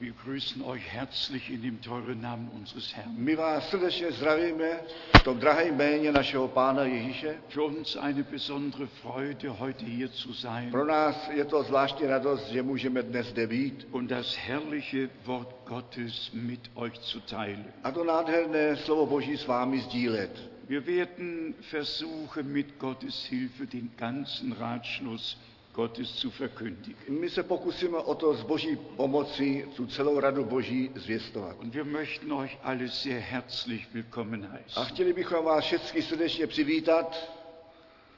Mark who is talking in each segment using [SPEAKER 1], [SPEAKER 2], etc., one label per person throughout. [SPEAKER 1] Wir grüßen euch herzlich in dem teuren Namen unseres Herrn.
[SPEAKER 2] My vás srdečně zdravíme v tom drahé jméně našeho Pána Ježíše.
[SPEAKER 1] Für uns eine besondere Freude, heute hier zu sein
[SPEAKER 2] Pro nás je to zvláštní radost, že můžeme dnes zde být
[SPEAKER 1] und das herrliche Wort Gottes mit euch zu teilen.
[SPEAKER 2] a to nádherné slovo Boží s vámi sdílet.
[SPEAKER 1] Wir werden versuchen, mit Gottes Hilfe den ganzen Ratschluss Gottes zu verkündigen.
[SPEAKER 2] My se pokusíme o to s Boží pomocí, tu celou radu Boží zvěstovat.
[SPEAKER 1] Und wir möchten euch alle sehr herzlich willkommen
[SPEAKER 2] A
[SPEAKER 1] heißen.
[SPEAKER 2] chtěli bychom vás všechny srdečně přivítat,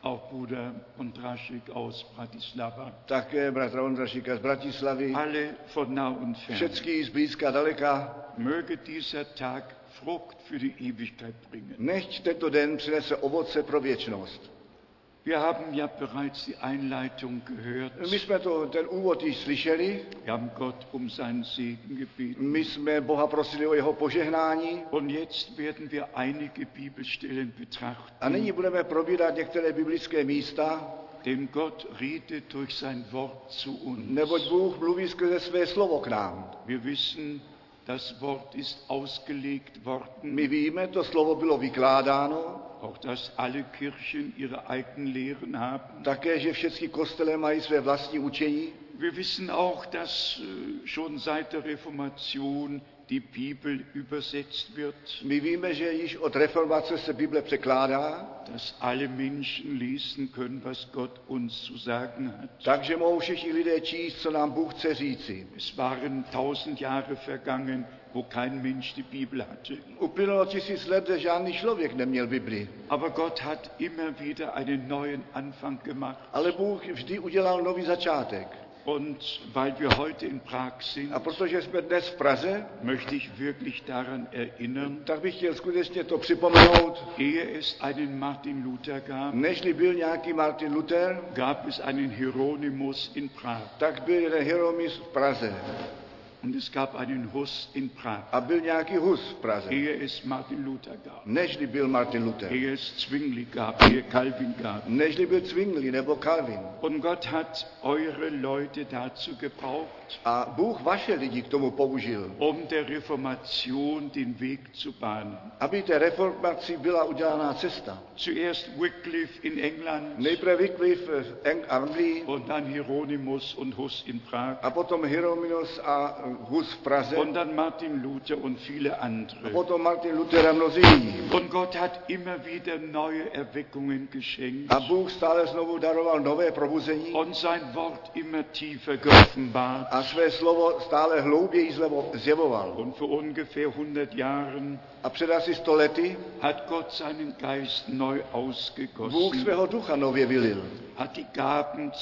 [SPEAKER 1] Auch Bruder Kondraschik aus Bratislava.
[SPEAKER 2] také bratra Ondrašika z Bratislavy,
[SPEAKER 1] Alle von nah und fern.
[SPEAKER 2] všechny z blízka daleka.
[SPEAKER 1] Möge dieser Tag Frucht für die Ewigkeit bringen.
[SPEAKER 2] Nechť tento den přinese ovoce pro věčnost.
[SPEAKER 1] Wir haben ja bereits die Einleitung gehört.
[SPEAKER 2] My
[SPEAKER 1] Wir
[SPEAKER 2] jsme to, ten úvod již slyšeli,
[SPEAKER 1] haben Gott um seinen Segen gebeten.
[SPEAKER 2] my jsme Boha prosili o jeho požehnání
[SPEAKER 1] Und jetzt werden wir einige Bibelstellen betrachten,
[SPEAKER 2] a nyní budeme probírat některé biblické místa,
[SPEAKER 1] denn Gott redet durch sein Wort zu uns.
[SPEAKER 2] neboť Bůh mluví skrze své slovo k nám.
[SPEAKER 1] Wir wissen, das Wort ist ausgelegt worden,
[SPEAKER 2] My víme, to slovo bylo vykládáno,
[SPEAKER 1] auch dass alle Kirchen ihre eigenen Lehren haben.
[SPEAKER 2] také, že všechny kostele mají své vlastní učení.
[SPEAKER 1] Wir wissen auch, dass äh, schon seit der Reformation die Bibel übersetzt wird,
[SPEAKER 2] My víme, že již od reformace se Bible překládá,
[SPEAKER 1] dass alle Menschen lesen können, was Gott uns zu sagen hat.
[SPEAKER 2] takže mohou všichni lidé číst, co nám Bůh chce říci.
[SPEAKER 1] Es waren tausend Jahre vergangen, wo kein Mensch die Bibel hatte.
[SPEAKER 2] Uplynulo tisíc let, že žádný člověk neměl Bibli.
[SPEAKER 1] Aber Gott hat immer wieder einen neuen Anfang gemacht.
[SPEAKER 2] Ale Bůh vždy udělal nový začátek.
[SPEAKER 1] Und weil wir heute in Prag sind,
[SPEAKER 2] A protože jsme dnes v Praze,
[SPEAKER 1] möchte ich wirklich daran erinnern,
[SPEAKER 2] tak bych chtěl skutečně to připomenout.
[SPEAKER 1] ehe es einen Martin Luther gab,
[SPEAKER 2] Nežli byl nějaký Martin Luther,
[SPEAKER 1] gab es einen Hieronymus in Prag.
[SPEAKER 2] tak byl jeden Hieromis v Praze
[SPEAKER 1] Und es gab einen Huss in Prag,
[SPEAKER 2] a byl nějaký Hus v Praze.
[SPEAKER 1] ehe es Martin Luther gab,
[SPEAKER 2] Nežli byl Martin Luther,
[SPEAKER 1] ehe es Zwingli gab, ehe Calvin gab.
[SPEAKER 2] nežli byl Zwingli nebo Calvin.
[SPEAKER 1] Und Gott hat eure Leute dazu gebraucht,
[SPEAKER 2] A Bůh vaše lidi k tomu použil,
[SPEAKER 1] um der Reformation den Weg zu bahnen.
[SPEAKER 2] aby té reformaci byla udělaná cesta.
[SPEAKER 1] Zuerst Wycliffe in England
[SPEAKER 2] Nejprve Wycliffe v Eng- Anglii
[SPEAKER 1] und dann Hieronymus und Huss in Prag
[SPEAKER 2] a potom Hierominus a Hus v Praze,
[SPEAKER 1] und dann Martin Luther und viele
[SPEAKER 2] a
[SPEAKER 1] andere.
[SPEAKER 2] potom Martin Luther a mnozí jiní.
[SPEAKER 1] Und Gott hat immer wieder neue Erweckungen geschenkt
[SPEAKER 2] A Bůh stále znovu daroval nové probuzení
[SPEAKER 1] und sein Wort immer tiefer geoffenbart.
[SPEAKER 2] a své slovo stále hlouběji zlevo- zjevoval.
[SPEAKER 1] Und vor ungefähr 100 Jahren
[SPEAKER 2] A před asi stolety
[SPEAKER 1] hat Gott seinen Geist neu
[SPEAKER 2] Bůh
[SPEAKER 1] ausgegossen,
[SPEAKER 2] svého ducha nově vylil.
[SPEAKER 1] hat die Gaben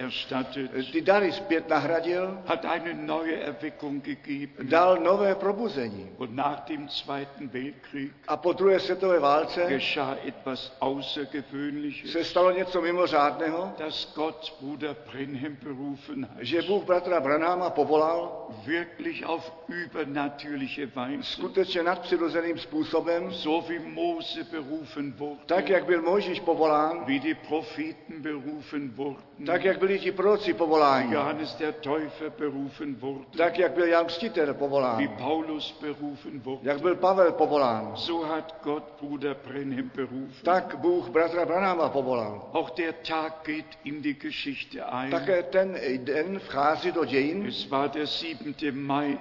[SPEAKER 1] zurückerstattet,
[SPEAKER 2] Ty dary zpět nahradil,
[SPEAKER 1] hat eine neue Erweckung gegeben.
[SPEAKER 2] dal nové probuzení.
[SPEAKER 1] Und nach dem Zweiten Weltkrieg
[SPEAKER 2] A po druhé světové válce
[SPEAKER 1] geschah etwas Außergewöhnliches,
[SPEAKER 2] se stalo něco mimořádného,
[SPEAKER 1] dass Gott Bruder Brenhem berufen
[SPEAKER 2] že
[SPEAKER 1] hat,
[SPEAKER 2] Bůh bratra Branáma povolal
[SPEAKER 1] wirklich auf übernatürliche Weise,
[SPEAKER 2] skutečně nadpřirozeným způsobem,
[SPEAKER 1] so wie Mose berufen
[SPEAKER 2] tak
[SPEAKER 1] wurde,
[SPEAKER 2] jak byl Mojžíš povolán,
[SPEAKER 1] wie die Propheten berufen wurden.
[SPEAKER 2] tak jak byli ti proroci povoláni,
[SPEAKER 1] Johannes der Täufer berufen wurde,
[SPEAKER 2] tak jak byl Jan Křtitel
[SPEAKER 1] wie
[SPEAKER 2] povolán,
[SPEAKER 1] Paulus berufen wurde,
[SPEAKER 2] jak byl Pavel povolán,
[SPEAKER 1] so hat Gott Bruder Brenhem berufen.
[SPEAKER 2] tak Bůh bratra Branáma povolal.
[SPEAKER 1] Auch der Tag geht in die Geschichte ein.
[SPEAKER 2] Také ten den vchází do dějin.
[SPEAKER 1] Es war der 7. Mai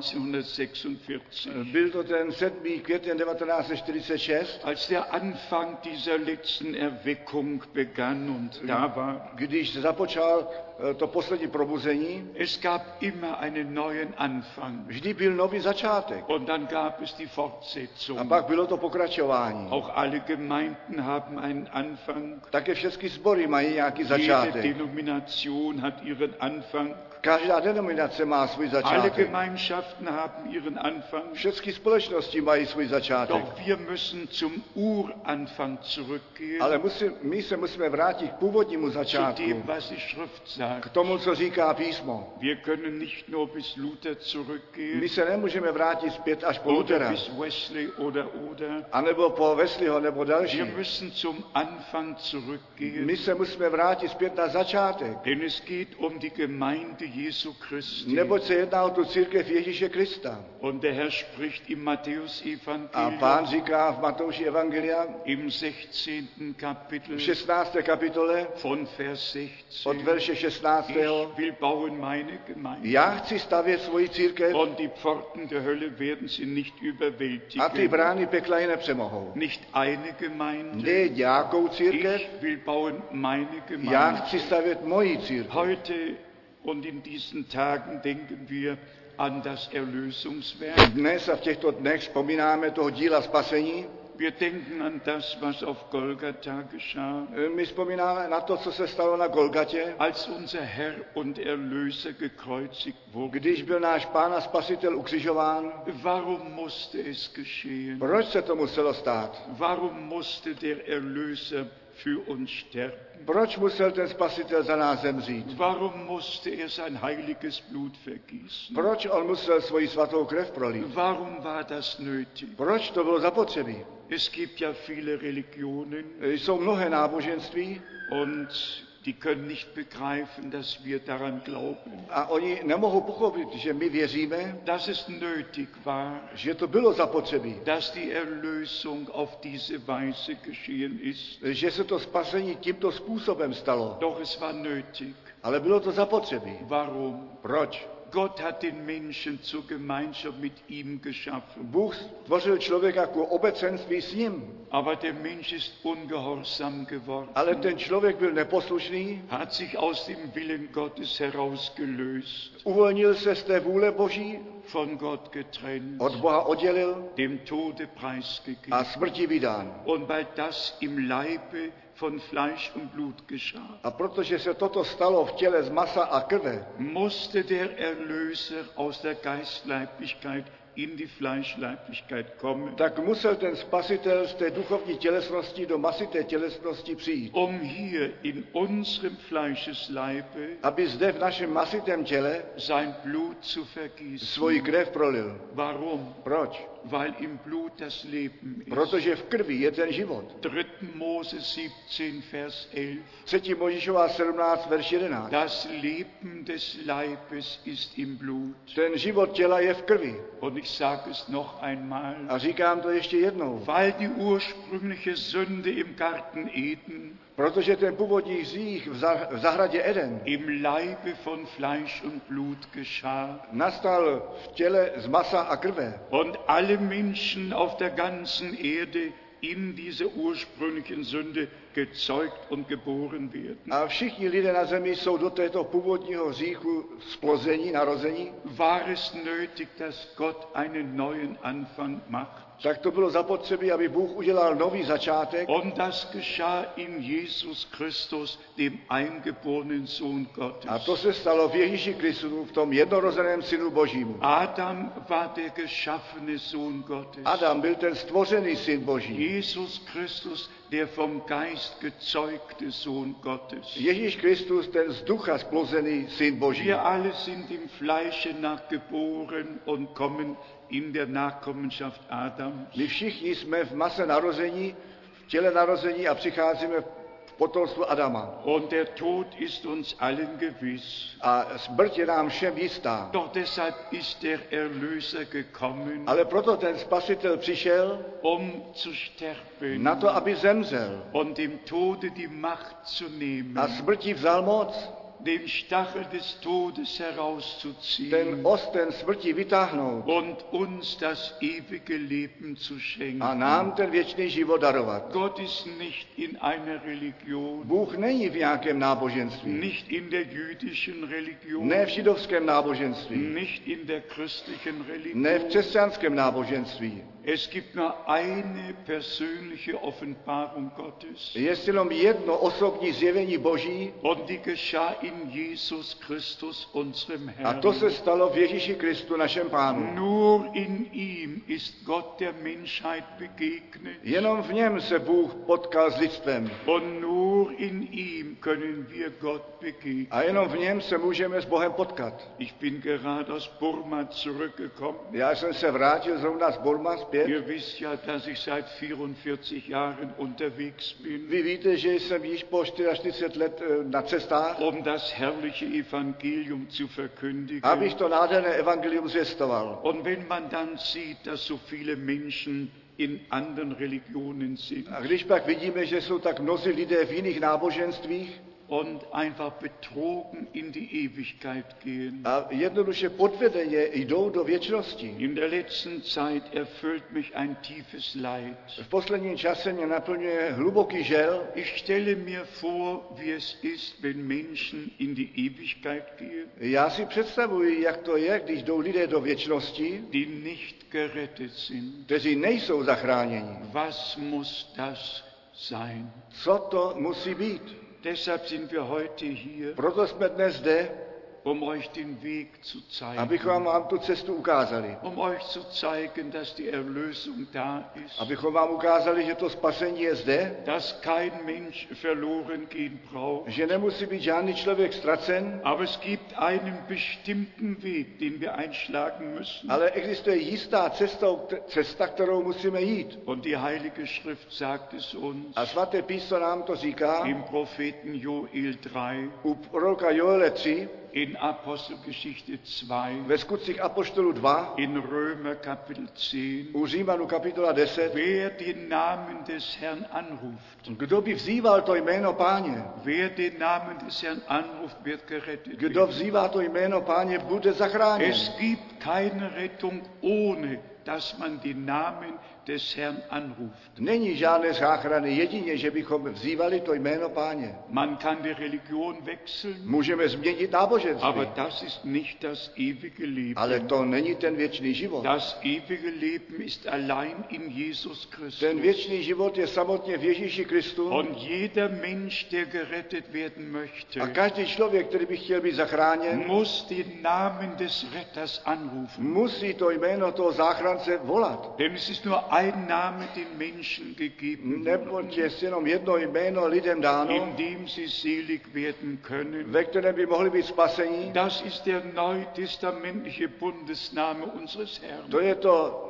[SPEAKER 1] 1946,
[SPEAKER 2] Byl to ten 7. květen 1946,
[SPEAKER 1] als der Anfang dieser letzten Erweckung begann und da war.
[SPEAKER 2] když se započal eh, to poslední probuzení.
[SPEAKER 1] Es gab immer einen neuen Anfang
[SPEAKER 2] Vždy byl nový začátek
[SPEAKER 1] und dann gab es die
[SPEAKER 2] a
[SPEAKER 1] Fortsetzung.
[SPEAKER 2] pak bylo to pokračování.
[SPEAKER 1] Auch alle Gemeinden haben einen Anfang.
[SPEAKER 2] Také všechny sbory mají nějaký
[SPEAKER 1] Jede
[SPEAKER 2] začátek.
[SPEAKER 1] Denomination hat ihren Anfang.
[SPEAKER 2] Každá denominace má svůj
[SPEAKER 1] Alle
[SPEAKER 2] začátek.
[SPEAKER 1] Gemeinschaften haben ihren Anfang.
[SPEAKER 2] Všechny společnosti mají svůj začátek.
[SPEAKER 1] Doch wir müssen zum Uranfang
[SPEAKER 2] Ale
[SPEAKER 1] zurückgehen,
[SPEAKER 2] musí, my se musíme vrátit k původnímu
[SPEAKER 1] zu
[SPEAKER 2] začátku,
[SPEAKER 1] dem, was die Schrift
[SPEAKER 2] k
[SPEAKER 1] sagt.
[SPEAKER 2] tomu, co říká písmo.
[SPEAKER 1] Wir können nicht nur bis Luther
[SPEAKER 2] My
[SPEAKER 1] zurückgehen
[SPEAKER 2] se nemůžeme vrátit zpět až po
[SPEAKER 1] oder
[SPEAKER 2] Lutera,
[SPEAKER 1] bis Wesley oder oder.
[SPEAKER 2] anebo po Wesleyho nebo
[SPEAKER 1] Wir
[SPEAKER 2] další.
[SPEAKER 1] müssen zum Anfang zurückgehen,
[SPEAKER 2] My se musíme vrátit zpět na začátek,
[SPEAKER 1] denn es geht um die Gemeinde Jesu Christi.
[SPEAKER 2] Neboť se jedná o tu církev Ježíše Krista.
[SPEAKER 1] Und der Herr spricht im
[SPEAKER 2] A pán
[SPEAKER 1] Matthäus-Evangelium
[SPEAKER 2] říká v Matouši Evangelia
[SPEAKER 1] im 16. Kapitel
[SPEAKER 2] v 16. kapitole
[SPEAKER 1] von Vers
[SPEAKER 2] od
[SPEAKER 1] 16.
[SPEAKER 2] verše 16.
[SPEAKER 1] Ich will bauen meine Gemeinde.
[SPEAKER 2] Já chci stavět svoji církev
[SPEAKER 1] Und die Pforten der Hölle werden sie nicht
[SPEAKER 2] a ty
[SPEAKER 1] überwältigen.
[SPEAKER 2] brány pekla ji nepřemohou.
[SPEAKER 1] Nicht eine
[SPEAKER 2] Ne
[SPEAKER 1] Gemeinde.
[SPEAKER 2] nějakou církev,
[SPEAKER 1] Ich will bauen meine
[SPEAKER 2] já
[SPEAKER 1] Gemeinde.
[SPEAKER 2] chci stavět moji církev.
[SPEAKER 1] Heute und in diesen Tagen denken wir an das Erlösungswerk.
[SPEAKER 2] Dnes a v těchto dnech vzpomínáme toho díla spasení.
[SPEAKER 1] Wir denken an das, was auf Golgatha geschah,
[SPEAKER 2] My vzpomínáme na to, co se stalo na Golgatě,
[SPEAKER 1] als unser Herr und Erlöser gekreuzigt wurde.
[SPEAKER 2] když byl náš pán a spasitel ukřižován.
[SPEAKER 1] Warum musste es geschehen?
[SPEAKER 2] Proč se to muselo stát?
[SPEAKER 1] Warum musste der Erlöser für uns sterben?
[SPEAKER 2] Proč musel ten spasitel za nás zemřít?
[SPEAKER 1] Warum musste er sein heiliges Blut vergießen?
[SPEAKER 2] Proč on musel svoji svatou krev prolít?
[SPEAKER 1] Warum war das nötig?
[SPEAKER 2] Proč to bylo zapotřebí?
[SPEAKER 1] Es gibt ja viele Religionen
[SPEAKER 2] Jsou mnohé náboženství
[SPEAKER 1] und die können nicht begreifen, dass wir daran glauben,
[SPEAKER 2] a oni nemohou pochopit, že my věříme,
[SPEAKER 1] dass es nötig war,
[SPEAKER 2] že to bylo zapotřebí,
[SPEAKER 1] dass die Erlösung auf diese Weise geschehen ist.
[SPEAKER 2] že se to spasení tímto způsobem stalo.
[SPEAKER 1] Doch es war nötig.
[SPEAKER 2] Ale bylo to zapotřebí.
[SPEAKER 1] Warum?
[SPEAKER 2] Proč?
[SPEAKER 1] Gott hat den Menschen zur Gemeinschaft mit ihm geschaffen.
[SPEAKER 2] Bůh stvořil člověka ku obecenství s ním,
[SPEAKER 1] Aber der Mensch ist ungehorsam
[SPEAKER 2] ale
[SPEAKER 1] geworden,
[SPEAKER 2] ten člověk byl neposlušný,
[SPEAKER 1] hat sich aus dem Willen Gottes herausgelöst,
[SPEAKER 2] uvolnil se z té vůle Boží,
[SPEAKER 1] von Gott getrennt,
[SPEAKER 2] od Boha oddělil
[SPEAKER 1] dem Tode
[SPEAKER 2] a
[SPEAKER 1] preisgegeben.
[SPEAKER 2] smrti vydán.
[SPEAKER 1] Und weil das im Leibe von Fleisch und Blut geschah,
[SPEAKER 2] A protože se toto stalo v těle z masa a krve,
[SPEAKER 1] musste der Erlöser aus der Geistleiblichkeit in die Fleischleiblichkeit kommen,
[SPEAKER 2] tak musel ten spasitel z té duchovní tělesnosti do masité tělesnosti přijít,
[SPEAKER 1] um hier in unserem Fleischesleibe
[SPEAKER 2] aby zde v našem masitém těle
[SPEAKER 1] sein Blut zu vergießen.
[SPEAKER 2] svoji krev prolil.
[SPEAKER 1] Warum?
[SPEAKER 2] Proč?
[SPEAKER 1] Weil im Blut das Leben ist.
[SPEAKER 2] Protože v krvi je ten život.
[SPEAKER 1] 3. Mose 17, Vers 11.
[SPEAKER 2] 3. Možíšová 17, verš 11.
[SPEAKER 1] Das Leben des Leibes ist im Blut.
[SPEAKER 2] Ten život těla je v krvi.
[SPEAKER 1] Und ich sage es noch einmal.
[SPEAKER 2] A říkám to ještě jednou.
[SPEAKER 1] Weil die ursprüngliche Sünde im Garten Eden
[SPEAKER 2] Protože ten původní hřích v za- v zahradě Eden
[SPEAKER 1] im Leibe von Fleisch und Blut geschah
[SPEAKER 2] nastal v těle z masa a krve.
[SPEAKER 1] und alle Menschen auf der ganzen Erde in dieser ursprünglichen Sünde gezeugt und geboren werden.
[SPEAKER 2] A všichni lidé na zemi jsou do této původního hříchu splození, narození.
[SPEAKER 1] War es nötig, dass Gott einen neuen Anfang macht?
[SPEAKER 2] Tak to bylo zapotřebí, aby Bůh udělal nový začátek
[SPEAKER 1] Und das geschah in Jesus Christus, dem eingeborenen Sohn
[SPEAKER 2] a to
[SPEAKER 1] Gottes.
[SPEAKER 2] se stalo v Ježíši Kristu, v tom jednorozeném synu božímu.
[SPEAKER 1] Adam war der geschaffene Sohn Gottes.
[SPEAKER 2] Adam byl ten stvořený syn boží.
[SPEAKER 1] Jesus Christus, der vom Geist gezeugte Sohn Gottes.
[SPEAKER 2] Ježíš Kristus, ten z ducha splozený syn boží.
[SPEAKER 1] Wir alle sind im Fleische nachgeboren und kommen in der Nachkommenschaft Adams.
[SPEAKER 2] My všichni jsme v mase narození, v těle narození a přicházíme v potomstvu Adama.
[SPEAKER 1] Und der Tod ist uns allen gewiss.
[SPEAKER 2] A smrt je nám všem jistá.
[SPEAKER 1] Doch deshalb ist der Erlöser gekommen,
[SPEAKER 2] Ale proto ten spasitel přišel
[SPEAKER 1] um zu sterben
[SPEAKER 2] na to, aby zemřel.
[SPEAKER 1] und dem Tode die Macht zu
[SPEAKER 2] A
[SPEAKER 1] nehmen,
[SPEAKER 2] smrti vzal moc.
[SPEAKER 1] den Stachel des Todes herauszuziehen
[SPEAKER 2] Ten osten smrti vytáhnout
[SPEAKER 1] und uns das ewige Leben zu
[SPEAKER 2] a
[SPEAKER 1] schenken.
[SPEAKER 2] nám ten věčný život darovat.
[SPEAKER 1] Gott ist nicht in einer Religion,
[SPEAKER 2] Bůh není v nějakém náboženství.
[SPEAKER 1] nicht in der jüdischen Religion,
[SPEAKER 2] Ne v židovském náboženství.
[SPEAKER 1] nicht in der christlichen Religion.
[SPEAKER 2] Ne v křesťanském náboženství.
[SPEAKER 1] Es gibt nur eine persönliche Offenbarung Gottes
[SPEAKER 2] Je jenom jedno osobní zjevení Boží
[SPEAKER 1] und die geschah in Jesus Christus, unserem
[SPEAKER 2] a
[SPEAKER 1] Herrn.
[SPEAKER 2] to se stalo v Ježíši Kristu, našem pánu.
[SPEAKER 1] Nur in ihm ist Gott der Menschheit begegnet
[SPEAKER 2] Jenom v něm se Bůh potkal s lidstvem
[SPEAKER 1] und nur in ihm können wir Gott begegnen.
[SPEAKER 2] a jenom v něm se můžeme s Bohem potkat.
[SPEAKER 1] Ich bin gerade aus Burma zurückgekommen.
[SPEAKER 2] Já jsem se vrátil zrovna z Burma zpět.
[SPEAKER 1] Ihr wisst ja, dass ich seit 44 Jahren unterwegs bin,
[SPEAKER 2] Vy víte, že jsem již po 44 let eh, na cestách,
[SPEAKER 1] um das das herrliche Evangelium zu verkündigen.
[SPEAKER 2] abych to nádherné evangelium zvěstoval.
[SPEAKER 1] Und wenn man dann sieht, dass so viele Menschen in anderen Religionen sind
[SPEAKER 2] A když pak vidíme, že jsou tak mnozí lidé v jiných náboženstvích
[SPEAKER 1] und einfach betrogen in die Ewigkeit gehen.
[SPEAKER 2] a jednoduše podvedeně jdou do věčnosti.
[SPEAKER 1] In der letzten Zeit erfüllt mich ein tiefes Leid.
[SPEAKER 2] V posledním čase mě naplňuje hluboký žel.
[SPEAKER 1] Ich stelle mir vor, wie es ist, wenn Menschen in die Ewigkeit gehen,
[SPEAKER 2] Já si představuji, jak to je, když jdou lidé do věčnosti,
[SPEAKER 1] die nicht gerettet sind.
[SPEAKER 2] kteří nejsou zachráněni.
[SPEAKER 1] Was muss das sein?
[SPEAKER 2] Co to musí být?
[SPEAKER 1] Deshalb sind wir heute hier,
[SPEAKER 2] Proto jsme dnes zde,
[SPEAKER 1] um euch den Weg zu zeigen.
[SPEAKER 2] abychom vám tu cestu ukázali.
[SPEAKER 1] um euch zu zeigen, dass die Erlösung da ist,
[SPEAKER 2] Abychom vám ukázali, že to spasení je zde,
[SPEAKER 1] dass kein Mensch verloren gehen braucht.
[SPEAKER 2] že nemusí být žádný člověk ztracen,
[SPEAKER 1] Aber es gibt einen bestimmten Weg, den wir einschlagen müssen.
[SPEAKER 2] ale existuje jistá cesta, cesta kterou musíme jít.
[SPEAKER 1] Und die Heilige Schrift sagt es uns
[SPEAKER 2] A svaté písmo nám to říká
[SPEAKER 1] im Propheten Joel 3,
[SPEAKER 2] u proroka Joele 3
[SPEAKER 1] in Apostelgeschichte 2,
[SPEAKER 2] ve skutcích Apoštolu 2,
[SPEAKER 1] in Römer Kapitel 10,
[SPEAKER 2] u Římanu kapitola 10.
[SPEAKER 1] wer den Namen des Herrn anruft,
[SPEAKER 2] Kdo by vzýval to jméno páně?
[SPEAKER 1] wer den Namen des Herrn anruft, wird gerettet.
[SPEAKER 2] Kdo
[SPEAKER 1] werden.
[SPEAKER 2] vzývá to jméno páně, bude zachráněn.
[SPEAKER 1] Es gibt keine Rettung, ohne dass man den Namen des Herrn anruft.
[SPEAKER 2] Není žádné záchrany, jedině, že bychom vzývali to jméno páně.
[SPEAKER 1] Man kann die Religion wechseln,
[SPEAKER 2] Můžeme změnit
[SPEAKER 1] aber
[SPEAKER 2] náboženství,
[SPEAKER 1] das ist nicht das ewige
[SPEAKER 2] ale
[SPEAKER 1] Leben.
[SPEAKER 2] to není ten věčný život.
[SPEAKER 1] Das ewige Leben ist allein in Jesus
[SPEAKER 2] Ten
[SPEAKER 1] Christus.
[SPEAKER 2] věčný život je samotně v Ježíši Kristu
[SPEAKER 1] Und jeder Mensch, der gerettet werden
[SPEAKER 2] a
[SPEAKER 1] möchte,
[SPEAKER 2] každý člověk, který by chtěl být zachráněn,
[SPEAKER 1] muss den Namen des Retters anrufen.
[SPEAKER 2] musí to jméno toho záchrance volat.
[SPEAKER 1] Denn es ist nur ein Name den Menschen gegeben,
[SPEAKER 2] Nebo je jenom jedno jméno lidem dáno,
[SPEAKER 1] in dem sie selig werden können.
[SPEAKER 2] ve kterém by mohli být spasení.
[SPEAKER 1] Das ist der neutestamentliche Bundesname unseres Herrn.
[SPEAKER 2] To je to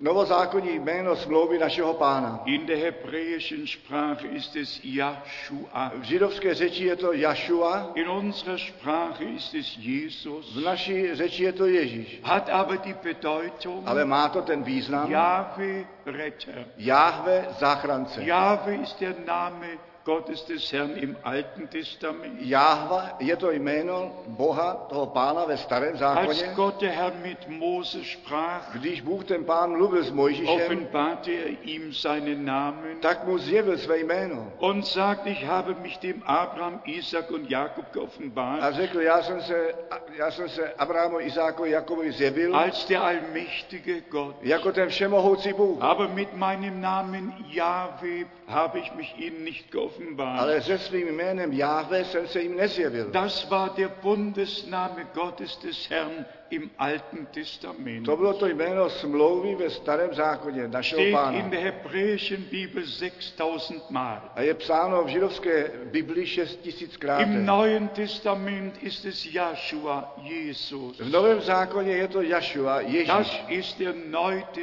[SPEAKER 2] novozákonní jméno smlouvy našeho pána.
[SPEAKER 1] In der hebräischen Sprache ist es Yahshua.
[SPEAKER 2] V židovské řeči je to Jašua,
[SPEAKER 1] In unserer Sprache ist es Jesus.
[SPEAKER 2] v naší řeči je to Ježíš.
[SPEAKER 1] Hat aber die Bedeutung
[SPEAKER 2] Ale má to ten význam.
[SPEAKER 1] Jahwe Retter.
[SPEAKER 2] Jáhve záchrance.
[SPEAKER 1] Jahwe ist der Name Gottes des Herrn im Alten Testament.
[SPEAKER 2] Jáhva je to jméno Boha, toho pána ve starém
[SPEAKER 1] Als
[SPEAKER 2] zákoně.
[SPEAKER 1] Gott der Herr mit Mose sprach,
[SPEAKER 2] Když Bůh ten pán mluvil s Mojžíšem,
[SPEAKER 1] offenbarte er ihm seinen Namen
[SPEAKER 2] tak mu zjevil své jméno.
[SPEAKER 1] und sagt, ich habe mich dem Abraham, Isaac und Jakob geoffenbart.
[SPEAKER 2] A řekl, já jsem se, já jsem se Abrahamu, Izákovi, Jakovi zjevil
[SPEAKER 1] als der allmächtige Gott.
[SPEAKER 2] jako ten všemohoucí Bůh.
[SPEAKER 1] Aber mit meinem Namen Jahwe habe ich mich ihnen nicht geoffenbart.
[SPEAKER 2] Ale se svým jménem Jáhve jsem se jim nezjevil.
[SPEAKER 1] Das war der Bundesname Gottes des Herrn im Alten Testament.
[SPEAKER 2] To bylo to jméno smlouvy ve starém zákoně našeho
[SPEAKER 1] Steht in
[SPEAKER 2] pána.
[SPEAKER 1] der hebräischen Bibel 6000 Mal.
[SPEAKER 2] A je psáno v židovské Biblii šest tisíckrát.
[SPEAKER 1] Im Neuen Testament ist es Joshua, Jesus.
[SPEAKER 2] V novém zákoně je to Jašua,
[SPEAKER 1] Das
[SPEAKER 2] Ježíš.
[SPEAKER 1] ist der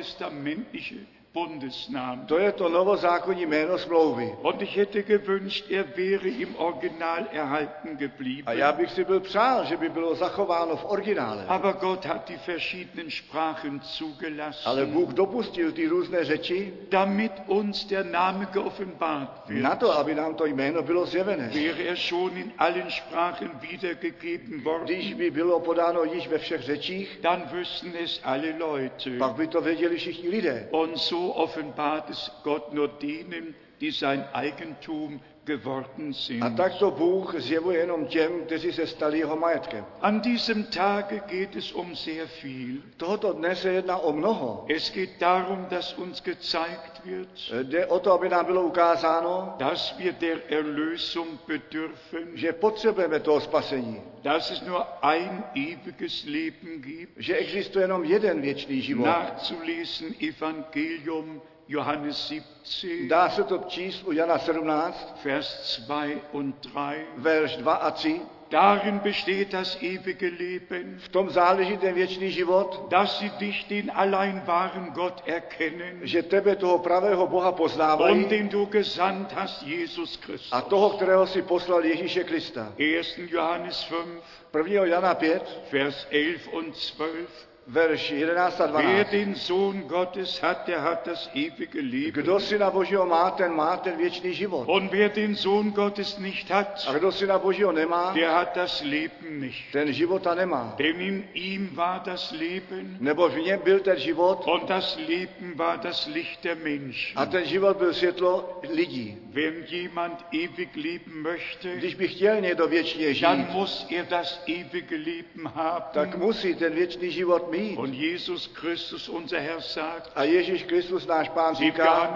[SPEAKER 1] neutestamentliche Bundesname.
[SPEAKER 2] To je to novozákonní jméno smlouvy.
[SPEAKER 1] Und ich hätte gewünscht, er wäre im Original erhalten
[SPEAKER 2] A
[SPEAKER 1] geblieben.
[SPEAKER 2] já bych si byl přál, že by bylo zachováno v originále.
[SPEAKER 1] Aber Gott hat die verschiedenen Sprachen
[SPEAKER 2] Ale
[SPEAKER 1] zugelassen,
[SPEAKER 2] Bůh dopustil ty různé řeči
[SPEAKER 1] damit uns der Name geoffenbart
[SPEAKER 2] na
[SPEAKER 1] wird.
[SPEAKER 2] to, aby nám to jméno bylo zjevené.
[SPEAKER 1] Wäre er schon in allen Sprachen wiedergegeben
[SPEAKER 2] Když
[SPEAKER 1] worden,
[SPEAKER 2] by bylo podáno již ve všech řečích,
[SPEAKER 1] dann wüssten es alle
[SPEAKER 2] pak
[SPEAKER 1] Leute.
[SPEAKER 2] by to věděli všichni lidé.
[SPEAKER 1] Und so offenbart es Gott nur denen, die sein Eigentum geworden
[SPEAKER 2] A
[SPEAKER 1] sind.
[SPEAKER 2] tak to Bůh zjevuje jenom těm, kteří se stali jeho majetkem.
[SPEAKER 1] An diesem Tage geht es um sehr viel.
[SPEAKER 2] Tohoto dne se jedná o mnoho.
[SPEAKER 1] Es geht darum, dass uns gezeigt wird,
[SPEAKER 2] Jde o to, aby nám bylo ukázáno,
[SPEAKER 1] dass wir der Erlösung bedürfen.
[SPEAKER 2] že potřebujeme toho spasení,
[SPEAKER 1] dass es nur ein ewiges Leben gibt.
[SPEAKER 2] že existuje jenom jeden věčný život.
[SPEAKER 1] Nachzulesen Evangelium Johannes 17,
[SPEAKER 2] Dá se to číst u Jana 17,
[SPEAKER 1] Vers 2 und 3.
[SPEAKER 2] verš 2 a 3.
[SPEAKER 1] Darin besteht das ewige Leben,
[SPEAKER 2] V tom záleží ten věčný život,
[SPEAKER 1] dass sie dich, den allein wahren Gott, erkennen
[SPEAKER 2] že tebe toho pravého Boha
[SPEAKER 1] und
[SPEAKER 2] poznávají
[SPEAKER 1] den du gesandt hast, Jesus
[SPEAKER 2] a
[SPEAKER 1] Christus.
[SPEAKER 2] toho, kterého si poslal Ježíše Krista.
[SPEAKER 1] 1. Johannes 5,
[SPEAKER 2] 1. Jana 5,
[SPEAKER 1] Vers 11 und 12.
[SPEAKER 2] verš 11 a 12.
[SPEAKER 1] Wer den Sohn Gottes hat, der hat das ewige Leben.
[SPEAKER 2] Kdo syna Božího má, ten má ten věčný život.
[SPEAKER 1] Und wer den Sohn Gottes nicht
[SPEAKER 2] A
[SPEAKER 1] hat,
[SPEAKER 2] kdo syna Božího nemá,
[SPEAKER 1] der hat das Leben nicht.
[SPEAKER 2] ten života nemá.
[SPEAKER 1] Denn in ihm war das Leben
[SPEAKER 2] Nebo v něm byl ten život
[SPEAKER 1] und das Leben war das Licht der Menschen.
[SPEAKER 2] a ten život byl světlo lidí.
[SPEAKER 1] Wenn jemand ewig leben möchte,
[SPEAKER 2] Když by chtěl někdo věčně žít,
[SPEAKER 1] dann muss er das ewige Leben
[SPEAKER 2] tak
[SPEAKER 1] haben.
[SPEAKER 2] musí ten věčný život mít.
[SPEAKER 1] Und Jesus Christus, unser Herr, sagt
[SPEAKER 2] A Ježíš Kristus, náš pán,
[SPEAKER 1] im
[SPEAKER 2] říká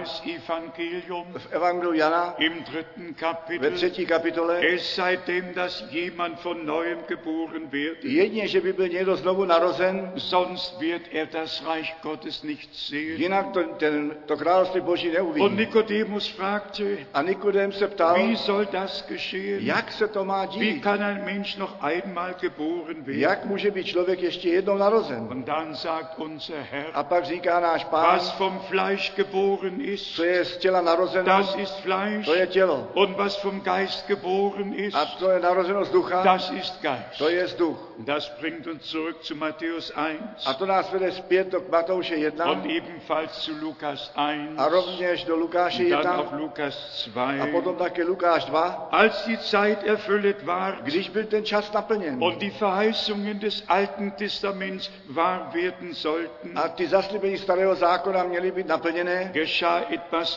[SPEAKER 1] Johannes-Evangelium
[SPEAKER 2] v Evangeliu Jana
[SPEAKER 1] im dritten
[SPEAKER 2] ve
[SPEAKER 1] Kapitel,
[SPEAKER 2] třetí kapitole,
[SPEAKER 1] Es sei denn, dass jemand von neuem geboren wird,
[SPEAKER 2] jedně, že by byl někdo znovu narozen,
[SPEAKER 1] sonst wird er das Reich Gottes nicht sehen.
[SPEAKER 2] jinak to, ten, to království Boží
[SPEAKER 1] Und
[SPEAKER 2] neuvidí.
[SPEAKER 1] Nikodemus fragte,
[SPEAKER 2] A Nikodem se ptal,
[SPEAKER 1] wie soll das geschehen?
[SPEAKER 2] jak se to má
[SPEAKER 1] Wie
[SPEAKER 2] dít?
[SPEAKER 1] kann ein Mensch noch einmal geboren werden?
[SPEAKER 2] Jak může být člověk ještě jednou narozen?
[SPEAKER 1] Und dann sagt unser Herr,
[SPEAKER 2] A pak říká náš pán,
[SPEAKER 1] was vom Fleisch geboren
[SPEAKER 2] co
[SPEAKER 1] ist,
[SPEAKER 2] je z těla narozeno,
[SPEAKER 1] das ist Fleisch,
[SPEAKER 2] to je tělo.
[SPEAKER 1] und was vom Geist geboren ist,
[SPEAKER 2] A co je narozeno z ducha,
[SPEAKER 1] das ist Geist.
[SPEAKER 2] to je z duch.
[SPEAKER 1] Und das bringt uns zurück zu Matthäus 1
[SPEAKER 2] A to nás vede zpět do Matouše 1
[SPEAKER 1] und ebenfalls zu Lukas 1.
[SPEAKER 2] a rovněž do Lukáše
[SPEAKER 1] Dann auf
[SPEAKER 2] 1
[SPEAKER 1] Lukas
[SPEAKER 2] a
[SPEAKER 1] 2.
[SPEAKER 2] potom také Lukáš 2.
[SPEAKER 1] Als die Zeit erfüllt war
[SPEAKER 2] Když byl ten čas naplněn
[SPEAKER 1] und die Verheißungen des Alten Testaments wahr werden sollten,
[SPEAKER 2] a ty zaslíbení starého zákona měly být naplněné,
[SPEAKER 1] geschah etwas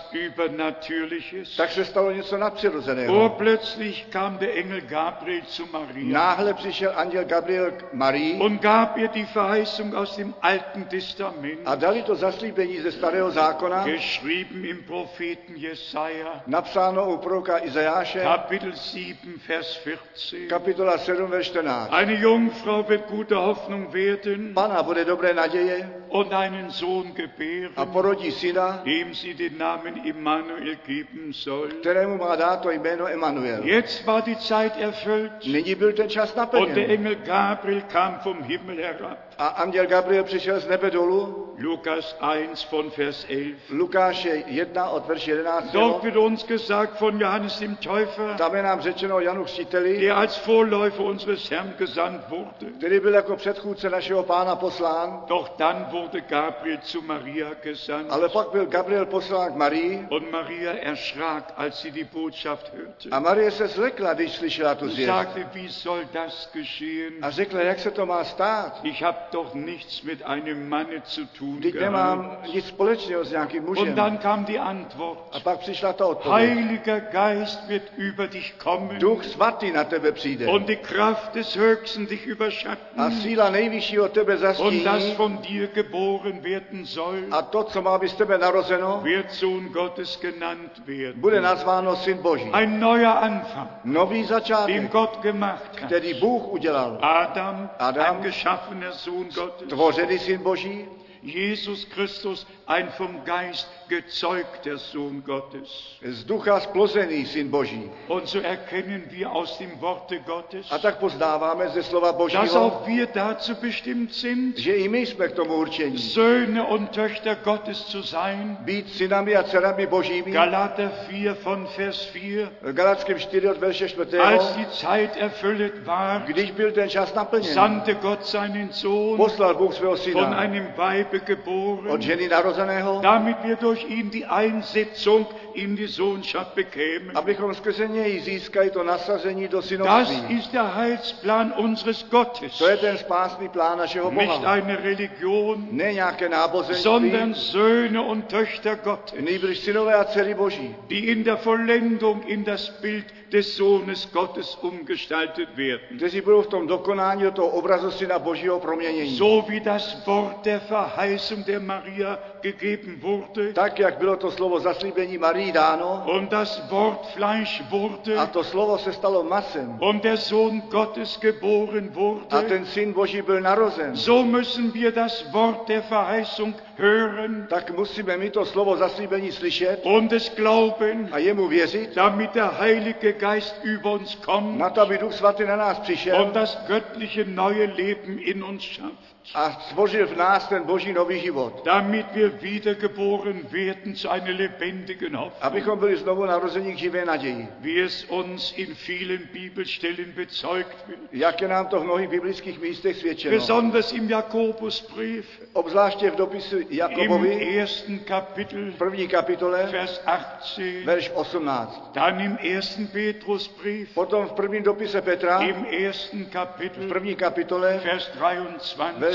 [SPEAKER 1] Übernatürliches.
[SPEAKER 2] tak se stalo něco nadpřirozeného.
[SPEAKER 1] Urplötzlich kam der Engel Gabriel zu Maria
[SPEAKER 2] Náhle přišel anděl Gabriel k Marii
[SPEAKER 1] und gab ihr die Verheißung aus dem Alten Testament,
[SPEAKER 2] a dali to zaslíbení ze starého zákona,
[SPEAKER 1] geschrieben im Propheten Jesaja,
[SPEAKER 2] napsáno u proroka Izajáše,
[SPEAKER 1] Kapitel 7, Vers 14.
[SPEAKER 2] kapitola 7, verš 14.
[SPEAKER 1] Eine Jungfrau wird gute Hoffnung werden
[SPEAKER 2] Pana bude dobré naděje
[SPEAKER 1] und einen Sohn
[SPEAKER 2] a
[SPEAKER 1] gebären.
[SPEAKER 2] porodí syna,
[SPEAKER 1] dem sie den Namen Immanuel geben soll.
[SPEAKER 2] kterému má dát to jméno Emanuel.
[SPEAKER 1] Jetzt war die Zeit erfüllt
[SPEAKER 2] Nyní byl ten čas
[SPEAKER 1] und der
[SPEAKER 2] naplněn
[SPEAKER 1] Engel Gabriel kam vom Himmel herab.
[SPEAKER 2] a anděl Gabriel přišel z nebe dolů,
[SPEAKER 1] Lukas 1 von Vers 11.
[SPEAKER 2] Lukáše 1 od verše 11.
[SPEAKER 1] Dort wird uns gesagt von Johannes dem Täufer,
[SPEAKER 2] Tam je nám řečeno o Janu Křtiteli,
[SPEAKER 1] der als Vorläufer unseres Herrn gesandt wurde.
[SPEAKER 2] který byl jako předchůdce našeho pána poslán,
[SPEAKER 1] Doch dann wurde Gabriel zu Maria gesandt
[SPEAKER 2] ale pak byl Gabriel poslán k Marii
[SPEAKER 1] und Maria erschrak, als sie die Botschaft hörte.
[SPEAKER 2] a Marie se zlekla, když slyšela tu
[SPEAKER 1] Und
[SPEAKER 2] zvěst.
[SPEAKER 1] sagte, wie soll das geschehen?
[SPEAKER 2] A řekla, jak se to má stát?
[SPEAKER 1] Ich habe doch nichts mit einem Manne zu tun
[SPEAKER 2] Teď
[SPEAKER 1] gehabt.
[SPEAKER 2] nemám nic společného s nějakým
[SPEAKER 1] Und
[SPEAKER 2] mužem.
[SPEAKER 1] dann kam die
[SPEAKER 2] A
[SPEAKER 1] Antwort,
[SPEAKER 2] pak přišla ta odpověď.
[SPEAKER 1] Heiliger Geist wird über dich kommen
[SPEAKER 2] Duch svatý na tebe přijde
[SPEAKER 1] und die Kraft des Höchsten dich
[SPEAKER 2] a
[SPEAKER 1] überschatten
[SPEAKER 2] síla nejvyššího tebe
[SPEAKER 1] und das
[SPEAKER 2] zastíní
[SPEAKER 1] von dir geboren werden soll,
[SPEAKER 2] a to, co má být z tebe narozeno,
[SPEAKER 1] wird Sohn Gottes genannt werden.
[SPEAKER 2] bude nazváno Syn Boží.
[SPEAKER 1] Ein neuer Anfang,
[SPEAKER 2] Nový
[SPEAKER 1] den
[SPEAKER 2] začátek,
[SPEAKER 1] Gott gemacht hat.
[SPEAKER 2] který Bůh udělal.
[SPEAKER 1] Adam,
[SPEAKER 2] Adam.
[SPEAKER 1] ein geschaffener Sohn Gottes.
[SPEAKER 2] Tvořený Syn Boží,
[SPEAKER 1] Jesus Christus, ein vom Geist gezeugter Sohn Gottes.
[SPEAKER 2] z ducha splozený Syn Boží.
[SPEAKER 1] Und so erkennen wir aus dem Worte Gottes,
[SPEAKER 2] A tak poznáváme ze slova
[SPEAKER 1] dass
[SPEAKER 2] Božího,
[SPEAKER 1] auch wir dazu bestimmt sind,
[SPEAKER 2] že i my jsme k tomu určení.
[SPEAKER 1] Söhne und Töchter Gottes zu sein.
[SPEAKER 2] Být synami a dcerami Božími.
[SPEAKER 1] Galater 4 von Vers 4.
[SPEAKER 2] Galackým 4 od verše 4.
[SPEAKER 1] Als die Zeit erfüllt war,
[SPEAKER 2] Když byl ten čas naplněn,
[SPEAKER 1] sandte Gott seinen Sohn,
[SPEAKER 2] poslal Bůh svého
[SPEAKER 1] von
[SPEAKER 2] syna
[SPEAKER 1] einem Weibe
[SPEAKER 2] od
[SPEAKER 1] geboren,
[SPEAKER 2] ženy narozeného,
[SPEAKER 1] damit wir durch ihn die Einsetzung in die Sohnschaft bekämen.
[SPEAKER 2] abychom skrze něj získali to nasazení do
[SPEAKER 1] Das
[SPEAKER 2] synovství.
[SPEAKER 1] ist der Heilsplan unseres Gottes.
[SPEAKER 2] To je ten spásný plán našeho
[SPEAKER 1] Nicht
[SPEAKER 2] Boha.
[SPEAKER 1] eine Religion,
[SPEAKER 2] Ne nějaké náboženství,
[SPEAKER 1] sondern Söhne und Töchter Gottes.
[SPEAKER 2] nýbrž synové a dcery Boží.
[SPEAKER 1] die in der Vollendung in das Bild des Sohnes Gottes umgestaltet werden.
[SPEAKER 2] kteří budou v tom dokonání do toho obrazu Syna Božího proměnění.
[SPEAKER 1] So wie das Wort der Verheißung der Maria gegeben wurde
[SPEAKER 2] Tak, jak bylo to slovo zaslíbení Marii dáno,
[SPEAKER 1] und das Wort Fleisch
[SPEAKER 2] a
[SPEAKER 1] wurde
[SPEAKER 2] to slovo se stalo masem,
[SPEAKER 1] und der Sohn Gottes geboren
[SPEAKER 2] a
[SPEAKER 1] wurde,
[SPEAKER 2] ten Syn Boží byl narozen,
[SPEAKER 1] so müssen wir das Wort der Verheißung hören
[SPEAKER 2] tak musíme my to slovo zaslíbení slyšet
[SPEAKER 1] und es glauben,
[SPEAKER 2] a jemu věřit,
[SPEAKER 1] damit der Heilige Geist über uns kommt
[SPEAKER 2] na to, aby Duch Svatý na nás
[SPEAKER 1] und
[SPEAKER 2] přišel
[SPEAKER 1] das göttliche neue Leben in uns schafft,
[SPEAKER 2] a stvořil v nás ten boží nový život.
[SPEAKER 1] damit wir wiedergeboren werden zu einer lebendigen Hoffnung,
[SPEAKER 2] Abychom byli znovu narozeni k živé naději.
[SPEAKER 1] wie es uns in vielen Bibelstellen bezeugt wird,
[SPEAKER 2] Jak je nám to v mnohých biblických místech
[SPEAKER 1] Genau.
[SPEAKER 2] svědčeno.
[SPEAKER 1] besonders im Jakobusbrief,
[SPEAKER 2] Obzvláště v dopisu
[SPEAKER 1] im
[SPEAKER 2] Jakobovi,
[SPEAKER 1] ersten Kapitel,
[SPEAKER 2] v první kapitole,
[SPEAKER 1] Vers 18,
[SPEAKER 2] verš 18.
[SPEAKER 1] dann im ersten Petrusbrief,
[SPEAKER 2] Potom v prvním dopise Petra,
[SPEAKER 1] im ersten
[SPEAKER 2] v
[SPEAKER 1] Kapitel,
[SPEAKER 2] první kapitole,
[SPEAKER 1] Vers
[SPEAKER 2] verš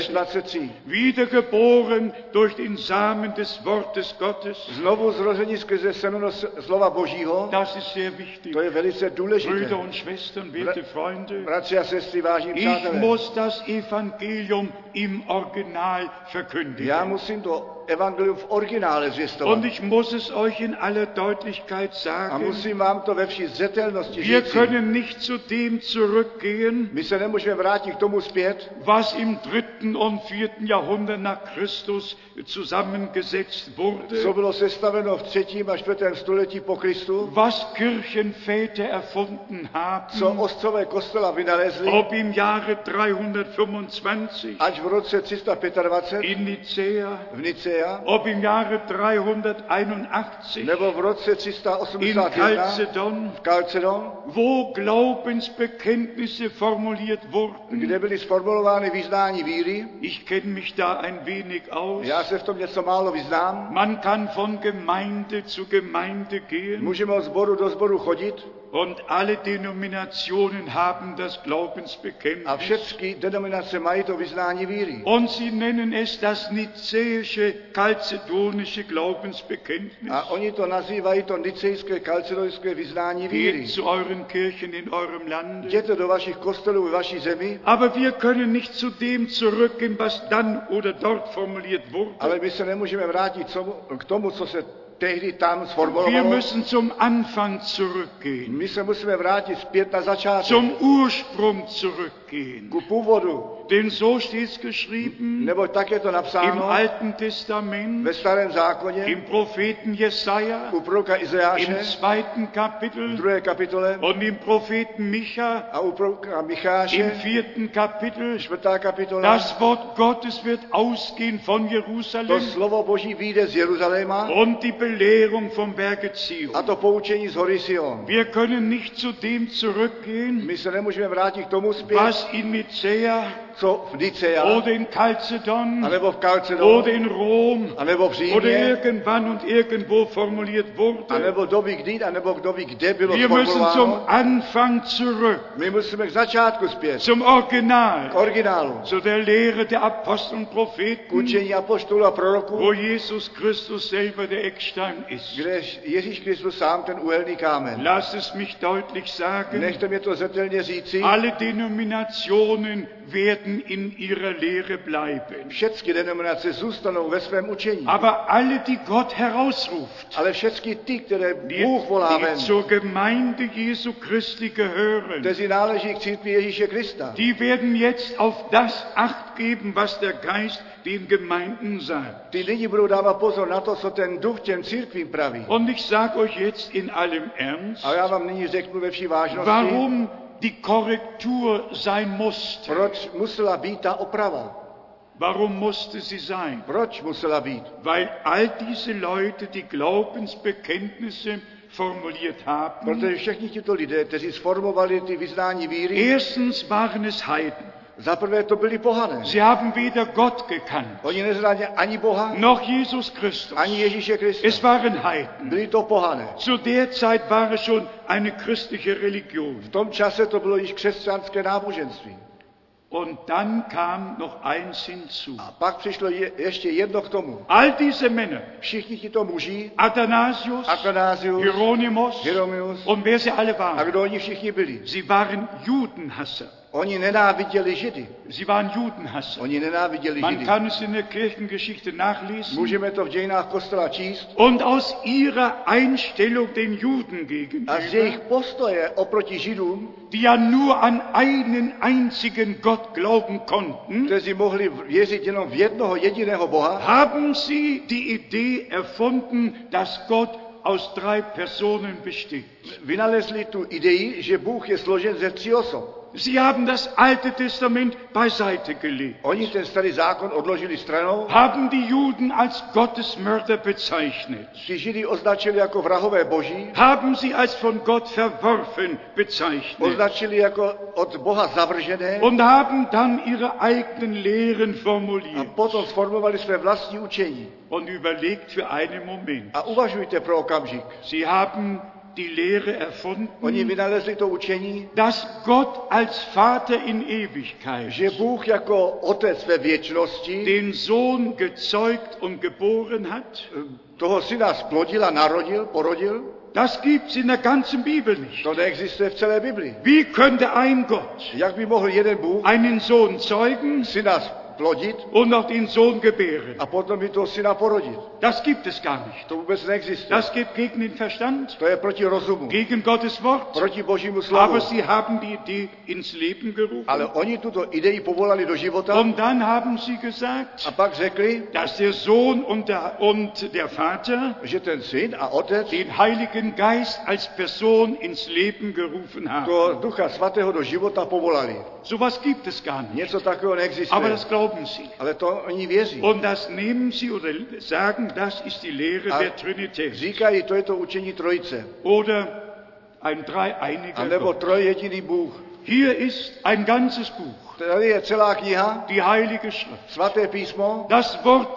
[SPEAKER 1] 23.
[SPEAKER 2] 23.
[SPEAKER 1] Wiedergeboren durch den Samen des Wortes Gottes.
[SPEAKER 2] Znovu zrození skrze semeno s- slova Božího,
[SPEAKER 1] Das ist sehr wichtig.
[SPEAKER 2] to je velice důležité.
[SPEAKER 1] Brüder und Schwestern, werte Freunde,
[SPEAKER 2] Bratři a sestry, vážní
[SPEAKER 1] ich
[SPEAKER 2] přátelé,
[SPEAKER 1] muss das Evangelium im Original
[SPEAKER 2] já
[SPEAKER 1] verkündigen.
[SPEAKER 2] musím to evangelium v originále
[SPEAKER 1] Und
[SPEAKER 2] zvěstovat.
[SPEAKER 1] ich muss es euch in aller Deutlichkeit
[SPEAKER 2] A
[SPEAKER 1] sagen,
[SPEAKER 2] musím vám to ve vší zřetelnosti
[SPEAKER 1] wir
[SPEAKER 2] říct.
[SPEAKER 1] können nicht zu dem zurückgehen,
[SPEAKER 2] My se nemůžeme vrátit k tomu zpět,
[SPEAKER 1] was im dritten und vierten Jahrhundert nach Christus zusammengesetzt
[SPEAKER 2] co
[SPEAKER 1] wurde,
[SPEAKER 2] bylo sestaveno v třetím a čtvrtém století po Kristu,
[SPEAKER 1] was Kirchenväter erfunden haben,
[SPEAKER 2] co ostové kostela vynalezli,
[SPEAKER 1] Mm. ob im Jahre 325
[SPEAKER 2] až v roce 325
[SPEAKER 1] in Nicea,
[SPEAKER 2] v Nicea,
[SPEAKER 1] ob im Jahre 381
[SPEAKER 2] nebo v roce
[SPEAKER 1] in
[SPEAKER 2] 381
[SPEAKER 1] Chalcedon,
[SPEAKER 2] v Kalcedon,
[SPEAKER 1] wo Glaubensbekenntnisse formuliert wurden.
[SPEAKER 2] kde byly sformulovány význání víry.
[SPEAKER 1] Ich kenne mich da ein wenig aus.
[SPEAKER 2] Já se v tom něco málo vyznám.
[SPEAKER 1] Man kann von Gemeinde zu Gemeinde gehen
[SPEAKER 2] Můžeme od sboru do sboru chodit
[SPEAKER 1] und alle Denominationen haben das
[SPEAKER 2] a
[SPEAKER 1] Glaubensbekenntnis.
[SPEAKER 2] všechny denominace mají to vyznání víry.
[SPEAKER 1] Und sie nennen es das nizäische, chalcedonische Glaubensbekenntnis.
[SPEAKER 2] A oni to nazývají to nicejské kalcedonské vyznání víry.
[SPEAKER 1] Geht zu euren Kirchen in eurem Lande.
[SPEAKER 2] Jděte do vašich kostelů ve vaší zemi,
[SPEAKER 1] Aber wir können nicht zu dem zurückgehen, was dann oder dort formuliert wurde.
[SPEAKER 2] ale my se nemůžeme vrátit co- k tomu, co se tehdy tam
[SPEAKER 1] Wir
[SPEAKER 2] sformulovalo.
[SPEAKER 1] müssen zum Anfang zurückgehen,
[SPEAKER 2] My se musíme vrátit zpět na začátek,
[SPEAKER 1] zum Ursprung zurückgehen.
[SPEAKER 2] ku původu,
[SPEAKER 1] Denn so steht es geschrieben
[SPEAKER 2] nebo tak je to
[SPEAKER 1] im
[SPEAKER 2] napsáno
[SPEAKER 1] Alten Testament,
[SPEAKER 2] ve starém zákoně,
[SPEAKER 1] im Propheten Jesaja,
[SPEAKER 2] u proroka Izajáše,
[SPEAKER 1] im zweiten
[SPEAKER 2] v
[SPEAKER 1] Kapitel
[SPEAKER 2] druhé kapitole,
[SPEAKER 1] und im Propheten Micha,
[SPEAKER 2] a u proroka
[SPEAKER 1] im
[SPEAKER 2] Micháše,
[SPEAKER 1] vierten Kapitel.
[SPEAKER 2] čtvrtá kapitola,
[SPEAKER 1] Das Wort Gottes wird ausgehen von
[SPEAKER 2] to
[SPEAKER 1] Jerusalem
[SPEAKER 2] slovo Boží vyjde z Jeruzaléma
[SPEAKER 1] und die Belehrung vom Berge Zion.
[SPEAKER 2] a to poučení z hory Sion.
[SPEAKER 1] Wir können nicht zu dem zurückgehen,
[SPEAKER 2] My se nemůžeme vrátit k tomu zpět,
[SPEAKER 1] was in Nicea
[SPEAKER 2] co v Nicea,
[SPEAKER 1] oder in Chalcedon
[SPEAKER 2] anebo v Kalcedonu,
[SPEAKER 1] oder in Rom
[SPEAKER 2] anebo v
[SPEAKER 1] oder
[SPEAKER 2] Římě,
[SPEAKER 1] irgendwann und irgendwo formuliert wurde.
[SPEAKER 2] anebo kdo ví kdy, anebo kdo ví kde bylo
[SPEAKER 1] Wir müssen zum
[SPEAKER 2] sformulováno.
[SPEAKER 1] Anfang zurück,
[SPEAKER 2] My musíme k začátku zpět,
[SPEAKER 1] zum
[SPEAKER 2] k
[SPEAKER 1] Original,
[SPEAKER 2] originálu,
[SPEAKER 1] zu der Lehre der Apostel und
[SPEAKER 2] k
[SPEAKER 1] Propheten,
[SPEAKER 2] učení apoštolů a proroků,
[SPEAKER 1] wo Jesus Christus selber der Eckstein ist.
[SPEAKER 2] kde Ježíš Kristus sám ten uhelný kámen.
[SPEAKER 1] Lass es mich deutlich sagen,
[SPEAKER 2] Nechte mě to zetelně říci,
[SPEAKER 1] alle Denominationen werden in ihrer Lehre bleiben.
[SPEAKER 2] všechny denominace zůstanou ve svém učení,
[SPEAKER 1] Aber alle, die Gott herausruft,
[SPEAKER 2] ale všechny ty, které
[SPEAKER 1] die,
[SPEAKER 2] Bůh volá
[SPEAKER 1] die
[SPEAKER 2] ven,
[SPEAKER 1] zur Gemeinde Jesu Christi gehören,
[SPEAKER 2] kteří náleží k církvi Ježíše Krista,
[SPEAKER 1] die werden jetzt auf das Acht geben, was der Geist den Gemeinden sagt.
[SPEAKER 2] ty lidi budou dávat pozor na to, co ten duch těm církvím praví.
[SPEAKER 1] Und ich sage euch jetzt in allem Ernst,
[SPEAKER 2] A já vám nyní řeknu ve vší vážnosti,
[SPEAKER 1] warum die Korrektur sein musste.
[SPEAKER 2] proč musela být ta oprava.
[SPEAKER 1] Warum musste sie sein?
[SPEAKER 2] Proč musela být?
[SPEAKER 1] Weil all diese Leute, die Glaubensbekenntnisse formuliert haben,
[SPEAKER 2] Protože všichni tito lidé, kteří sformovali ty vyznání víry,
[SPEAKER 1] erstens waren es Heiden.
[SPEAKER 2] zaprvé to byli pohané.
[SPEAKER 1] Sie haben weder Gott gekannt,
[SPEAKER 2] Oni neznali ani Boha,
[SPEAKER 1] noch Jesus Christus.
[SPEAKER 2] ani Ježíše
[SPEAKER 1] Es
[SPEAKER 2] Krista.
[SPEAKER 1] waren Heiden.
[SPEAKER 2] Byli to pohané.
[SPEAKER 1] Zu der Zeit war es schon eine christliche Religion.
[SPEAKER 2] V tom čase to bylo již křesťanské náboženství.
[SPEAKER 1] Und dann kam noch eins hinzu.
[SPEAKER 2] A pak přišlo je, ještě jedno k tomu.
[SPEAKER 1] All diese Männer,
[SPEAKER 2] Všichni tito muži,
[SPEAKER 1] Athanasius,
[SPEAKER 2] Athanasius,
[SPEAKER 1] Hieronymus
[SPEAKER 2] Hieronymus
[SPEAKER 1] und wer sie alle
[SPEAKER 2] a
[SPEAKER 1] waren,
[SPEAKER 2] kdo oni všichni byli?
[SPEAKER 1] sie waren Judenhasser.
[SPEAKER 2] Oni nenáviděli Židy.
[SPEAKER 1] Sie waren Judenhasser.
[SPEAKER 2] Oni nenáviděli
[SPEAKER 1] Man
[SPEAKER 2] Židy.
[SPEAKER 1] kann es in der Kirchengeschichte nachlesen.
[SPEAKER 2] Můžeme to v dějinách kostela číst.
[SPEAKER 1] Und aus ihrer Einstellung den Juden
[SPEAKER 2] A z
[SPEAKER 1] gegenüber,
[SPEAKER 2] jejich postoje oproti Židům,
[SPEAKER 1] die ja nur an einen einzigen Gott glauben konnten,
[SPEAKER 2] kteří mohli věřit jenom v jednoho jediného Boha,
[SPEAKER 1] haben sie die Idee erfunden, dass Gott aus drei Personen besteht.
[SPEAKER 2] vynalezli tu idei, že Bůh je složen ze tří osob.
[SPEAKER 1] Sie haben das Alte Testament beiseite gelegt,
[SPEAKER 2] Oni ten starý zákon odložili stranou,
[SPEAKER 1] haben die Juden als Gottesmörder bezeichnet,
[SPEAKER 2] ty Židy označili jako vrahové boží,
[SPEAKER 1] haben sie als von Gott verworfen bezeichnet
[SPEAKER 2] označili jako od Boha zavržené
[SPEAKER 1] und haben dann ihre eigenen Lehren
[SPEAKER 2] a
[SPEAKER 1] formuliert.
[SPEAKER 2] potom sformovali své vlastní učení.
[SPEAKER 1] Und überlegt für einen Moment.
[SPEAKER 2] A uvažujte pro okamžik.
[SPEAKER 1] Sie haben die Lehre
[SPEAKER 2] Oni
[SPEAKER 1] erfunden,
[SPEAKER 2] vynalezli to učení,
[SPEAKER 1] dass Gott als Vater in Ewigkeit
[SPEAKER 2] že Bůh jako otec ve věčnosti
[SPEAKER 1] den Sohn gezeugt und geboren hat.
[SPEAKER 2] toho syna splodil a narodil, porodil,
[SPEAKER 1] Das gibt's in der ganzen Bibel nicht.
[SPEAKER 2] to neexistuje v celé Biblii.
[SPEAKER 1] Wie könnte ein Gott
[SPEAKER 2] Jak by mohl jeden Bůh
[SPEAKER 1] einen Sohn zeugen
[SPEAKER 2] syna splodit
[SPEAKER 1] und noch den Sohn gebären?
[SPEAKER 2] a potom by toho syna porodit?
[SPEAKER 1] Das gibt es gar nicht.
[SPEAKER 2] To vůbec neexistuje.
[SPEAKER 1] Das geht gegen den Verstand,
[SPEAKER 2] To je proti rozumu,
[SPEAKER 1] gegen Gottes Wort.
[SPEAKER 2] proti božímu slovu.
[SPEAKER 1] Aber sie haben die Idee ins Leben
[SPEAKER 2] Ale
[SPEAKER 1] gerufen.
[SPEAKER 2] oni tuto idei povolali do života
[SPEAKER 1] Und dann haben sie gesagt,
[SPEAKER 2] a pak řekli,
[SPEAKER 1] dass der Sohn und der, und der Vater
[SPEAKER 2] že ten syn a otec
[SPEAKER 1] den Heiligen Geist als Person ins Leben gerufen haben.
[SPEAKER 2] toho ducha svatého do života povolali.
[SPEAKER 1] Sowas gibt es gar nicht.
[SPEAKER 2] Něco takového
[SPEAKER 1] Aber
[SPEAKER 2] neexistuje.
[SPEAKER 1] das glauben sie.
[SPEAKER 2] Ale to oni věří.
[SPEAKER 1] Und das nehmen sie oder sagen, das ist die Lehre der Trinität.
[SPEAKER 2] Říkají, to je to učení trojice.
[SPEAKER 1] Oder ein
[SPEAKER 2] A
[SPEAKER 1] dreieiniger
[SPEAKER 2] nebo
[SPEAKER 1] Gott.
[SPEAKER 2] trojjediný Bůh.
[SPEAKER 1] Hier ist ein ganzes Buch,
[SPEAKER 2] Tady je celá kniha,
[SPEAKER 1] die Heilige Schrift.
[SPEAKER 2] svaté písmo.
[SPEAKER 1] Das Wort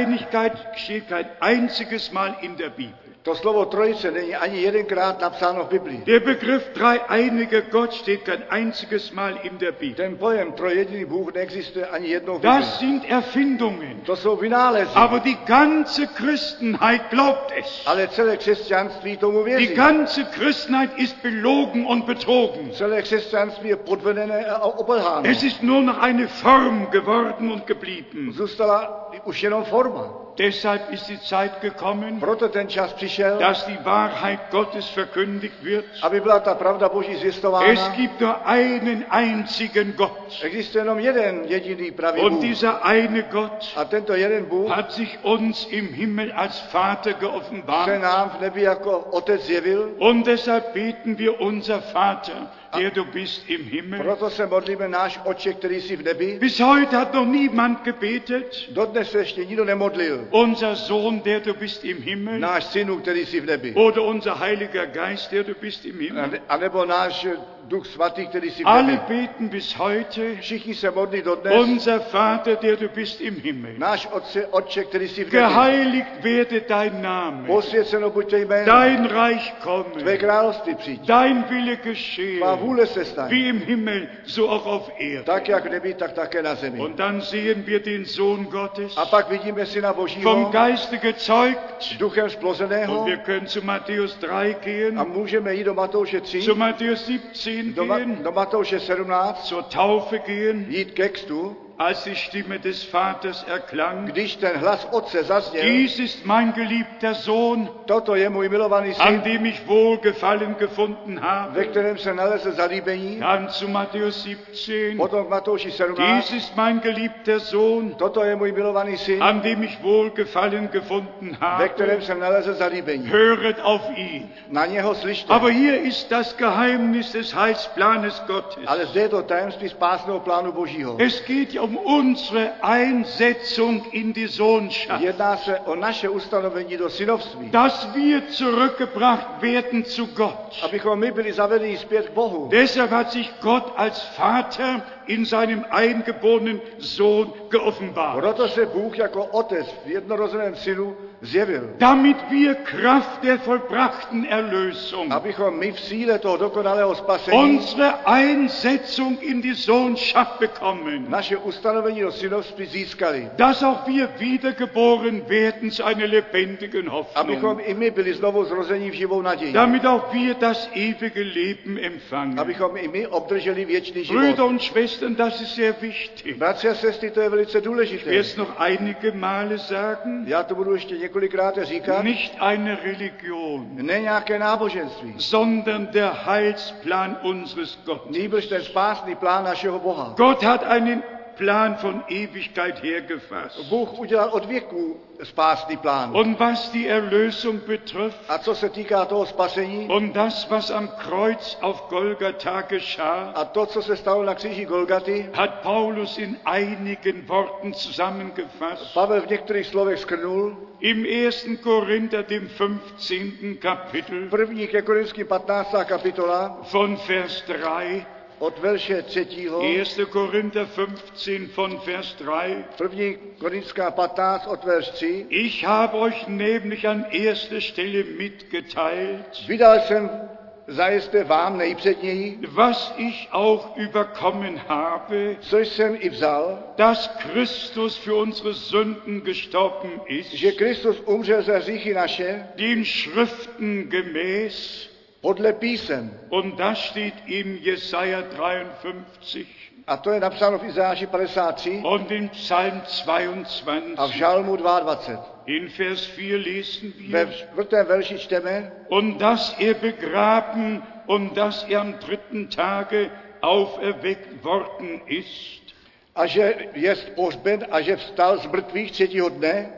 [SPEAKER 1] Dreieinigkeit steht kein einziges Mal in der Bibel.
[SPEAKER 2] To slovo trojice není ani jedenkrát napsáno v Biblii.
[SPEAKER 1] Der Begriff dreieiniger Gott steht kein einziges Mal in der Bibel.
[SPEAKER 2] Ten pojem trojjediný Bůh neexistuje ani jednou v Biblii.
[SPEAKER 1] Das sind Erfindungen.
[SPEAKER 2] To jsou vynálezy.
[SPEAKER 1] Aber die ganze Christenheit glaubt es.
[SPEAKER 2] Ale celé křesťanství tomu
[SPEAKER 1] Die
[SPEAKER 2] věří.
[SPEAKER 1] ganze Christenheit ist belogen und betrogen.
[SPEAKER 2] Celé křesťanství je podvedené a obelháno.
[SPEAKER 1] Es ist nur noch eine Form geworden und geblieben.
[SPEAKER 2] Zůstala už jenom forma.
[SPEAKER 1] Deshalb ist die Zeit gekommen,
[SPEAKER 2] Proto ten čas přišel,
[SPEAKER 1] dass die Wahrheit Gottes verkündigt wird.
[SPEAKER 2] aby byla ta pravda Boží
[SPEAKER 1] Es
[SPEAKER 2] zjistována.
[SPEAKER 1] gibt nur einen einzigen Gott.
[SPEAKER 2] Existuje jenom jeden jediný pravý
[SPEAKER 1] Und
[SPEAKER 2] Bůh.
[SPEAKER 1] dieser eine Gott
[SPEAKER 2] A tento jeden Bůh
[SPEAKER 1] hat sich uns im Himmel als Vater
[SPEAKER 2] se
[SPEAKER 1] geoffenbart.
[SPEAKER 2] nám v nebi jako otec zjevil,
[SPEAKER 1] Und deshalb beten wir unser Vater, der du bist im Himmel.
[SPEAKER 2] Hmm. proto se modlíme náš oče, který jsi v nebi.
[SPEAKER 1] Bis heute hat noch niemand gebetet.
[SPEAKER 2] Dodnes se ještě nikdo nemodlil.
[SPEAKER 1] Unser Sohn, der du bist im Himmel,
[SPEAKER 2] Náš synu, který jsi v nebi.
[SPEAKER 1] oder unser Heiliger Geist, der du bist im
[SPEAKER 2] A
[SPEAKER 1] Himmel.
[SPEAKER 2] ne- A nebo náš eh, duch svatý, který jsi v
[SPEAKER 1] Alle
[SPEAKER 2] nebi.
[SPEAKER 1] beten bis heute,
[SPEAKER 2] Všichni se modlí dodnes.
[SPEAKER 1] unser Vater, der du bist im Himmel.
[SPEAKER 2] Náš otce, otče, který jsi v nebi.
[SPEAKER 1] Geheiligt werde dein Name,
[SPEAKER 2] Posvěceno buď tvé jméno.
[SPEAKER 1] dein Reich
[SPEAKER 2] Tvé
[SPEAKER 1] komme,
[SPEAKER 2] království přijď.
[SPEAKER 1] dein Wille
[SPEAKER 2] Tvá
[SPEAKER 1] geschehe,
[SPEAKER 2] vůle se stane.
[SPEAKER 1] wie im Himmel, so auch auf Erden.
[SPEAKER 2] Tak jak v nebi, tak také na zemi.
[SPEAKER 1] Und dann sehen wir den Sohn Gottes
[SPEAKER 2] A pak vidíme syna
[SPEAKER 1] vom
[SPEAKER 2] Božího,
[SPEAKER 1] Geiste gezeugt.
[SPEAKER 2] duchem
[SPEAKER 1] Und
[SPEAKER 2] splozeného.
[SPEAKER 1] wir können zu Matthäus 3
[SPEAKER 2] A
[SPEAKER 1] gehen,
[SPEAKER 2] můžeme jít do Matouše 3,
[SPEAKER 1] zu Matthäus 17
[SPEAKER 2] do, Ma-
[SPEAKER 1] gehen,
[SPEAKER 2] do Matouše 17,
[SPEAKER 1] zur Taufe gehen,
[SPEAKER 2] jít ke kstu,
[SPEAKER 1] als die Stimme des Vaters erklang.
[SPEAKER 2] když ten hlas otce zazněl,
[SPEAKER 1] Dies ist mein geliebter Sohn,
[SPEAKER 2] toto je můj milovaný
[SPEAKER 1] an
[SPEAKER 2] syn,
[SPEAKER 1] dem ich Wohlgefallen gefunden
[SPEAKER 2] ve
[SPEAKER 1] habe.
[SPEAKER 2] kterém se naleze zalíbení,
[SPEAKER 1] Dann zu Matthäus 17.
[SPEAKER 2] potom k Matouši 17,
[SPEAKER 1] Dies ist mein geliebter Sohn,
[SPEAKER 2] toto je můj milovaný syn,
[SPEAKER 1] an dem ich Wohlgefallen gefunden
[SPEAKER 2] ve kterém
[SPEAKER 1] habe.
[SPEAKER 2] se naleze zalíbení.
[SPEAKER 1] Höret auf ihn.
[SPEAKER 2] Na něho slyšte.
[SPEAKER 1] Aber hier ist das Geheimnis des Heilsplanes Gottes.
[SPEAKER 2] Ale zde je to tajemství spásného plánu Božího.
[SPEAKER 1] Es geht ja um unsere Einsetzung in die Sohnschaft.
[SPEAKER 2] Jedná se o naše ustanovení do synovství,
[SPEAKER 1] Dass wir zurückgebracht werden zu Gott.
[SPEAKER 2] abychom my byli zavedeni zpět k Bohu.
[SPEAKER 1] Deshalb hat sich Gott als Vater in seinem eingeborenen Sohn geoffenbart,
[SPEAKER 2] Proto se Bůh jako otec v jednorozeném synu zjevil,
[SPEAKER 1] damit wir Kraft der vollbrachten Erlösung
[SPEAKER 2] abychom my v síle toho dokonalého spasení
[SPEAKER 1] unsere Einsetzung in die Sohnschaft bekommen,
[SPEAKER 2] naše ustanovení do synovství získali.
[SPEAKER 1] dass auch wir wiedergeboren werden zu einer lebendigen
[SPEAKER 2] Abychom
[SPEAKER 1] Hoffnung,
[SPEAKER 2] i my byli znovu zrozeni v živou naději.
[SPEAKER 1] damit auch wir das ewige Leben empfangen.
[SPEAKER 2] Abychom i my obdrželi věčný život.
[SPEAKER 1] Brüder und Schwestern, das ist sehr wichtig.
[SPEAKER 2] Bratři a sestry, to je velice
[SPEAKER 1] Ich
[SPEAKER 2] důležité.
[SPEAKER 1] werde es noch einige Male sagen,
[SPEAKER 2] Já to budu ještě několikrát říkat.
[SPEAKER 1] nicht eine Religion,
[SPEAKER 2] Ne nějaké náboženství,
[SPEAKER 1] sondern der Heilsplan unseres Gottes.
[SPEAKER 2] nýbrž ten spásný plán našeho Boha.
[SPEAKER 1] Gott hat einen Plan von Ewigkeit her gefasst.
[SPEAKER 2] Bůh udělal od věků spásný plán.
[SPEAKER 1] Und was die Erlösung betrifft
[SPEAKER 2] A co se týká toho spasení
[SPEAKER 1] und das, was am Kreuz auf Golgatha geschah,
[SPEAKER 2] a to, co se stalo na kříži Golgaty,
[SPEAKER 1] hat Paulus in einigen Worten zusammengefasst.
[SPEAKER 2] Pavel v některých slovech skrnul.
[SPEAKER 1] Im 1. Korinther, dem 15.
[SPEAKER 2] V
[SPEAKER 1] Kapitel,
[SPEAKER 2] První ke Korinským 15. kapitola
[SPEAKER 1] von Vers 3,
[SPEAKER 2] od verše 3.
[SPEAKER 1] 1. Korinther 15 von Vers 3.
[SPEAKER 2] První Korinská 15 od verš 3.
[SPEAKER 1] Ich habe euch nämlich an erster Stelle mitgeteilt,
[SPEAKER 2] Vydal jsem zajisté vám nejpředněji,
[SPEAKER 1] was ich auch überkommen habe,
[SPEAKER 2] což jsem i vzal,
[SPEAKER 1] dass Christus für unsere Sünden gestorben ist,
[SPEAKER 2] že Kristus umřel za hříchy naše
[SPEAKER 1] den Schriften gemäß,
[SPEAKER 2] podle písem.
[SPEAKER 1] und das steht im Jesaja 53
[SPEAKER 2] A to je napsáno v Izáši 53
[SPEAKER 1] und im Psalm
[SPEAKER 2] a
[SPEAKER 1] 22.
[SPEAKER 2] v Žalmu 22.
[SPEAKER 1] In Vers 4 lesen wir,
[SPEAKER 2] Ve čtvrtém verši čteme,
[SPEAKER 1] und dass er begraben und dass er am dritten Tage auferweckt worden ist,
[SPEAKER 2] a že je pohřben a že vstal z mrtvých třetího dne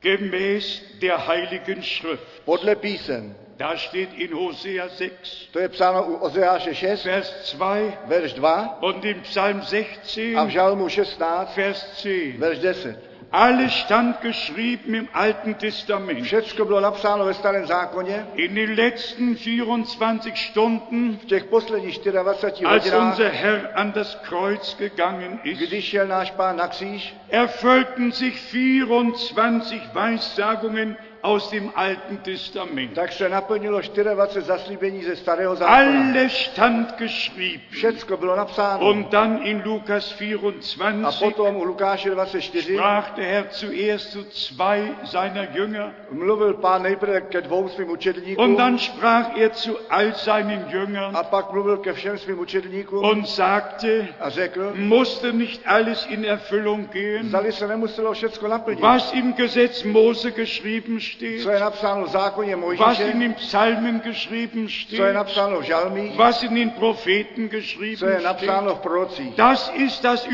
[SPEAKER 1] gemäß der Heiligen Schrift.
[SPEAKER 2] podle písem.
[SPEAKER 1] Da steht in Hosea 6,
[SPEAKER 2] To je psáno u Ozeáše 6,
[SPEAKER 1] Vers 2
[SPEAKER 2] verš 2
[SPEAKER 1] und im Psalm
[SPEAKER 2] a v
[SPEAKER 1] 16,
[SPEAKER 2] Žalmu 16,
[SPEAKER 1] Vers 10.
[SPEAKER 2] verš 10.
[SPEAKER 1] Alles stand geschrieben im Alten Testament.
[SPEAKER 2] Všecko bylo napsáno ve starém zákoně,
[SPEAKER 1] In den letzten 24 Stunden,
[SPEAKER 2] v těch posledních 24
[SPEAKER 1] als
[SPEAKER 2] hodinách,
[SPEAKER 1] unser Herr an das Kreuz gegangen ist,
[SPEAKER 2] když šel náš pán na kříž,
[SPEAKER 1] erfüllten sich 24 Weissagungen aus dem Alten Testament.
[SPEAKER 2] tak se naplnilo 24 zaslíbení ze starého zákona.
[SPEAKER 1] Alles stand geschrieben.
[SPEAKER 2] Všecko bylo napsáno.
[SPEAKER 1] Und dann in Lukas
[SPEAKER 2] A
[SPEAKER 1] 24
[SPEAKER 2] potom u Lukáše 24
[SPEAKER 1] sprach der Herr zuerst zu zwei seiner Jünger
[SPEAKER 2] mluvil pán nejprve ke dvou svým
[SPEAKER 1] und
[SPEAKER 2] učedlníkům
[SPEAKER 1] dann sprach er zu all seinen Jüngern
[SPEAKER 2] a pak mluvil ke všem svým učedlníkům
[SPEAKER 1] und sagte,
[SPEAKER 2] a řekl,
[SPEAKER 1] Mm. musste nicht alles in Erfüllung gehen,
[SPEAKER 2] zdali se nemuselo všecko naplnit.
[SPEAKER 1] was im Gesetz Mose geschrieben steht,
[SPEAKER 2] Co je napsáno v zákoně
[SPEAKER 1] was
[SPEAKER 2] Mojžíše,
[SPEAKER 1] in den Psalmen geschrieben
[SPEAKER 2] co je
[SPEAKER 1] steht,
[SPEAKER 2] napsáno v Žalmích,
[SPEAKER 1] was in den Propheten geschrieben
[SPEAKER 2] co je
[SPEAKER 1] steht.
[SPEAKER 2] napsáno v prorocích.
[SPEAKER 1] Das ist das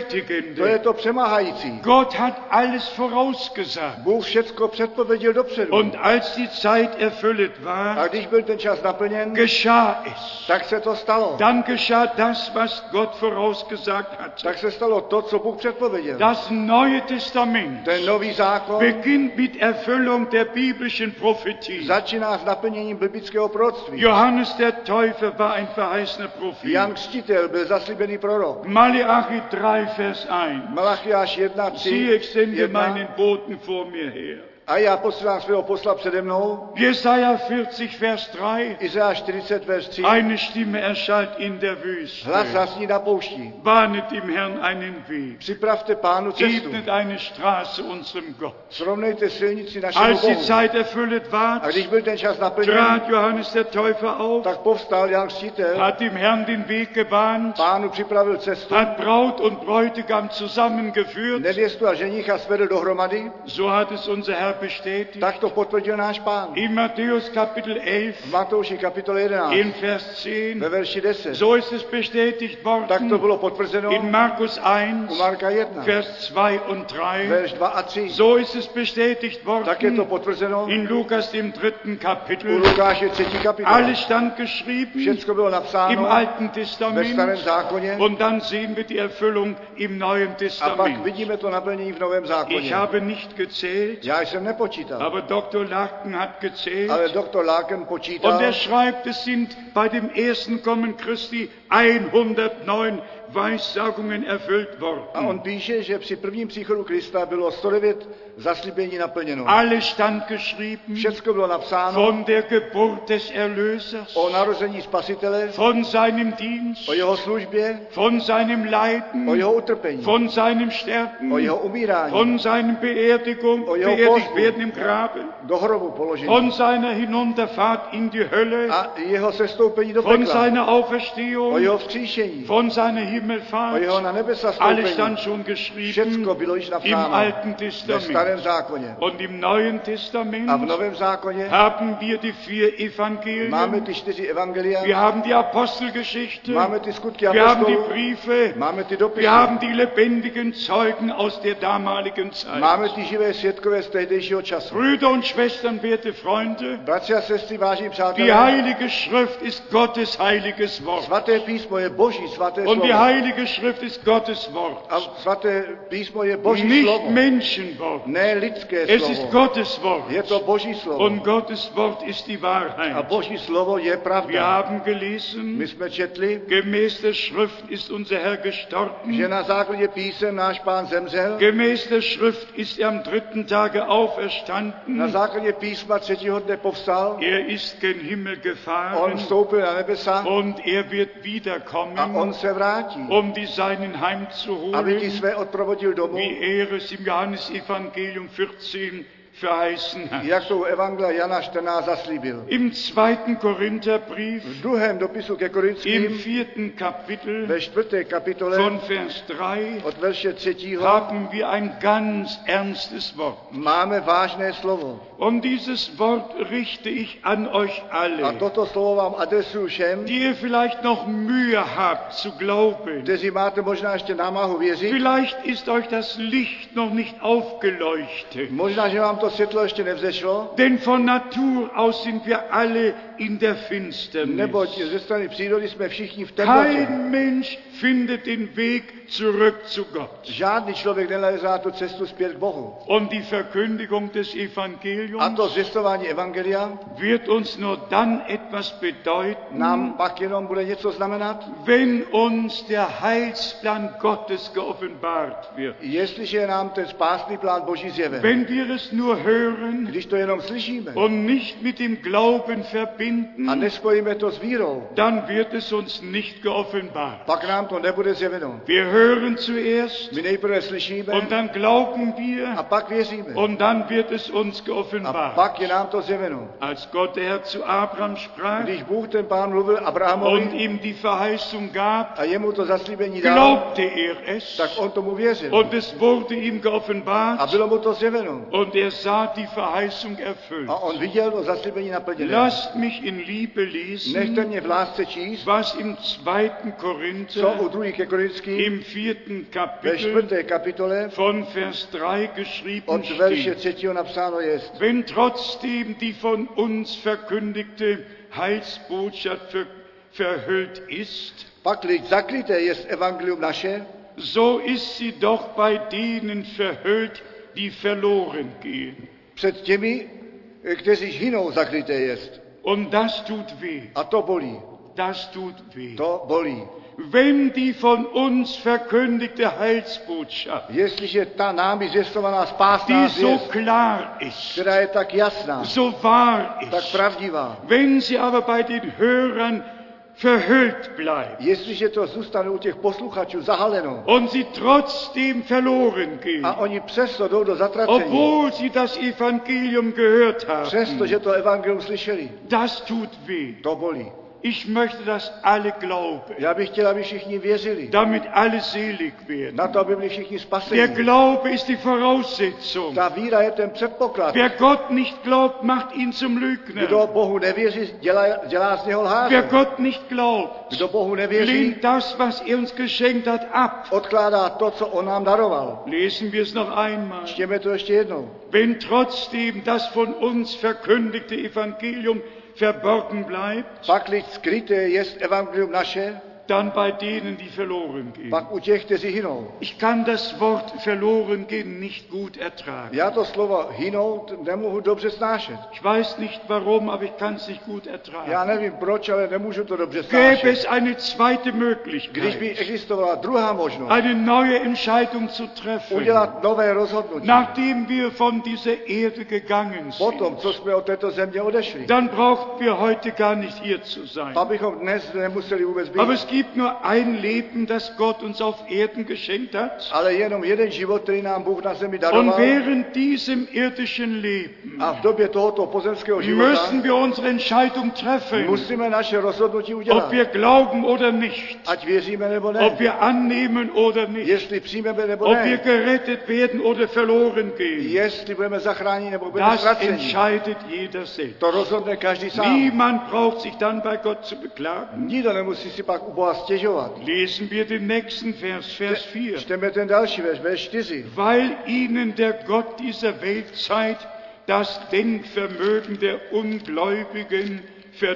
[SPEAKER 2] To je
[SPEAKER 1] Überwältigende.
[SPEAKER 2] to přemáhající.
[SPEAKER 1] Gott hat alles vorausgesagt.
[SPEAKER 2] Bůh všecko předpověděl dopředu.
[SPEAKER 1] Und als die Zeit erfüllt
[SPEAKER 2] A
[SPEAKER 1] war,
[SPEAKER 2] když byl ten čas naplněn,
[SPEAKER 1] geschah es.
[SPEAKER 2] tak se to stalo.
[SPEAKER 1] Dann geschah das, was Gott vorausgesagt hat.
[SPEAKER 2] Tak se stalo to, co Bůh předpověděl.
[SPEAKER 1] Das Neue Testament
[SPEAKER 2] Ten nový zákon
[SPEAKER 1] beginnt mit Erfüllung der biblischen Prophetie.
[SPEAKER 2] začíná s naplněním biblického proroctví.
[SPEAKER 1] Johannes der Täufer war ein verheißener
[SPEAKER 2] Jan
[SPEAKER 1] Prophet.
[SPEAKER 2] Křtitel byl zaslíbený prorok.
[SPEAKER 1] Malachi 3, Vers 1.
[SPEAKER 2] Malachiáš 1, 3,
[SPEAKER 1] Siehe, ich sende
[SPEAKER 2] 1,
[SPEAKER 1] meinen Boten vor mir her.
[SPEAKER 2] a já posílám svého posla přede mnou.
[SPEAKER 1] Jesaja 40, Vers 3.
[SPEAKER 2] Izeáš 40, verš 3,
[SPEAKER 1] Eine Stimme erschallt in der
[SPEAKER 2] hlas
[SPEAKER 1] Wüste.
[SPEAKER 2] zasní na poušti.
[SPEAKER 1] Bahnet dem Herrn einen Weg.
[SPEAKER 2] Připravte pánu cestu.
[SPEAKER 1] Ebnet eine Straße unserem Gott.
[SPEAKER 2] Srovnejte silnici našemu
[SPEAKER 1] Als die
[SPEAKER 2] Bohu.
[SPEAKER 1] Zeit erfüllt
[SPEAKER 2] A
[SPEAKER 1] war,
[SPEAKER 2] když byl ten čas naplněn,
[SPEAKER 1] trat Johannes der Täufer auf,
[SPEAKER 2] tak povstal Jan Křtitel,
[SPEAKER 1] hat dem Herrn den Weg gebahnt,
[SPEAKER 2] pánu připravil cestu,
[SPEAKER 1] hat Braut und Bräutigam zusammengeführt.
[SPEAKER 2] nevěstu a ženicha svedl dohromady,
[SPEAKER 1] So hat es unser Herr bestätigt.
[SPEAKER 2] tak to potvrdil náš pán.
[SPEAKER 1] In Matthäus Kapitel
[SPEAKER 2] V
[SPEAKER 1] 11,
[SPEAKER 2] Matouši kapitole 11,
[SPEAKER 1] in Vers
[SPEAKER 2] ve
[SPEAKER 1] 10,
[SPEAKER 2] verši 10,
[SPEAKER 1] so ist es bestätigt
[SPEAKER 2] tak to
[SPEAKER 1] worden.
[SPEAKER 2] bylo potvrzeno
[SPEAKER 1] In Markus
[SPEAKER 2] u
[SPEAKER 1] 1,
[SPEAKER 2] Marka 1,
[SPEAKER 1] Vers 2 und 3,
[SPEAKER 2] verš 2 a 3,
[SPEAKER 1] so ist es bestätigt
[SPEAKER 2] tak je to
[SPEAKER 1] worden.
[SPEAKER 2] potvrzeno
[SPEAKER 1] In Lukas dem dritten
[SPEAKER 2] u
[SPEAKER 1] Kapitel,
[SPEAKER 2] Lukáše 3. kapitole.
[SPEAKER 1] Alles stand geschrieben
[SPEAKER 2] Všecko bylo
[SPEAKER 1] im
[SPEAKER 2] napsáno
[SPEAKER 1] Alten
[SPEAKER 2] ve starém
[SPEAKER 1] Testament
[SPEAKER 2] zákoně
[SPEAKER 1] und dann sehen wir die Erfüllung im Neuen
[SPEAKER 2] a pak
[SPEAKER 1] Testament.
[SPEAKER 2] vidíme to naplnění v novém
[SPEAKER 1] Ich
[SPEAKER 2] zákoně.
[SPEAKER 1] habe nicht gezählt,
[SPEAKER 2] Já jsem nepočítal,
[SPEAKER 1] aber Dr. Larkin hat
[SPEAKER 2] ale
[SPEAKER 1] gezählt
[SPEAKER 2] doktor Láken počítal
[SPEAKER 1] und er schreibt, es sind bei dem ersten Kommen Christi 109 Weissagungen erfüllt
[SPEAKER 2] A
[SPEAKER 1] worden.
[SPEAKER 2] on píše, že při prvním příchodu Krista bylo 109 zaslíbení naplněno.
[SPEAKER 1] Alles stand geschrieben
[SPEAKER 2] Všecko bylo napsáno
[SPEAKER 1] von der Geburt des Erlösers,
[SPEAKER 2] o narození Spasitele,
[SPEAKER 1] von seinem Dienst,
[SPEAKER 2] o jeho službě,
[SPEAKER 1] von seinem
[SPEAKER 2] o
[SPEAKER 1] Leiden,
[SPEAKER 2] jeho utrpení,
[SPEAKER 1] von seinem
[SPEAKER 2] o
[SPEAKER 1] Sterben,
[SPEAKER 2] jeho umírání,
[SPEAKER 1] von seinem Beerdigung,
[SPEAKER 2] Oh, ja,
[SPEAKER 1] beerdigt
[SPEAKER 2] Posten.
[SPEAKER 1] werden im Graben,
[SPEAKER 2] do hrobu položení
[SPEAKER 1] von seiner Hinunterfahrt in die Hölle,
[SPEAKER 2] a jeho sestoupení do
[SPEAKER 1] von
[SPEAKER 2] pekla,
[SPEAKER 1] seiner
[SPEAKER 2] o
[SPEAKER 1] Auferstehung,
[SPEAKER 2] jeho vzkříšení,
[SPEAKER 1] von seiner
[SPEAKER 2] o jeho
[SPEAKER 1] Himmelfahrt.
[SPEAKER 2] na nebesa
[SPEAKER 1] Alles
[SPEAKER 2] stoupení.
[SPEAKER 1] stand schon
[SPEAKER 2] Všecko
[SPEAKER 1] geschrieben
[SPEAKER 2] bylo již
[SPEAKER 1] im
[SPEAKER 2] napsáno
[SPEAKER 1] Alten
[SPEAKER 2] ve starém
[SPEAKER 1] Testament.
[SPEAKER 2] zákoně.
[SPEAKER 1] Und im Neuen
[SPEAKER 2] A v
[SPEAKER 1] Testament
[SPEAKER 2] novém zákoně
[SPEAKER 1] haben wir die vier Evangelien,
[SPEAKER 2] máme ty čtyři evangelia,
[SPEAKER 1] wir haben die Apostelgeschichte,
[SPEAKER 2] máme ty skutky
[SPEAKER 1] wir haben die
[SPEAKER 2] apostolů,
[SPEAKER 1] Briefe,
[SPEAKER 2] máme ty
[SPEAKER 1] wir
[SPEAKER 2] dopisy,
[SPEAKER 1] haben die lebendigen Zeugen aus der damaligen Zeit.
[SPEAKER 2] máme ty živé svědkové z tehdejšího času.
[SPEAKER 1] Brüder und Schwestern, werte Freunde,
[SPEAKER 2] Bratři a sestry, vážení
[SPEAKER 1] die
[SPEAKER 2] přátelé,
[SPEAKER 1] Heilige Schrift ist Gottes heiliges Wort.
[SPEAKER 2] svaté písmo je Boží svaté
[SPEAKER 1] Und die
[SPEAKER 2] slovo.
[SPEAKER 1] Heilige Schrift ist Gottes Wort.
[SPEAKER 2] A svaté písmo je Boží
[SPEAKER 1] Nicht
[SPEAKER 2] slovo,
[SPEAKER 1] Menschenwort.
[SPEAKER 2] ne lidské
[SPEAKER 1] Es ist
[SPEAKER 2] slovo.
[SPEAKER 1] Gottes Wort.
[SPEAKER 2] Je to Boží slovo.
[SPEAKER 1] Und Gottes Wort ist die
[SPEAKER 2] A
[SPEAKER 1] Wahrheit.
[SPEAKER 2] Boží slovo je
[SPEAKER 1] Wir
[SPEAKER 2] pravda.
[SPEAKER 1] haben gelesen,
[SPEAKER 2] My jsme četli,
[SPEAKER 1] gemäß der Schrift ist unser Herr gestorben.
[SPEAKER 2] že na základě písem náš pán zemřel,
[SPEAKER 1] Gemäß der Schrift ist er am dritten Tage
[SPEAKER 2] na
[SPEAKER 1] auferstanden.
[SPEAKER 2] základě písma třetího dne povstal,
[SPEAKER 1] Er ist gen Himmel
[SPEAKER 2] on
[SPEAKER 1] gefahren
[SPEAKER 2] vstoupil na nebesa
[SPEAKER 1] und er wird
[SPEAKER 2] a
[SPEAKER 1] wiederkommen,
[SPEAKER 2] on se vrátí,
[SPEAKER 1] um die Seinen
[SPEAKER 2] aby ti
[SPEAKER 1] heimzuholen,
[SPEAKER 2] své odprovodil domů,
[SPEAKER 1] wie er es im Johannesevangelium 14 verheißen hat.
[SPEAKER 2] jak jsou Evangelia Jana 14 zaslíbil.
[SPEAKER 1] Im zweiten Korintherbrief,
[SPEAKER 2] V druhém dopisu ke
[SPEAKER 1] im
[SPEAKER 2] Korinským,
[SPEAKER 1] vierten Kapitel
[SPEAKER 2] ve čtvrté kapitole,
[SPEAKER 1] von Vers 3,
[SPEAKER 2] od verše třetího,
[SPEAKER 1] haben wir ein ganz ernstes Wort.
[SPEAKER 2] máme vážné slovo.
[SPEAKER 1] Und dieses Wort richte ich an euch
[SPEAKER 2] A
[SPEAKER 1] alle,
[SPEAKER 2] toto slovo vám adresuju všem,
[SPEAKER 1] die ihr vielleicht noch Mühe habt zu glauben.
[SPEAKER 2] kteří máte možná ještě námahu věřit,
[SPEAKER 1] Vielleicht ist euch das Licht noch nicht aufgeleuchtet.
[SPEAKER 2] možná, že vám to světlo ještě nevzešlo,
[SPEAKER 1] Denn von Natur aus sind wir alle in der
[SPEAKER 2] neboť
[SPEAKER 1] Finsternis.
[SPEAKER 2] ze strany přírody jsme všichni v temnotě.
[SPEAKER 1] Kein Mensch findet den Weg zurück zu Gott.
[SPEAKER 2] Žádný člověk nenalezá tu cestu zpět k Bohu.
[SPEAKER 1] Und die Verkündigung des
[SPEAKER 2] A
[SPEAKER 1] Evangeliums
[SPEAKER 2] to zjistování Evangelia
[SPEAKER 1] wird uns nur dann etwas bedeuten,
[SPEAKER 2] nám pak jenom bude něco znamenat,
[SPEAKER 1] wenn uns der Heilsplan Gottes geoffenbart wird.
[SPEAKER 2] jestliže nám ten spásný plán Boží zjeve.
[SPEAKER 1] Wenn wir es nur hören
[SPEAKER 2] Když to jenom slyšíme
[SPEAKER 1] und nicht mit dem Glauben
[SPEAKER 2] a
[SPEAKER 1] verbinden,
[SPEAKER 2] nespojíme to s vírou,
[SPEAKER 1] dann wird es uns nicht geoffenbart.
[SPEAKER 2] pak nám to nebude zjeveno.
[SPEAKER 1] Wir hören zuerst
[SPEAKER 2] My nejprve slyšíme
[SPEAKER 1] und dann glauben
[SPEAKER 2] a
[SPEAKER 1] wir
[SPEAKER 2] pak věříme.
[SPEAKER 1] und dann wird es uns
[SPEAKER 2] A
[SPEAKER 1] geoffenbart.
[SPEAKER 2] pak je nám to zjeveno.
[SPEAKER 1] Als Gott der Herr zu Abraham sprach
[SPEAKER 2] Když Bůh ten pán mluvil
[SPEAKER 1] und
[SPEAKER 2] Abrahamovi
[SPEAKER 1] ihm die Verheißung gab,
[SPEAKER 2] a jemu to zaslíbení dal,
[SPEAKER 1] glaubte er es
[SPEAKER 2] tak on tomu věřil.
[SPEAKER 1] und es wurde ihm
[SPEAKER 2] A
[SPEAKER 1] geoffenbart
[SPEAKER 2] bylo mu to zjeveno.
[SPEAKER 1] und er sah die Verheißung erfüllt.
[SPEAKER 2] A on viděl to zaslíbení naplněné.
[SPEAKER 1] Lasst mich in Liebe lesen,
[SPEAKER 2] Nechte mě v lásce číst,
[SPEAKER 1] was im zweiten
[SPEAKER 2] co u
[SPEAKER 1] Korinther
[SPEAKER 2] 2. ke Korinským
[SPEAKER 1] im vierten
[SPEAKER 2] ve
[SPEAKER 1] Kapitel
[SPEAKER 2] 4. kapitole
[SPEAKER 1] von Vers 3 geschrieben
[SPEAKER 2] od verše
[SPEAKER 1] steht.
[SPEAKER 2] 3. napsáno jest.
[SPEAKER 1] Wenn trotzdem die von uns verkündigte Heilsbotschaft ver verhüllt ist,
[SPEAKER 2] Pakliť zakryté jest evangelium naše,
[SPEAKER 1] so ist sie doch bei denen verhüllt, die verloren gehen.
[SPEAKER 2] před těmi, kteří hynou zakryté jest.
[SPEAKER 1] Und das tut weh,
[SPEAKER 2] A to bolí.
[SPEAKER 1] das tut weh.
[SPEAKER 2] To bolí.
[SPEAKER 1] Wenn die von uns verkündigte Heilsbotschaft,
[SPEAKER 2] Jestliže ta námi zvěstovaná spásná
[SPEAKER 1] die so
[SPEAKER 2] zvěst,
[SPEAKER 1] klar ist,
[SPEAKER 2] která je tak jasná,
[SPEAKER 1] so wahr
[SPEAKER 2] tak
[SPEAKER 1] ist,
[SPEAKER 2] pravdivá,
[SPEAKER 1] Wenn sie aber bei den Hörern verhüllt bleibt
[SPEAKER 2] jestliže to zůstane u těch posluchačů zahaleno
[SPEAKER 1] und sie trotzdem verloren gehen,
[SPEAKER 2] a oni přesto jdou do zatracení,
[SPEAKER 1] obwohl sie das Evangelium gehört
[SPEAKER 2] přesto,
[SPEAKER 1] haben,
[SPEAKER 2] že to evangelium slyšeli,
[SPEAKER 1] das tut weh.
[SPEAKER 2] to bolí.
[SPEAKER 1] Ich möchte, dass alle glauben,
[SPEAKER 2] Já bych chtěl, aby všichni věřili.
[SPEAKER 1] damit alle selig werden.
[SPEAKER 2] Na to, aby byli všichni
[SPEAKER 1] Der
[SPEAKER 2] spaseni.
[SPEAKER 1] Glaube ist die Voraussetzung.
[SPEAKER 2] Ta víra je ten předpoklad.
[SPEAKER 1] Wer Gott nicht glaubt, macht ihn zum
[SPEAKER 2] Kdo
[SPEAKER 1] Lügner.
[SPEAKER 2] Bohu nevěří, dělá, dělá z něho lháře.
[SPEAKER 1] Wer Gott nicht glaubt,
[SPEAKER 2] Kdo Bohu nevěří,
[SPEAKER 1] lehnt das, was er uns geschenkt hat, ab.
[SPEAKER 2] odkládá to, co on nám daroval.
[SPEAKER 1] Lesen wir es noch einmal.
[SPEAKER 2] Čtěme to ještě jednou.
[SPEAKER 1] Wenn trotzdem das von uns verkündigte Evangelium verborgen bleibt,
[SPEAKER 2] Pakliť skryté jest evangelium naše,
[SPEAKER 1] dann bei denen, die verloren gehen.
[SPEAKER 2] pak u těch, kteří hynou.
[SPEAKER 1] Ich kann das Wort verloren gehen nicht gut ertragen.
[SPEAKER 2] Já to slovo hynout nemohu dobře snášet.
[SPEAKER 1] Ich weiß nicht warum, aber ich kann es nicht gut
[SPEAKER 2] Já
[SPEAKER 1] ertragen.
[SPEAKER 2] nevím proč, ale nemůžu to dobře
[SPEAKER 1] Gäbe
[SPEAKER 2] snášet.
[SPEAKER 1] es eine zweite
[SPEAKER 2] Když by
[SPEAKER 1] Möglichkeit,
[SPEAKER 2] existovala druhá možnost,
[SPEAKER 1] eine neue Entscheidung zu
[SPEAKER 2] Oh,
[SPEAKER 1] treffen,
[SPEAKER 2] udělat nové rozhodnutí,
[SPEAKER 1] nachdem wir von dieser Erde gegangen
[SPEAKER 2] po tom,
[SPEAKER 1] sind,
[SPEAKER 2] co jsme od této země odešli,
[SPEAKER 1] dann brauchen wir heute gar nicht hier zu sein.
[SPEAKER 2] pak bychom dnes nemuseli vůbec být.
[SPEAKER 1] Aber es gibt nur ein Leben, das Gott uns auf Erden geschenkt hat.
[SPEAKER 2] Ale jenom jeden život, který nám Bůh na zemi
[SPEAKER 1] Und
[SPEAKER 2] daroval
[SPEAKER 1] während diesem irdischen Leben
[SPEAKER 2] a v době tohoto pozemského života
[SPEAKER 1] müssen wir unsere Entscheidung treffen,
[SPEAKER 2] musíme naše rozhodnutí
[SPEAKER 1] ob
[SPEAKER 2] udělat.
[SPEAKER 1] wir glauben oder nicht,
[SPEAKER 2] Ať věříme nebo
[SPEAKER 1] ob
[SPEAKER 2] ne,
[SPEAKER 1] wir annehmen oder nicht,
[SPEAKER 2] jestli přijmeme nebo
[SPEAKER 1] ob wir
[SPEAKER 2] ne,
[SPEAKER 1] gerettet werden oder verloren gehen.
[SPEAKER 2] jestli budeme zachráněni nebo budeme
[SPEAKER 1] Das
[SPEAKER 2] ztraceni.
[SPEAKER 1] entscheidet jeder selbst.
[SPEAKER 2] To rozhodne každý sám.
[SPEAKER 1] Niemand braucht sich dann bei Gott zu beklagen.
[SPEAKER 2] Nikdo nemusí si pak u Boha stěžovat.
[SPEAKER 1] Lesen wir den nächsten Vers, Vers 4.
[SPEAKER 2] Čteme ten další verš, verš 4.
[SPEAKER 1] Weil ihnen der Gott dieser Weltzeit das Denkvermögen der Ungläubigen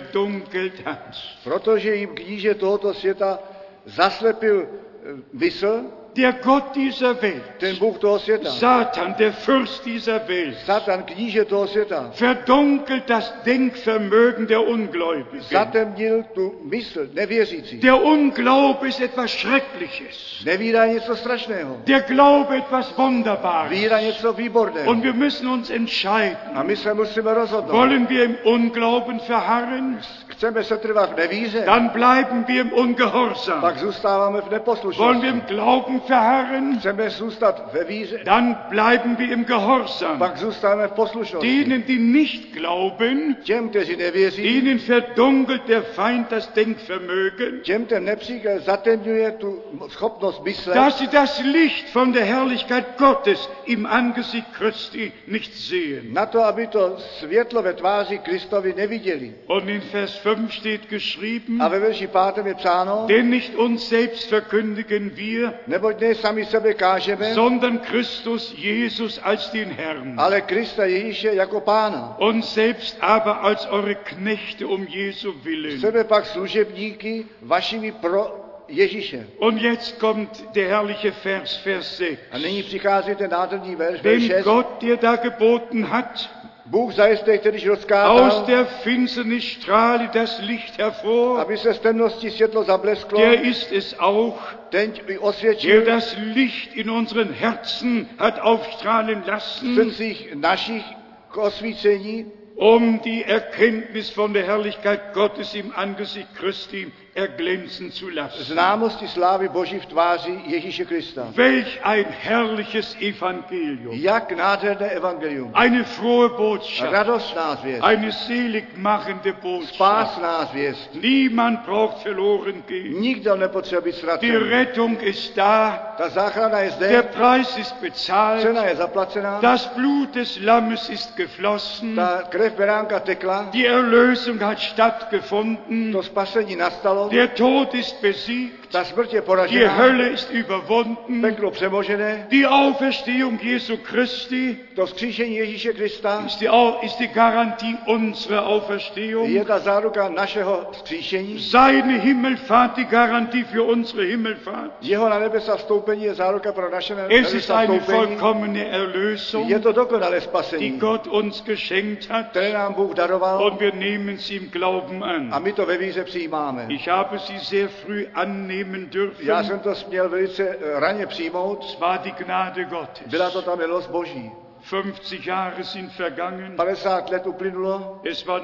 [SPEAKER 1] verdunkelt hat.
[SPEAKER 2] Protože jim kníže tohoto světa zaslepil eh, mysl,
[SPEAKER 1] Der Gott dieser Welt,
[SPEAKER 2] ten Bůh toho světa.
[SPEAKER 1] Satan, der Fürst dieser Welt,
[SPEAKER 2] Satan, kníže toho světa,
[SPEAKER 1] verdunkelt das Denkvermögen der Ungläubigen.
[SPEAKER 2] zatemnil tu mysl nevěřící.
[SPEAKER 1] Der Unglaube ist etwas Schreckliches.
[SPEAKER 2] Nevíra je něco strašného.
[SPEAKER 1] Der Glaube etwas
[SPEAKER 2] Víra je
[SPEAKER 1] Wunderbares.
[SPEAKER 2] něco výborného.
[SPEAKER 1] Und wir müssen uns entscheiden.
[SPEAKER 2] A my se musíme rozhodnout.
[SPEAKER 1] Wollen wir im Unglauben verharren?
[SPEAKER 2] Chceme se trvat v nevíře,
[SPEAKER 1] Dann bleiben wir im
[SPEAKER 2] pak
[SPEAKER 1] Ungehorsam.
[SPEAKER 2] zůstáváme v
[SPEAKER 1] Wollen wir
[SPEAKER 2] neposlušnosti.
[SPEAKER 1] im Glauben verharren?
[SPEAKER 2] Chceme zůstat ve víře,
[SPEAKER 1] Dann bleiben wir im Gehorsam.
[SPEAKER 2] pak zůstáváme v poslušnosti.
[SPEAKER 1] Denen, die nicht glauben,
[SPEAKER 2] Těm, kteří nevěří,
[SPEAKER 1] ihnen verdunkelt der Feind das Denkvermögen,
[SPEAKER 2] těm ten nepřítel zatemňuje tu schopnost myslet,
[SPEAKER 1] dass sie das Licht von der Herrlichkeit Gottes im Angesicht Christi nicht sehen.
[SPEAKER 2] na to, aby to světlo ve tváři Kristovi neviděli.
[SPEAKER 1] Und in Vers 5 steht geschrieben,
[SPEAKER 2] A ve verši pátém je psáno,
[SPEAKER 1] denn nicht uns selbst verkündigen wir,
[SPEAKER 2] neboť ne sami sebe kážeme,
[SPEAKER 1] sondern Christus Jesus als den Herrn.
[SPEAKER 2] ale Krista Ježíše jako pána.
[SPEAKER 1] uns selbst aber als eure Knechte um Jesu willen.
[SPEAKER 2] Sebe pak služebníky vašimi pro Ježíše.
[SPEAKER 1] Und jetzt kommt der herrliche Vers, Vers 6.
[SPEAKER 2] A nyní přichází ten nádherný verš, verš
[SPEAKER 1] Dem
[SPEAKER 2] 6.
[SPEAKER 1] Gott dir da geboten hat,
[SPEAKER 2] Bůh zajisté, kterýž
[SPEAKER 1] aus
[SPEAKER 2] rozkázal,
[SPEAKER 1] der Finsternis strahle das Licht hervor,
[SPEAKER 2] aby se z temnosti světlo zablesklo,
[SPEAKER 1] der ist es auch,
[SPEAKER 2] ten i
[SPEAKER 1] der
[SPEAKER 2] osvědčil
[SPEAKER 1] das Licht in unseren Herzen hat aufstrahlen
[SPEAKER 2] v
[SPEAKER 1] lassen,
[SPEAKER 2] srdcích našich k osvícení,
[SPEAKER 1] um die Erkenntnis von der Herrlichkeit Gottes im Angesicht Christi erglänzen zu lassen.
[SPEAKER 2] známosti slávy Boží v tváři Ježíše Krista.
[SPEAKER 1] Welch ein herrliches Evangelium!
[SPEAKER 2] Jak nádherné evangelium.
[SPEAKER 1] Eine frohe Botschaft,
[SPEAKER 2] Radostná zvěst,
[SPEAKER 1] eine seligmachende Botschaft.
[SPEAKER 2] spásná zvěst.
[SPEAKER 1] Niemand braucht verloren gehen.
[SPEAKER 2] Nikdo nepotřebuje být
[SPEAKER 1] Die
[SPEAKER 2] ztracen.
[SPEAKER 1] Rettung ist da,
[SPEAKER 2] Ta záchrana je
[SPEAKER 1] der
[SPEAKER 2] zde,
[SPEAKER 1] Preis ist
[SPEAKER 2] cena
[SPEAKER 1] bezahlt,
[SPEAKER 2] je zaplacená,
[SPEAKER 1] das Blut des Lammes ist geflossen,
[SPEAKER 2] ta krev beránka tekla,
[SPEAKER 1] die Erlösung hat stattgefunden,
[SPEAKER 2] to spasení nastalo,
[SPEAKER 1] der Tod ist besiegt,
[SPEAKER 2] ta smrt je
[SPEAKER 1] die
[SPEAKER 2] poražena,
[SPEAKER 1] Hölle ist überwunden,
[SPEAKER 2] peklo přemožené,
[SPEAKER 1] die Auferstehung Jesu Christi
[SPEAKER 2] to skříšení Ježíše Krista
[SPEAKER 1] ist die, Au- ist die Garantie unserer Auferstehung.
[SPEAKER 2] je ta záruka našeho skříšení,
[SPEAKER 1] Seine Himmelfahrt, die Garantie für unsere Himmelfahrt.
[SPEAKER 2] jeho na nebesa vstoupení je záruka pro naše na
[SPEAKER 1] Es ist
[SPEAKER 2] nebesa
[SPEAKER 1] eine
[SPEAKER 2] vstoupení,
[SPEAKER 1] vollkommene
[SPEAKER 2] je
[SPEAKER 1] Erlösung,
[SPEAKER 2] to dokonalé
[SPEAKER 1] die
[SPEAKER 2] spasení,
[SPEAKER 1] Gott uns geschenkt hat
[SPEAKER 2] které nám Bůh daroval
[SPEAKER 1] und wir nehmen sie im Glauben
[SPEAKER 2] a
[SPEAKER 1] an.
[SPEAKER 2] my to ve víře přijímáme.
[SPEAKER 1] Ich habe sie sehr früh annehmen
[SPEAKER 2] Já
[SPEAKER 1] dürfen.
[SPEAKER 2] jsem to směl velice eh, raně přijmout,
[SPEAKER 1] Es war die Gnade
[SPEAKER 2] byla to
[SPEAKER 1] Gottes.
[SPEAKER 2] ta milost Boží.
[SPEAKER 1] 50 Jahre sind vergangen.
[SPEAKER 2] 50 let uplynulo,
[SPEAKER 1] Es war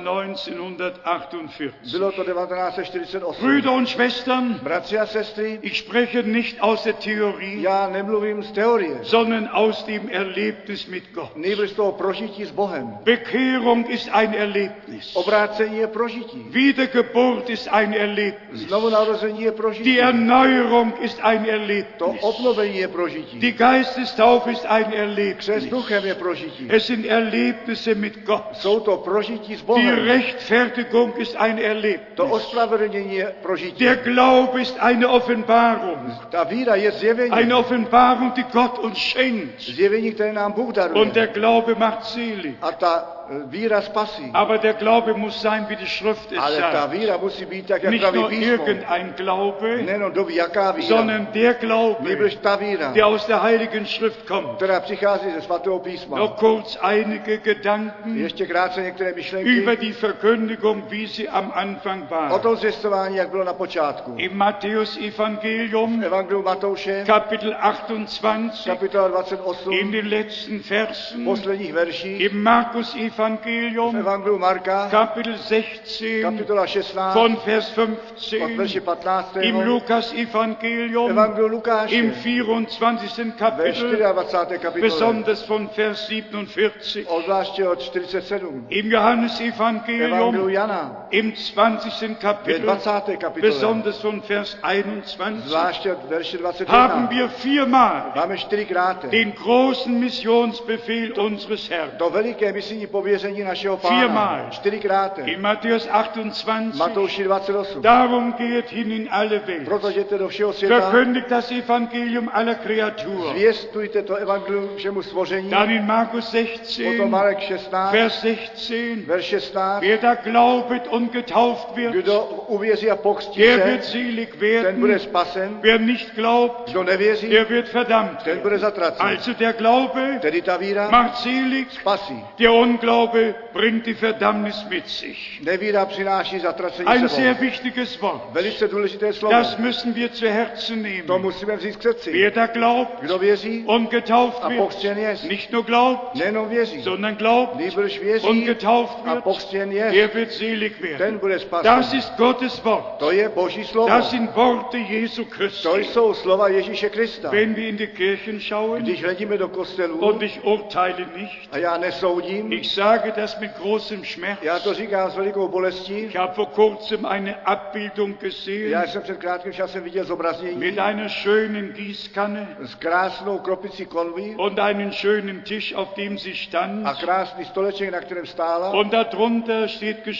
[SPEAKER 1] 1948.
[SPEAKER 2] bylo to 1948.
[SPEAKER 1] Brüder und Schwestern,
[SPEAKER 2] Bratři a sestry,
[SPEAKER 1] ich spreche nicht aus der Theorie,
[SPEAKER 2] já nemluvím z teorie,
[SPEAKER 1] sondern aus dem Erlebnis mit Gott.
[SPEAKER 2] nejbrž z toho prožití s Bohem.
[SPEAKER 1] Bekehrung ist ein Erlebnis.
[SPEAKER 2] Obrácení je prožití,
[SPEAKER 1] Wiedergeburt ist ein Erlebnis.
[SPEAKER 2] znovu narození je
[SPEAKER 1] Die
[SPEAKER 2] prožití,
[SPEAKER 1] Erneuerung ist ein
[SPEAKER 2] to
[SPEAKER 1] Erlebnis.
[SPEAKER 2] obnovení je prožití,
[SPEAKER 1] Die Geistestaufe ist ein
[SPEAKER 2] křes
[SPEAKER 1] Erlebnis.
[SPEAKER 2] duchem je prožití,
[SPEAKER 1] Es sind Erlebnisse mit Gott.
[SPEAKER 2] jsou to prožití s
[SPEAKER 1] Die
[SPEAKER 2] Bohem,
[SPEAKER 1] Rechtfertigung ist ein Erlebnis.
[SPEAKER 2] to ospravedlnění je prožití.
[SPEAKER 1] Der Glaube ist eine Offenbarung.
[SPEAKER 2] Ta víra je zjevení,
[SPEAKER 1] Eine Offenbarung, die Gott uns schenkt.
[SPEAKER 2] zjevení, které nám Bůh daruje.
[SPEAKER 1] Und der Glaube macht selig.
[SPEAKER 2] A ta eh, víra spasí.
[SPEAKER 1] Aber der Glaube muss sein, wie die Schrift es
[SPEAKER 2] Ale ta
[SPEAKER 1] sagt.
[SPEAKER 2] víra musí být tak, jak
[SPEAKER 1] Nicht
[SPEAKER 2] praví
[SPEAKER 1] nur
[SPEAKER 2] písmo.
[SPEAKER 1] irgendein Glaube,
[SPEAKER 2] Nejenom doví, jaká víra,
[SPEAKER 1] sondern der Glaube,
[SPEAKER 2] nýbrž ta víra,
[SPEAKER 1] der aus der Heiligen Schrift kommt.
[SPEAKER 2] která přichází ze svatého písma.
[SPEAKER 1] Noch kurz einige Gedanken
[SPEAKER 2] Ještě krátce některé myšlenky
[SPEAKER 1] über die Verkündigung, wie sie am Anfang
[SPEAKER 2] o
[SPEAKER 1] war.
[SPEAKER 2] tom zvěstování, jak bylo na počátku.
[SPEAKER 1] Im Matthäus-Evangelium,
[SPEAKER 2] Evangelium Matouše,
[SPEAKER 1] Kapitel 28,
[SPEAKER 2] kapitola
[SPEAKER 1] in
[SPEAKER 2] 28,
[SPEAKER 1] den letzten
[SPEAKER 2] v
[SPEAKER 1] Versen,
[SPEAKER 2] posledních verších,
[SPEAKER 1] im Markus-Evangelium,
[SPEAKER 2] v Evangeliu Marka,
[SPEAKER 1] Kapitel 16
[SPEAKER 2] kapitola 16,
[SPEAKER 1] von Vers
[SPEAKER 2] od verše
[SPEAKER 1] 15,
[SPEAKER 2] 15,
[SPEAKER 1] im Lukas-Evangelium
[SPEAKER 2] Evangelium Lukáše,
[SPEAKER 1] im 24.
[SPEAKER 2] ve
[SPEAKER 1] Kapitel,
[SPEAKER 2] 24. kapitole,
[SPEAKER 1] besonders von Vers 47,
[SPEAKER 2] obzvláště od 47,
[SPEAKER 1] im
[SPEAKER 2] Evangelium
[SPEAKER 1] Johannes-Evangelium
[SPEAKER 2] Jana,
[SPEAKER 1] im 20.
[SPEAKER 2] ve
[SPEAKER 1] Kapitel,
[SPEAKER 2] 20. kapitole,
[SPEAKER 1] besonders von Vers 21,
[SPEAKER 2] zvláště od verše
[SPEAKER 1] haben
[SPEAKER 2] 21,
[SPEAKER 1] wir viermal
[SPEAKER 2] máme čtyřikrát
[SPEAKER 1] den großen Missionsbefehl unseres Herrn.
[SPEAKER 2] to veliké misijní pověření našeho
[SPEAKER 1] Viermal.
[SPEAKER 2] pána, čtyřikrát,
[SPEAKER 1] In Matthäus 28,
[SPEAKER 2] Matouši 28,
[SPEAKER 1] darum geht hin in alle Welt.
[SPEAKER 2] proto jděte do všeho světa,
[SPEAKER 1] verkündigt das Evangelium aller Kreatur.
[SPEAKER 2] zvěstujte to evangelium všemu stvoření,
[SPEAKER 1] Dann in Markus
[SPEAKER 2] potom
[SPEAKER 1] 16,
[SPEAKER 2] Marek 16,
[SPEAKER 1] Vers 16,
[SPEAKER 2] verš 16,
[SPEAKER 1] wer da glaubet und getauft wird,
[SPEAKER 2] kdo uvěří a pokstí
[SPEAKER 1] der wird
[SPEAKER 2] se,
[SPEAKER 1] selig
[SPEAKER 2] ten bude
[SPEAKER 1] werden.
[SPEAKER 2] spasen,
[SPEAKER 1] Wer nicht glaubt,
[SPEAKER 2] kdo nevěří,
[SPEAKER 1] der wird verdammt.
[SPEAKER 2] ten bude zatracen.
[SPEAKER 1] Also der Glaube
[SPEAKER 2] Tedy ta víra
[SPEAKER 1] macht selig,
[SPEAKER 2] spasí.
[SPEAKER 1] der Unglaube bringt die Verdammnis mit sich.
[SPEAKER 2] Nevíra přináší zatracení
[SPEAKER 1] Ein
[SPEAKER 2] sebou.
[SPEAKER 1] sehr wichtiges Wort.
[SPEAKER 2] Velice důležité slovo.
[SPEAKER 1] Das müssen wir zu Herzen
[SPEAKER 2] To
[SPEAKER 1] nehmen.
[SPEAKER 2] musíme vzít k srdci.
[SPEAKER 1] Wer da glaubt
[SPEAKER 2] Kdo věří
[SPEAKER 1] und getauft
[SPEAKER 2] a
[SPEAKER 1] wird,
[SPEAKER 2] pokřtěn je,
[SPEAKER 1] nicht nur glaubt,
[SPEAKER 2] nejenom věří,
[SPEAKER 1] sondern glaubt
[SPEAKER 2] nýbrž
[SPEAKER 1] und
[SPEAKER 2] věří
[SPEAKER 1] getauft
[SPEAKER 2] a
[SPEAKER 1] wird,
[SPEAKER 2] pokřtěn je,
[SPEAKER 1] der wird selig werden.
[SPEAKER 2] ten bude
[SPEAKER 1] Das
[SPEAKER 2] spasen.
[SPEAKER 1] ist Gottes Wort.
[SPEAKER 2] To je Boží slovo.
[SPEAKER 1] Das sind Worte Jesu
[SPEAKER 2] To
[SPEAKER 1] Christi.
[SPEAKER 2] jsou slova Ježíše Krista.
[SPEAKER 1] Wenn wir in die Kirchen schauen,
[SPEAKER 2] Když hledíme do kostelů,
[SPEAKER 1] und ich urteile nicht,
[SPEAKER 2] a já nesoudím,
[SPEAKER 1] ich sage das mit großem Schmerz.
[SPEAKER 2] já to říkám s velikou bolestí,
[SPEAKER 1] Ich habe vor kurzem eine Abbildung gesehen
[SPEAKER 2] já jsem před krátkým časem viděl
[SPEAKER 1] mit
[SPEAKER 2] zobrazení
[SPEAKER 1] einer schönen Gießkanne
[SPEAKER 2] s krásnou kropicí konví
[SPEAKER 1] und einem schönen Tisch, auf dem sie
[SPEAKER 2] a
[SPEAKER 1] stand.
[SPEAKER 2] krásný stoleček, na kterém stála
[SPEAKER 1] Und darunter steht
[SPEAKER 2] a potom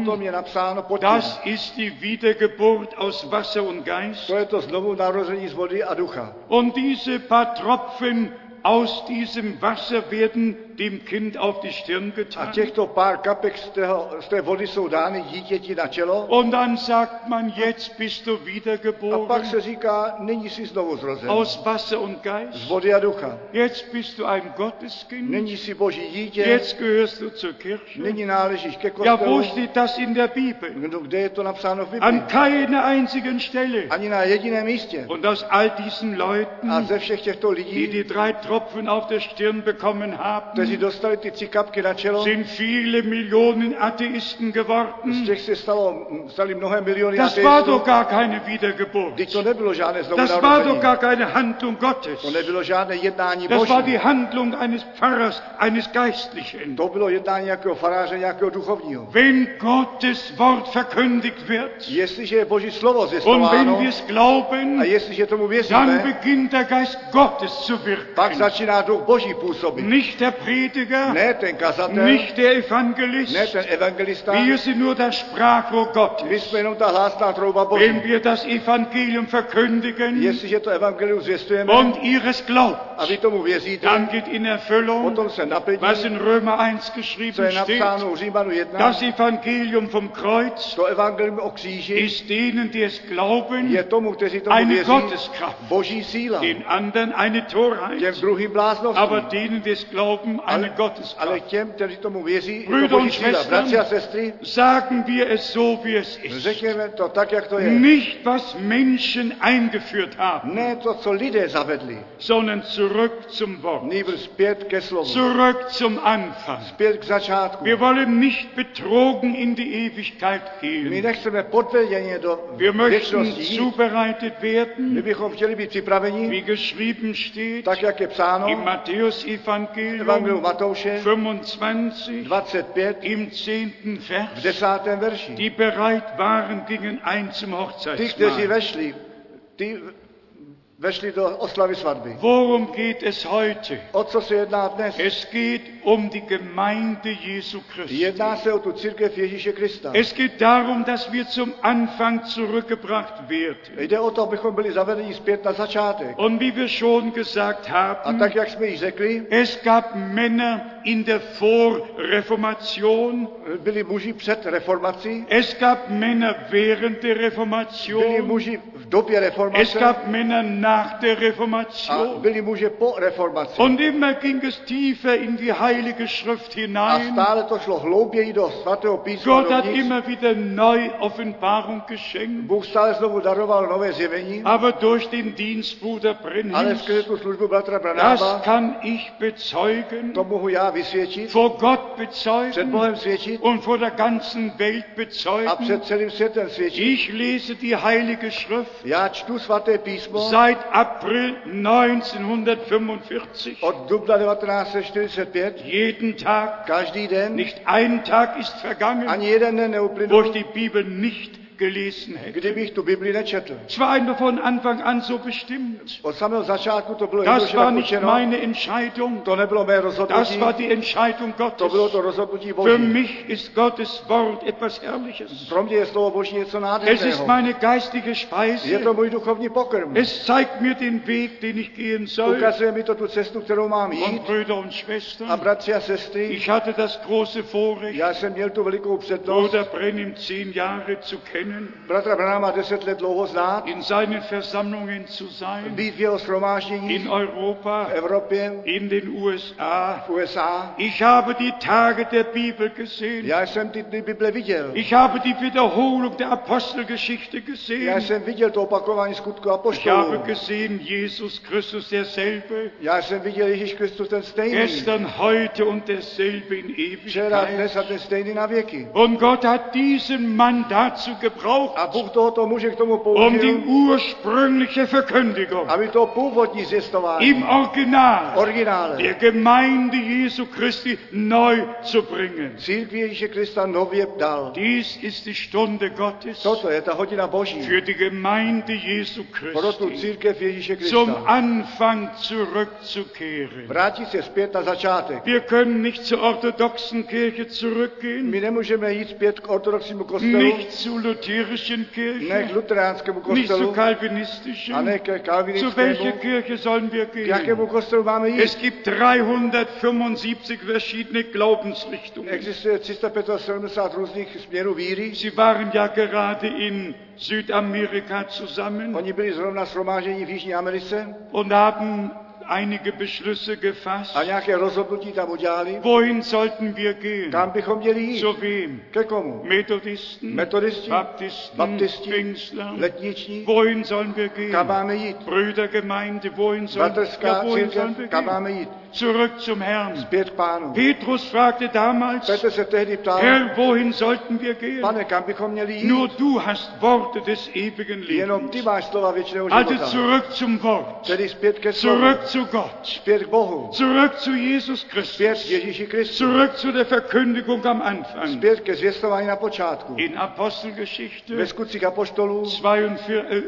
[SPEAKER 1] geschrieben,
[SPEAKER 2] je napsáno pod tím.
[SPEAKER 1] das ist die Wiedergeburt aus Wasser und Geist.
[SPEAKER 2] To je to znovu narození z vody a ducha.
[SPEAKER 1] Und diese paar Tropfen aus diesem Wasser werden dem Kind auf die Stirn
[SPEAKER 2] A
[SPEAKER 1] getan.
[SPEAKER 2] těchto pár kapek z, tého, z té vody jsou dány dítěti na čelo.
[SPEAKER 1] Und dann sagt man, jetzt bist du
[SPEAKER 2] A pak
[SPEAKER 1] wiedergeboren
[SPEAKER 2] se říká, nyní jsi znovu zrozen.
[SPEAKER 1] aus Wasser und
[SPEAKER 2] Z
[SPEAKER 1] Geist.
[SPEAKER 2] vody a ducha.
[SPEAKER 1] Jetzt bist du ein Gotteskind.
[SPEAKER 2] Nyní jsi boží dítě,
[SPEAKER 1] Jetzt gehörst du zur Kirche.
[SPEAKER 2] nyní náležíš ke
[SPEAKER 1] Ja, wo
[SPEAKER 2] kostelu.
[SPEAKER 1] steht das in der Bibel?
[SPEAKER 2] No, Kde je to napsáno v Biblii?
[SPEAKER 1] An keiner einzigen Stelle.
[SPEAKER 2] Ani na jediném místě.
[SPEAKER 1] Und aus all diesen
[SPEAKER 2] A
[SPEAKER 1] Leuten,
[SPEAKER 2] ze všech těchto
[SPEAKER 1] die
[SPEAKER 2] lidí,
[SPEAKER 1] die drei Tropfen auf der Stirn bekommen haben,
[SPEAKER 2] kteří dostali ty tři kapky na čelo,
[SPEAKER 1] sind viele Millionen Atheisten
[SPEAKER 2] z
[SPEAKER 1] geworden.
[SPEAKER 2] těch se stalo, stali mnohé miliony
[SPEAKER 1] Das war
[SPEAKER 2] ateistů.
[SPEAKER 1] doch gar keine Wiedergeburt.
[SPEAKER 2] Teď to nebylo žádné znovu
[SPEAKER 1] Das war doch
[SPEAKER 2] narození.
[SPEAKER 1] gar keine Handlung Gottes.
[SPEAKER 2] To nebylo žádné jednání
[SPEAKER 1] Das war die
[SPEAKER 2] boží.
[SPEAKER 1] Handlung eines Pfarrers, eines Geistlichen.
[SPEAKER 2] To bylo jednání nějakého faráře, nějakého duchovního.
[SPEAKER 1] Wenn Gottes Wort verkündigt wird
[SPEAKER 2] Jestliže je Boží slovo
[SPEAKER 1] und wenn
[SPEAKER 2] zjistováno
[SPEAKER 1] wir es
[SPEAKER 2] a
[SPEAKER 1] glauben,
[SPEAKER 2] jestliže tomu
[SPEAKER 1] dann
[SPEAKER 2] věříme,
[SPEAKER 1] beginnt der Geist Gottes zu
[SPEAKER 2] pak
[SPEAKER 1] wirken.
[SPEAKER 2] začíná duch Boží působit.
[SPEAKER 1] Nicht der Prediger,
[SPEAKER 2] Ne ten kazatel,
[SPEAKER 1] nicht der
[SPEAKER 2] ne
[SPEAKER 1] Evangelist.
[SPEAKER 2] ten evangelista,
[SPEAKER 1] Wir sind nur das Sprachrohr
[SPEAKER 2] my
[SPEAKER 1] Gottes.
[SPEAKER 2] jsme jenom ta hlásná trouba Boží.
[SPEAKER 1] Wenn wir das Evangelium verkündigen
[SPEAKER 2] Jestliže to evangelium zvěstujeme
[SPEAKER 1] und ihres glaubt,
[SPEAKER 2] a vy tomu věříte,
[SPEAKER 1] dann geht in Erfüllung,
[SPEAKER 2] potom se naplní,
[SPEAKER 1] was in Römer 1
[SPEAKER 2] co
[SPEAKER 1] geschrieben
[SPEAKER 2] je
[SPEAKER 1] steht.
[SPEAKER 2] napsáno v Římanu 1,
[SPEAKER 1] Das Evangelium vom Kreuz
[SPEAKER 2] to evangelium o kříži
[SPEAKER 1] ist denen, die es glauben,
[SPEAKER 2] je tomu, kteří tomu
[SPEAKER 1] eine
[SPEAKER 2] věří,
[SPEAKER 1] Gotteskraft,
[SPEAKER 2] Boží síla,
[SPEAKER 1] den anderen eine
[SPEAKER 2] těm
[SPEAKER 1] Torheit,
[SPEAKER 2] druhým
[SPEAKER 1] aber
[SPEAKER 2] blázností,
[SPEAKER 1] denen, die es glauben, eine
[SPEAKER 2] ale
[SPEAKER 1] Gotteskraft.
[SPEAKER 2] těm, kteří tomu věří, je
[SPEAKER 1] Brüder
[SPEAKER 2] to
[SPEAKER 1] und
[SPEAKER 2] Boží síla.
[SPEAKER 1] Schwestern.
[SPEAKER 2] Bratři a sestry,
[SPEAKER 1] Sagen wir es so, wie es ist.
[SPEAKER 2] řekněme to tak, jak to je.
[SPEAKER 1] Nicht, was Menschen eingeführt haben,
[SPEAKER 2] Ne to, co lidé zavedli,
[SPEAKER 1] sondern zurück zum Wort,
[SPEAKER 2] nýbrž zpět ke slovu,
[SPEAKER 1] zurück zum Anfang.
[SPEAKER 2] zpět k začátku.
[SPEAKER 1] Wir wollen nicht betrogen in die Ewigkeit
[SPEAKER 2] My
[SPEAKER 1] gehen.
[SPEAKER 2] nechceme podvedeně do
[SPEAKER 1] Wir möchten
[SPEAKER 2] věčnosti jít.
[SPEAKER 1] zubereitet
[SPEAKER 2] My
[SPEAKER 1] werden,
[SPEAKER 2] bychom chtěli být připraveni,
[SPEAKER 1] wie geschrieben steht,
[SPEAKER 2] tak jak je
[SPEAKER 1] Im
[SPEAKER 2] psáno v Evangeliu
[SPEAKER 1] Matthäus-Evangelium
[SPEAKER 2] Matouše
[SPEAKER 1] 25
[SPEAKER 2] 25
[SPEAKER 1] im 10.
[SPEAKER 2] v
[SPEAKER 1] Vers,
[SPEAKER 2] 10. verši.
[SPEAKER 1] die bereit waren, gingen ein zum
[SPEAKER 2] Ty, kteří
[SPEAKER 1] Hochzeitsmahl.
[SPEAKER 2] vešli, ty vešli do oslavy svatby.
[SPEAKER 1] Worum geht es heute?
[SPEAKER 2] O co se jedná dnes?
[SPEAKER 1] Es geht um die Gemeinde Jesu Christi.
[SPEAKER 2] Jedná se o tu církev Ježíše Krista.
[SPEAKER 1] Es geht darum, dass wir zum Anfang zurückgebracht werden.
[SPEAKER 2] Jde o to, abychom byli zavedeni zpět na začátek.
[SPEAKER 1] Und wie wir schon gesagt
[SPEAKER 2] A
[SPEAKER 1] haben,
[SPEAKER 2] tak, jak jsme již řekli,
[SPEAKER 1] es gab Männer in der Vorreformation,
[SPEAKER 2] byli muži před reformací,
[SPEAKER 1] es gab Männer während der
[SPEAKER 2] byli
[SPEAKER 1] Reformation,
[SPEAKER 2] muži v době
[SPEAKER 1] es
[SPEAKER 2] reformace
[SPEAKER 1] gab Männer nach der
[SPEAKER 2] a
[SPEAKER 1] Reformation.
[SPEAKER 2] byli muže po reformaci.
[SPEAKER 1] Und immer ging es tiefer in die Heilige Schrift
[SPEAKER 2] A
[SPEAKER 1] hinein.
[SPEAKER 2] stále to šlo hlouběji do svatého písma.
[SPEAKER 1] Gott hat
[SPEAKER 2] dovnitř.
[SPEAKER 1] immer wieder neu Offenbarung geschenkt,
[SPEAKER 2] Bůh stále znovu daroval nové zjevení,
[SPEAKER 1] aber durch den Dienst Bruder
[SPEAKER 2] ale
[SPEAKER 1] Brennims,
[SPEAKER 2] skrze tu službu bratra Branáva,
[SPEAKER 1] das kann ich bezeugen,
[SPEAKER 2] to mohu já vysvědčit,
[SPEAKER 1] vor Gott
[SPEAKER 2] před
[SPEAKER 1] bezeugen
[SPEAKER 2] Bohem svědčit
[SPEAKER 1] und vor der ganzen Welt
[SPEAKER 2] a před
[SPEAKER 1] bezeugen.
[SPEAKER 2] celým světem svědčit.
[SPEAKER 1] Ich lese die Heilige Schrift
[SPEAKER 2] Já čtu svaté písmo
[SPEAKER 1] seit April 1945,
[SPEAKER 2] od dubna 1945,
[SPEAKER 1] jeden Tag.
[SPEAKER 2] každý den,
[SPEAKER 1] Nicht ein Tag ist vergangen,
[SPEAKER 2] ani jeden den
[SPEAKER 1] wo
[SPEAKER 2] neuplynul,
[SPEAKER 1] ich die Bibel nicht gelesen hätte.
[SPEAKER 2] kdybych tu Bibli nečetl.
[SPEAKER 1] Es war immer von Anfang an so bestimmt.
[SPEAKER 2] Od samého začátku to bylo
[SPEAKER 1] Das
[SPEAKER 2] jednoduše
[SPEAKER 1] war nicht
[SPEAKER 2] napučeno,
[SPEAKER 1] meine Entscheidung,
[SPEAKER 2] to nebylo mé
[SPEAKER 1] das
[SPEAKER 2] rozhodnutí,
[SPEAKER 1] war die Entscheidung
[SPEAKER 2] to bylo to
[SPEAKER 1] Gottes.
[SPEAKER 2] rozhodnutí
[SPEAKER 1] Für
[SPEAKER 2] Boží.
[SPEAKER 1] mich ist Gottes Wort etwas Herrliches.
[SPEAKER 2] Pro mě je slovo Boží něco
[SPEAKER 1] Es ist
[SPEAKER 2] nádherného.
[SPEAKER 1] meine geistige
[SPEAKER 2] Je to
[SPEAKER 1] Speise.
[SPEAKER 2] můj duchovní pokrm.
[SPEAKER 1] Es zeigt mir den Weg, den ich gehen soll.
[SPEAKER 2] Ukazuje mi to tu cestu, kterou mám jít.
[SPEAKER 1] Und Brüder und
[SPEAKER 2] A
[SPEAKER 1] Schwestern,
[SPEAKER 2] bratři a sestry,
[SPEAKER 1] ich hatte das große Vorrecht,
[SPEAKER 2] já jsem měl tu velikou přednost,
[SPEAKER 1] Bruder Brennim zehn Jahre zu kennen,
[SPEAKER 2] bratra Branáma deset let dlouho znát,
[SPEAKER 1] in seinen Versammlungen zu sein,
[SPEAKER 2] být v jeho shromáždění
[SPEAKER 1] in
[SPEAKER 2] v
[SPEAKER 1] Europa,
[SPEAKER 2] Evropě,
[SPEAKER 1] in den USA.
[SPEAKER 2] v USA.
[SPEAKER 1] Ich habe die Tage der Bibel gesehen.
[SPEAKER 2] Já jsem ty dny Bible viděl.
[SPEAKER 1] Ich habe die Wiederholung der Apostelgeschichte
[SPEAKER 2] Já
[SPEAKER 1] gesehen.
[SPEAKER 2] jsem viděl to opakování skutku
[SPEAKER 1] Ich habe
[SPEAKER 2] apoštolů.
[SPEAKER 1] gesehen, Jesus Christus derselbe,
[SPEAKER 2] Já jsem viděl Ježíš Kristus ten stejný.
[SPEAKER 1] gestern, heute und derselbe in
[SPEAKER 2] Včera, dnes
[SPEAKER 1] Ewigkeit.
[SPEAKER 2] a ten stejný na věky.
[SPEAKER 1] Und Gott hat diesen Mann dazu
[SPEAKER 2] A
[SPEAKER 1] gebraucht,
[SPEAKER 2] Bůh tohoto muže k tomu
[SPEAKER 1] um die
[SPEAKER 2] použil,
[SPEAKER 1] ursprüngliche Verkündigung
[SPEAKER 2] aby to původní zjistování
[SPEAKER 1] im Original
[SPEAKER 2] originále
[SPEAKER 1] der Gemeinde Jesu Christi neu zu bringen.
[SPEAKER 2] církvi Ježíše Krista nově dal.
[SPEAKER 1] Dies ist die Stunde Gottes
[SPEAKER 2] Toto je ta hodina Boží
[SPEAKER 1] für die Gemeinde Jesu
[SPEAKER 2] pro tu
[SPEAKER 1] Christi.
[SPEAKER 2] církev Ježíše
[SPEAKER 1] zum
[SPEAKER 2] Krista.
[SPEAKER 1] Anfang zurückzukehren.
[SPEAKER 2] Vrátit se zpět na začátek.
[SPEAKER 1] Wir können nicht zur orthodoxen Kirche zurückgehen,
[SPEAKER 2] My nemůžeme jít zpět k ortodoxnímu kostelu,
[SPEAKER 1] nicht zur lutherischen
[SPEAKER 2] ne k
[SPEAKER 1] Kirche,
[SPEAKER 2] luteránskému
[SPEAKER 1] nicht zur
[SPEAKER 2] kostelu, a ne
[SPEAKER 1] calvinistischen.
[SPEAKER 2] k
[SPEAKER 1] Zu welcher
[SPEAKER 2] kalvinickému.
[SPEAKER 1] Kirche sollen wir
[SPEAKER 2] K jakému
[SPEAKER 1] gehen?
[SPEAKER 2] kostelu máme jít?
[SPEAKER 1] Es gibt 375 verschiedene Glaubensrichtungen.
[SPEAKER 2] Existuje 375 různých směrů víry.
[SPEAKER 1] Sie waren ja gerade in Südamerika zusammen
[SPEAKER 2] Oni byli zrovna shromážení v Jižní Americe
[SPEAKER 1] und haben einige Beschlüsse gefasst.
[SPEAKER 2] a nějaké rozhodnutí tam udělali.
[SPEAKER 1] Wohin sollten wir gehen?
[SPEAKER 2] Kam bychom měli jít?
[SPEAKER 1] Zu wem?
[SPEAKER 2] Ke komu?
[SPEAKER 1] Methodisten,
[SPEAKER 2] Methodisti,
[SPEAKER 1] Baptisten,
[SPEAKER 2] Baptisti,
[SPEAKER 1] Pfingstler.
[SPEAKER 2] letniční?
[SPEAKER 1] Wohin sollen wir gehen?
[SPEAKER 2] Kam máme jít?
[SPEAKER 1] Brüdergemeinde, wohin sollen, ja,
[SPEAKER 2] Bratrská
[SPEAKER 1] wohin sollen wir
[SPEAKER 2] církev? Kam
[SPEAKER 1] gehen?
[SPEAKER 2] máme jít?
[SPEAKER 1] Zurück zum Herrn.
[SPEAKER 2] Zpět k pánu.
[SPEAKER 1] Petrus fragte damals,
[SPEAKER 2] Petr se tehdy ptal,
[SPEAKER 1] Herr, wohin sollten wir gehen?
[SPEAKER 2] pane, kam bychom měli jít?
[SPEAKER 1] Nur du hast Worte des ewigen
[SPEAKER 2] Jenom ty
[SPEAKER 1] Lebens.
[SPEAKER 2] máš slova věčného
[SPEAKER 1] Also
[SPEAKER 2] života.
[SPEAKER 1] zurück zum Wort,
[SPEAKER 2] Tedy zpět ke slovu,
[SPEAKER 1] zurück zu Gott,
[SPEAKER 2] zpět k Bohu,
[SPEAKER 1] zurück zu Jesus
[SPEAKER 2] zpět
[SPEAKER 1] Christus,
[SPEAKER 2] k Ježíši Kristu,
[SPEAKER 1] zurück zu der Verkündigung am Anfang.
[SPEAKER 2] zpět ke zvěstování na počátku.
[SPEAKER 1] In
[SPEAKER 2] Ve
[SPEAKER 1] Apostelgeschichte
[SPEAKER 2] skutcích apoštolů
[SPEAKER 1] 42, äh,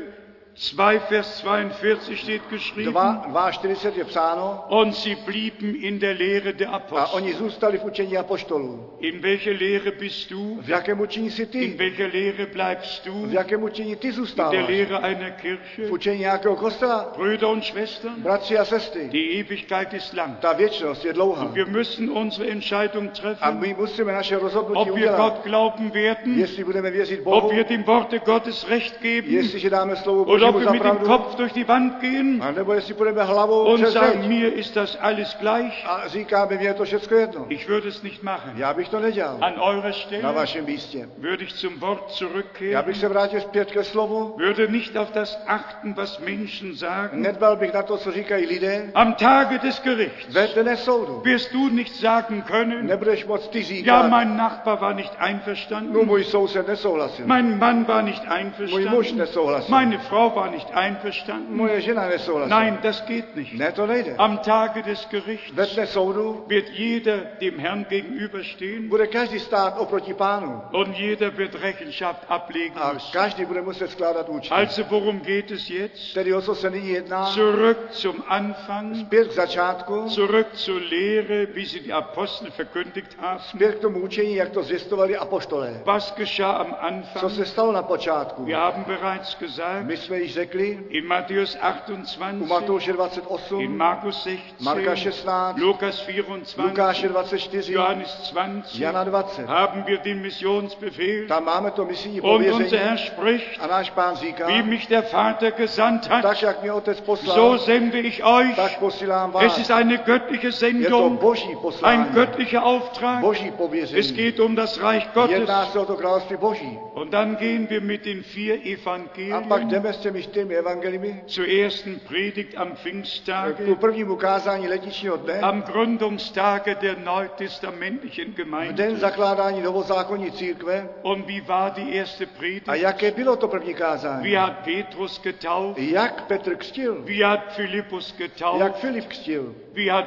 [SPEAKER 1] 2 Vers 42 steht geschrieben,
[SPEAKER 2] 2, 40 je psáno,
[SPEAKER 1] und sie blieben in der Lehre der
[SPEAKER 2] a
[SPEAKER 1] Apostel.
[SPEAKER 2] oni zůstali v učení apoštolů.
[SPEAKER 1] In welcher Lehre bist du?
[SPEAKER 2] V jakém učení jsi
[SPEAKER 1] In
[SPEAKER 2] ty?
[SPEAKER 1] welcher Lehre bleibst du?
[SPEAKER 2] V
[SPEAKER 1] In
[SPEAKER 2] jakém učení ty
[SPEAKER 1] der
[SPEAKER 2] zůstáváš?
[SPEAKER 1] Lehre einer
[SPEAKER 2] V
[SPEAKER 1] Kirche?
[SPEAKER 2] učení nějakého kostela?
[SPEAKER 1] Brüder und Schwestern,
[SPEAKER 2] Bratři a sestry,
[SPEAKER 1] die Ewigkeit ist lang.
[SPEAKER 2] ta věčnost je dlouhá.
[SPEAKER 1] Wir müssen unsere Entscheidung
[SPEAKER 2] A
[SPEAKER 1] treffen,
[SPEAKER 2] my musíme naše rozhodnutí
[SPEAKER 1] ob wir
[SPEAKER 2] udělat,
[SPEAKER 1] Gott glauben werden,
[SPEAKER 2] jestli budeme věřit Bohu,
[SPEAKER 1] ob wir dem Worte Gottes Recht geben
[SPEAKER 2] jestliže dáme slovu
[SPEAKER 1] oder ob wir
[SPEAKER 2] Božímu za
[SPEAKER 1] mit dem
[SPEAKER 2] pravdu,
[SPEAKER 1] Kopf durch die Wand gehen
[SPEAKER 2] a nebo jestli půjdeme hlavou
[SPEAKER 1] und
[SPEAKER 2] přes
[SPEAKER 1] sagen,
[SPEAKER 2] zeď
[SPEAKER 1] mir ist das alles gleich.
[SPEAKER 2] a říkáme, mě je to všechno jedno.
[SPEAKER 1] Ich würde es nicht machen.
[SPEAKER 2] Já bych to nedělal
[SPEAKER 1] An eurer
[SPEAKER 2] na
[SPEAKER 1] Stelle
[SPEAKER 2] vašem místě.
[SPEAKER 1] würde ich zum Wort
[SPEAKER 2] Já
[SPEAKER 1] zurückkehren.
[SPEAKER 2] bych se vrátil zpět ke slovu,
[SPEAKER 1] würde nicht auf das achten, was Menschen sagen.
[SPEAKER 2] nedbal bych na to, co říkají lidé,
[SPEAKER 1] Am Tage des Gerichts
[SPEAKER 2] ve dne soudu.
[SPEAKER 1] wirst du nicht sagen können,
[SPEAKER 2] Nebudeš moc ty
[SPEAKER 1] ja,
[SPEAKER 2] říkat,
[SPEAKER 1] mein Nachbar war nicht
[SPEAKER 2] no
[SPEAKER 1] einverstanden,
[SPEAKER 2] můj soused nesouhlasil,
[SPEAKER 1] mein Mann war nicht
[SPEAKER 2] můj muž
[SPEAKER 1] einverstanden,
[SPEAKER 2] nesouhlasil,
[SPEAKER 1] meine Frau Frau war nicht einverstanden.
[SPEAKER 2] Moje žena nesouhlasila.
[SPEAKER 1] Nein, das geht nicht.
[SPEAKER 2] Ne, to nejde.
[SPEAKER 1] Am Tage des Gerichts
[SPEAKER 2] Ve dne soudu
[SPEAKER 1] wird jeder dem Herrn gegenüberstehen
[SPEAKER 2] bude každý stát oproti pánu
[SPEAKER 1] und jeder wird Rechenschaft ablegen
[SPEAKER 2] a
[SPEAKER 1] müssen.
[SPEAKER 2] každý bude muset skládat účet.
[SPEAKER 1] Also worum geht es jetzt?
[SPEAKER 2] Tedy o co se nyní jedná,
[SPEAKER 1] Zurück zum Anfang,
[SPEAKER 2] zpět k začátku,
[SPEAKER 1] zurück zur Lehre, wie sie die Apostel verkündigt haben.
[SPEAKER 2] zpět k tomu učení, jak to zvěstovali apoštolé.
[SPEAKER 1] Was geschah am
[SPEAKER 2] Co
[SPEAKER 1] Anfang?
[SPEAKER 2] se stalo na počátku?
[SPEAKER 1] Wir haben bereits gesagt,
[SPEAKER 2] My jsme již řekli
[SPEAKER 1] in Matthäus
[SPEAKER 2] u
[SPEAKER 1] 28,
[SPEAKER 2] Matouše
[SPEAKER 1] in
[SPEAKER 2] 28,
[SPEAKER 1] Um Markus
[SPEAKER 2] Marka
[SPEAKER 1] 16,
[SPEAKER 2] 16,
[SPEAKER 1] Lukas 24,
[SPEAKER 2] Lukáše 24,
[SPEAKER 1] Johannes 20
[SPEAKER 2] Jana 20.
[SPEAKER 1] haben wir den Missionsbefehl
[SPEAKER 2] Tam máme to misijní
[SPEAKER 1] und unser
[SPEAKER 2] pověření
[SPEAKER 1] Herr spricht,
[SPEAKER 2] a náš pán říká,
[SPEAKER 1] wie mich der Vater gesandt hat,
[SPEAKER 2] tak jak mě otec
[SPEAKER 1] so
[SPEAKER 2] poslal,
[SPEAKER 1] sende ich euch.
[SPEAKER 2] tak posílám
[SPEAKER 1] Es
[SPEAKER 2] vás.
[SPEAKER 1] ist eine göttliche
[SPEAKER 2] Je to
[SPEAKER 1] Sendung,
[SPEAKER 2] boží
[SPEAKER 1] ein
[SPEAKER 2] poslání,
[SPEAKER 1] göttlicher Auftrag.
[SPEAKER 2] boží
[SPEAKER 1] Es
[SPEAKER 2] pověření.
[SPEAKER 1] geht um das Reich
[SPEAKER 2] Jedná
[SPEAKER 1] Gottes.
[SPEAKER 2] se o to království boží.
[SPEAKER 1] Und dann gehen wir mit den vier
[SPEAKER 2] A pak
[SPEAKER 1] Evangelien
[SPEAKER 2] jdeme s těmi čtyřmi evangelimy
[SPEAKER 1] zur ersten Predigt am
[SPEAKER 2] ku
[SPEAKER 1] Pfingsttage,
[SPEAKER 2] prvnímu kázání letničního dne,
[SPEAKER 1] am Gründungstage der neutestamentlichen
[SPEAKER 2] v
[SPEAKER 1] Gemeinde.
[SPEAKER 2] den zakládání novozákonní církve.
[SPEAKER 1] Und wie war die erste
[SPEAKER 2] A
[SPEAKER 1] Predigt?
[SPEAKER 2] jaké bylo to první kázání?
[SPEAKER 1] Wie hat Petrus getauft?
[SPEAKER 2] Jak Petr křtil?
[SPEAKER 1] Wie hat Philippus
[SPEAKER 2] Jak
[SPEAKER 1] getauft?
[SPEAKER 2] Filip křtil?
[SPEAKER 1] Wie hat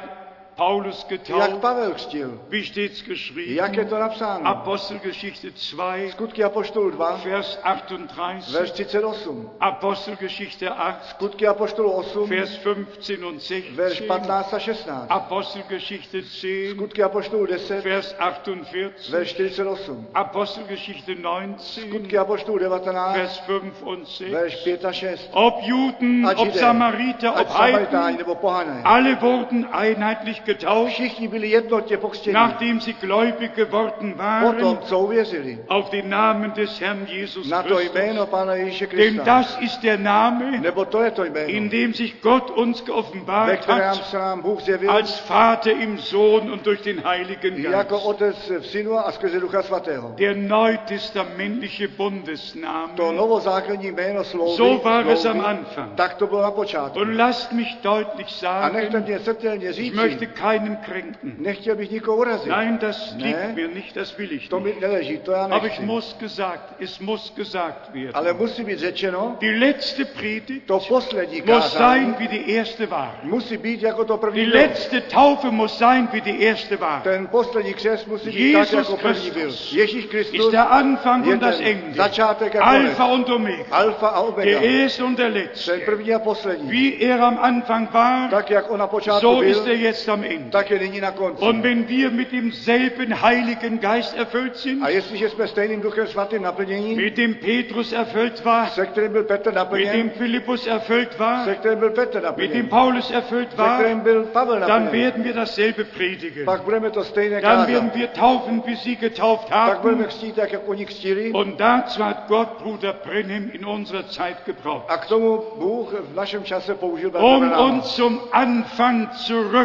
[SPEAKER 1] Paulus
[SPEAKER 2] Jak
[SPEAKER 1] getauft?
[SPEAKER 2] Pavel křtil?
[SPEAKER 1] Wie steht's
[SPEAKER 2] Jak je
[SPEAKER 1] geschrieben?
[SPEAKER 2] to napsáno?
[SPEAKER 1] Apostelgeschichte 2,
[SPEAKER 2] Skutky Apoštolů 2,
[SPEAKER 1] Vers 38.
[SPEAKER 2] verš 38.
[SPEAKER 1] Apostelgeschichte 8,
[SPEAKER 2] Skutky Apoštolů 8,
[SPEAKER 1] Vers 15 und
[SPEAKER 2] verš
[SPEAKER 1] 16.
[SPEAKER 2] 15 a 16.
[SPEAKER 1] Apostelgeschichte 10,
[SPEAKER 2] Skutky Apoštolů 10,
[SPEAKER 1] Vers 48.
[SPEAKER 2] verš 48.
[SPEAKER 1] Apostelgeschichte 19,
[SPEAKER 2] Skutky Apoštolů 19,
[SPEAKER 1] Vers 5 und 6.
[SPEAKER 2] verš 5 a 6.
[SPEAKER 1] Ob Juden,
[SPEAKER 2] Ať
[SPEAKER 1] ob
[SPEAKER 2] Židé,
[SPEAKER 1] Samariter,
[SPEAKER 2] ať
[SPEAKER 1] ob Heiden,
[SPEAKER 2] Samaritáni nebo pohané.
[SPEAKER 1] alle wurden einheitlich getauft,
[SPEAKER 2] Všichni byli jednotně pokřtěni.
[SPEAKER 1] nachdem sie gläubig geworden
[SPEAKER 2] Potom,
[SPEAKER 1] waren,
[SPEAKER 2] co uvěřili
[SPEAKER 1] auf den Namen des Herrn Jesus
[SPEAKER 2] na to
[SPEAKER 1] Christus.
[SPEAKER 2] jméno Pána Ježíše
[SPEAKER 1] Denn
[SPEAKER 2] Krista.
[SPEAKER 1] das ist der Name,
[SPEAKER 2] Nebo to je to
[SPEAKER 1] in
[SPEAKER 2] jméno,
[SPEAKER 1] dem sich Gott uns
[SPEAKER 2] ve
[SPEAKER 1] geoffenbart
[SPEAKER 2] kterém
[SPEAKER 1] hat,
[SPEAKER 2] se nám Bůh zjevil
[SPEAKER 1] als Vater im Sohn und durch den Heiligen
[SPEAKER 2] jako
[SPEAKER 1] Geist.
[SPEAKER 2] Otec v Synu a skrze Ducha Svatého.
[SPEAKER 1] Der neutestamentliche
[SPEAKER 2] To
[SPEAKER 1] Bundesname.
[SPEAKER 2] novozákonní jméno slovy,
[SPEAKER 1] So war es am
[SPEAKER 2] slovy,
[SPEAKER 1] Anfang.
[SPEAKER 2] tak to bylo na počátku.
[SPEAKER 1] Und lasst mich deutlich
[SPEAKER 2] A nechte
[SPEAKER 1] sagen,
[SPEAKER 2] mě zřetelně
[SPEAKER 1] ich
[SPEAKER 2] říci,
[SPEAKER 1] möchte keinen kränken.
[SPEAKER 2] nechtěl bych nikoho urazit.
[SPEAKER 1] Nein, das
[SPEAKER 2] Ne.
[SPEAKER 1] liegt mir nicht, das will ich
[SPEAKER 2] To mi
[SPEAKER 1] nicht.
[SPEAKER 2] neleží, to já
[SPEAKER 1] Aber ich
[SPEAKER 2] nechci.
[SPEAKER 1] muss gesagt, es muss gesagt
[SPEAKER 2] Ale
[SPEAKER 1] werden.
[SPEAKER 2] musí být řečeno,
[SPEAKER 1] Die letzte Predigt
[SPEAKER 2] to poslední
[SPEAKER 1] muss
[SPEAKER 2] kázání
[SPEAKER 1] sein, wie die erste war.
[SPEAKER 2] musí být jako to
[SPEAKER 1] Die
[SPEAKER 2] první bylo.
[SPEAKER 1] letzte Taufe muss sein, wie die erste war.
[SPEAKER 2] Ten poslední křes musí být
[SPEAKER 1] Jesus
[SPEAKER 2] tak, jako první byl.
[SPEAKER 1] Christus
[SPEAKER 2] Ježíš
[SPEAKER 1] Ist
[SPEAKER 2] Kristus
[SPEAKER 1] der Anfang
[SPEAKER 2] je
[SPEAKER 1] und das
[SPEAKER 2] ten
[SPEAKER 1] Ende.
[SPEAKER 2] začátek a konec.
[SPEAKER 1] Alpha und Omega.
[SPEAKER 2] Alfa a
[SPEAKER 1] Der
[SPEAKER 2] Omega.
[SPEAKER 1] erste und der
[SPEAKER 2] Ten
[SPEAKER 1] letzte.
[SPEAKER 2] první a poslední.
[SPEAKER 1] Wie er am Anfang war,
[SPEAKER 2] Tak, jak on na počátku
[SPEAKER 1] so ist er
[SPEAKER 2] byl,
[SPEAKER 1] jetzt am Ende.
[SPEAKER 2] tak je nyní na konci.
[SPEAKER 1] Und wenn wir mit demselben Heiligen Geist erfüllt sind,
[SPEAKER 2] A jestliže jsme stejným duchem svatým naplnění,
[SPEAKER 1] mit dem Petrus erfüllt war,
[SPEAKER 2] se kterým byl Petr
[SPEAKER 1] mit
[SPEAKER 2] naplněn,
[SPEAKER 1] dem Philippus erfüllt war,
[SPEAKER 2] se kterým byl Petr
[SPEAKER 1] mit dem
[SPEAKER 2] naplněn,
[SPEAKER 1] Paulus erfüllt
[SPEAKER 2] se
[SPEAKER 1] war,
[SPEAKER 2] kterým byl Pavel
[SPEAKER 1] dann
[SPEAKER 2] naplněn,
[SPEAKER 1] werden wir dasselbe predigen.
[SPEAKER 2] pak budeme to stejné
[SPEAKER 1] Dann
[SPEAKER 2] kázat.
[SPEAKER 1] werden wir taufen, wie sie getauft
[SPEAKER 2] Pak budeme
[SPEAKER 1] haben.
[SPEAKER 2] křtít, tak jak oni křtili.
[SPEAKER 1] Und dazu hat Gott Bruder Brenhem in unserer Zeit gebraucht,
[SPEAKER 2] A k tomu Bůh v našem čase použil
[SPEAKER 1] um
[SPEAKER 2] Barnabána,
[SPEAKER 1] uns zum Anfang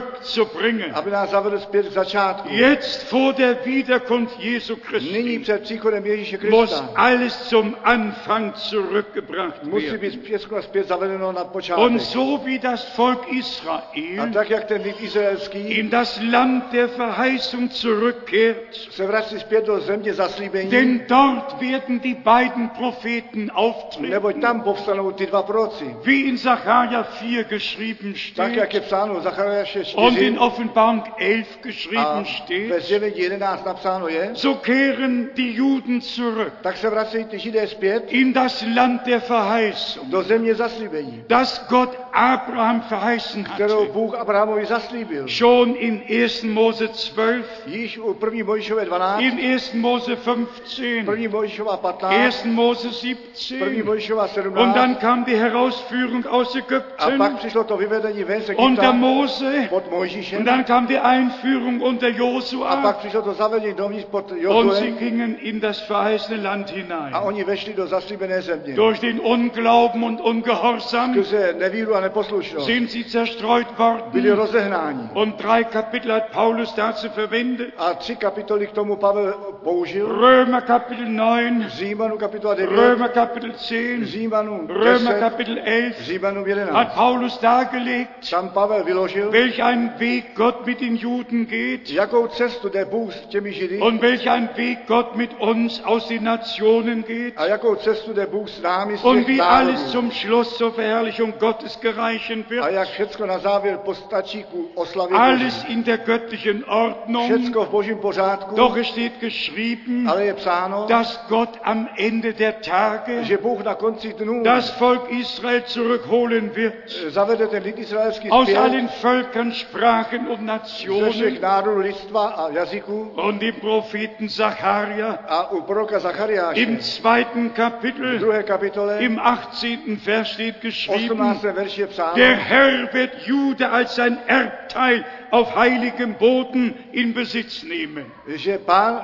[SPEAKER 1] zurückzubringen.
[SPEAKER 2] aby nás zavedl zpět k začátku.
[SPEAKER 1] Jetzt vor der Wiederkunft Jesu
[SPEAKER 2] Nyní
[SPEAKER 1] Christi
[SPEAKER 2] před příchodem Ježíše
[SPEAKER 1] muss
[SPEAKER 2] Krista
[SPEAKER 1] alles zum Anfang zurückgebracht
[SPEAKER 2] musí
[SPEAKER 1] werden.
[SPEAKER 2] být všechno zpět zavedeno na
[SPEAKER 1] Und
[SPEAKER 2] počátek.
[SPEAKER 1] so wie das Volk
[SPEAKER 2] A
[SPEAKER 1] Israel
[SPEAKER 2] tak, jak ten lid izraelský
[SPEAKER 1] in das Land der Verheißung zurückkehrt,
[SPEAKER 2] se vrací zpět do země zaslíbení,
[SPEAKER 1] denn dort werden die beiden Propheten
[SPEAKER 2] neboť
[SPEAKER 1] auftreten,
[SPEAKER 2] tam povstanou ty dva proroci.
[SPEAKER 1] wie in Sacharja 4 geschrieben
[SPEAKER 2] Tak, jak je
[SPEAKER 1] steht
[SPEAKER 2] psáno v Zachariáše
[SPEAKER 1] und in
[SPEAKER 2] 4
[SPEAKER 1] Offenbarung 11 geschrieben
[SPEAKER 2] a ve
[SPEAKER 1] steht,
[SPEAKER 2] zjevení 11 napsáno je,
[SPEAKER 1] so kehren die Juden zurück
[SPEAKER 2] tak se vracejí ty židé zpět
[SPEAKER 1] in das Land der Verheißung,
[SPEAKER 2] do země zaslíbení,
[SPEAKER 1] das Gott Abraham verheißen
[SPEAKER 2] kterou
[SPEAKER 1] hatte.
[SPEAKER 2] Bůh Abrahamovi zaslíbil.
[SPEAKER 1] Schon in 1. Mose 12,
[SPEAKER 2] Již u 1. Mojžíšové 12,
[SPEAKER 1] in 1. Mose 15,
[SPEAKER 2] 1. Mojžíšova 15,
[SPEAKER 1] 1. Mose
[SPEAKER 2] 1.
[SPEAKER 1] 17.
[SPEAKER 2] Mojžíšova
[SPEAKER 1] Und
[SPEAKER 2] 17,
[SPEAKER 1] dann kam die Herausführung aus
[SPEAKER 2] a pak
[SPEAKER 1] Ägypten
[SPEAKER 2] přišlo to vyvedení ven z
[SPEAKER 1] unter
[SPEAKER 2] Egypta
[SPEAKER 1] Mose.
[SPEAKER 2] pod
[SPEAKER 1] Und
[SPEAKER 2] Mojžíšem,
[SPEAKER 1] dann kam die Einführung unter
[SPEAKER 2] a pak
[SPEAKER 1] Josua.
[SPEAKER 2] přišlo to zavedení dovnitř pod
[SPEAKER 1] Und sie
[SPEAKER 2] Jozuem,
[SPEAKER 1] gingen in das verheißene Land
[SPEAKER 2] a
[SPEAKER 1] hinein.
[SPEAKER 2] oni vešli do zaslíbené země.
[SPEAKER 1] Durch den Unglauben und Ungehorsam
[SPEAKER 2] Skrze nevíru a neposlušnost
[SPEAKER 1] sind sie zerstreut
[SPEAKER 2] byli
[SPEAKER 1] worden.
[SPEAKER 2] rozehnáni.
[SPEAKER 1] Und drei Kapitel hat Paulus dazu verwendet.
[SPEAKER 2] A tři kapitoly k tomu Pavel použil.
[SPEAKER 1] Römer Kapitel 9,
[SPEAKER 2] Římanů kapitola 9,
[SPEAKER 1] Römer Kapitel 10,
[SPEAKER 2] Římanů
[SPEAKER 1] Römer
[SPEAKER 2] 10,
[SPEAKER 1] Kapitel 11
[SPEAKER 2] Římanům
[SPEAKER 1] hat
[SPEAKER 2] 11.
[SPEAKER 1] Paulus dargelegt,
[SPEAKER 2] Tam Pavel vyložil,
[SPEAKER 1] welch einen Weg Weg Gott mit den Juden geht
[SPEAKER 2] jakou cestu jde Bůh s těmi Židy
[SPEAKER 1] und welch ein Weg Gott mit uns aus den Nationen geht
[SPEAKER 2] a jakou cestu jde Bůh s námi z
[SPEAKER 1] und
[SPEAKER 2] těch
[SPEAKER 1] wie alles
[SPEAKER 2] národů.
[SPEAKER 1] zum Schluss zur Verherrlichung Gottes gereichen
[SPEAKER 2] A
[SPEAKER 1] wird.
[SPEAKER 2] jak všecko na závěr postačí ku oslavě Boží.
[SPEAKER 1] Alles in der göttlichen Ordnung.
[SPEAKER 2] Všecko v božím pořádku,
[SPEAKER 1] Doch es steht geschrieben,
[SPEAKER 2] ale je psáno,
[SPEAKER 1] dass Gott am Ende der Tage
[SPEAKER 2] že Bůh na konci dnů
[SPEAKER 1] das Volk Israel zurückholen wird.
[SPEAKER 2] zavede ten lid izraelský
[SPEAKER 1] Aus
[SPEAKER 2] zpět
[SPEAKER 1] allen Völkern, Sprachen und
[SPEAKER 2] ze všech
[SPEAKER 1] Nationen.
[SPEAKER 2] národů lidstva a jazyků.
[SPEAKER 1] Und dem Propheten Zacharia
[SPEAKER 2] A u proroka Zachariáše
[SPEAKER 1] im zweiten
[SPEAKER 2] v
[SPEAKER 1] Kapitel,
[SPEAKER 2] druhé kapitole
[SPEAKER 1] im 18. Vers steht geschrieben,
[SPEAKER 2] 18. verši je psáno,
[SPEAKER 1] Der Herr wird Jude als sein Erbteil auf heiligem Boden in Besitz nehmen.
[SPEAKER 2] že pán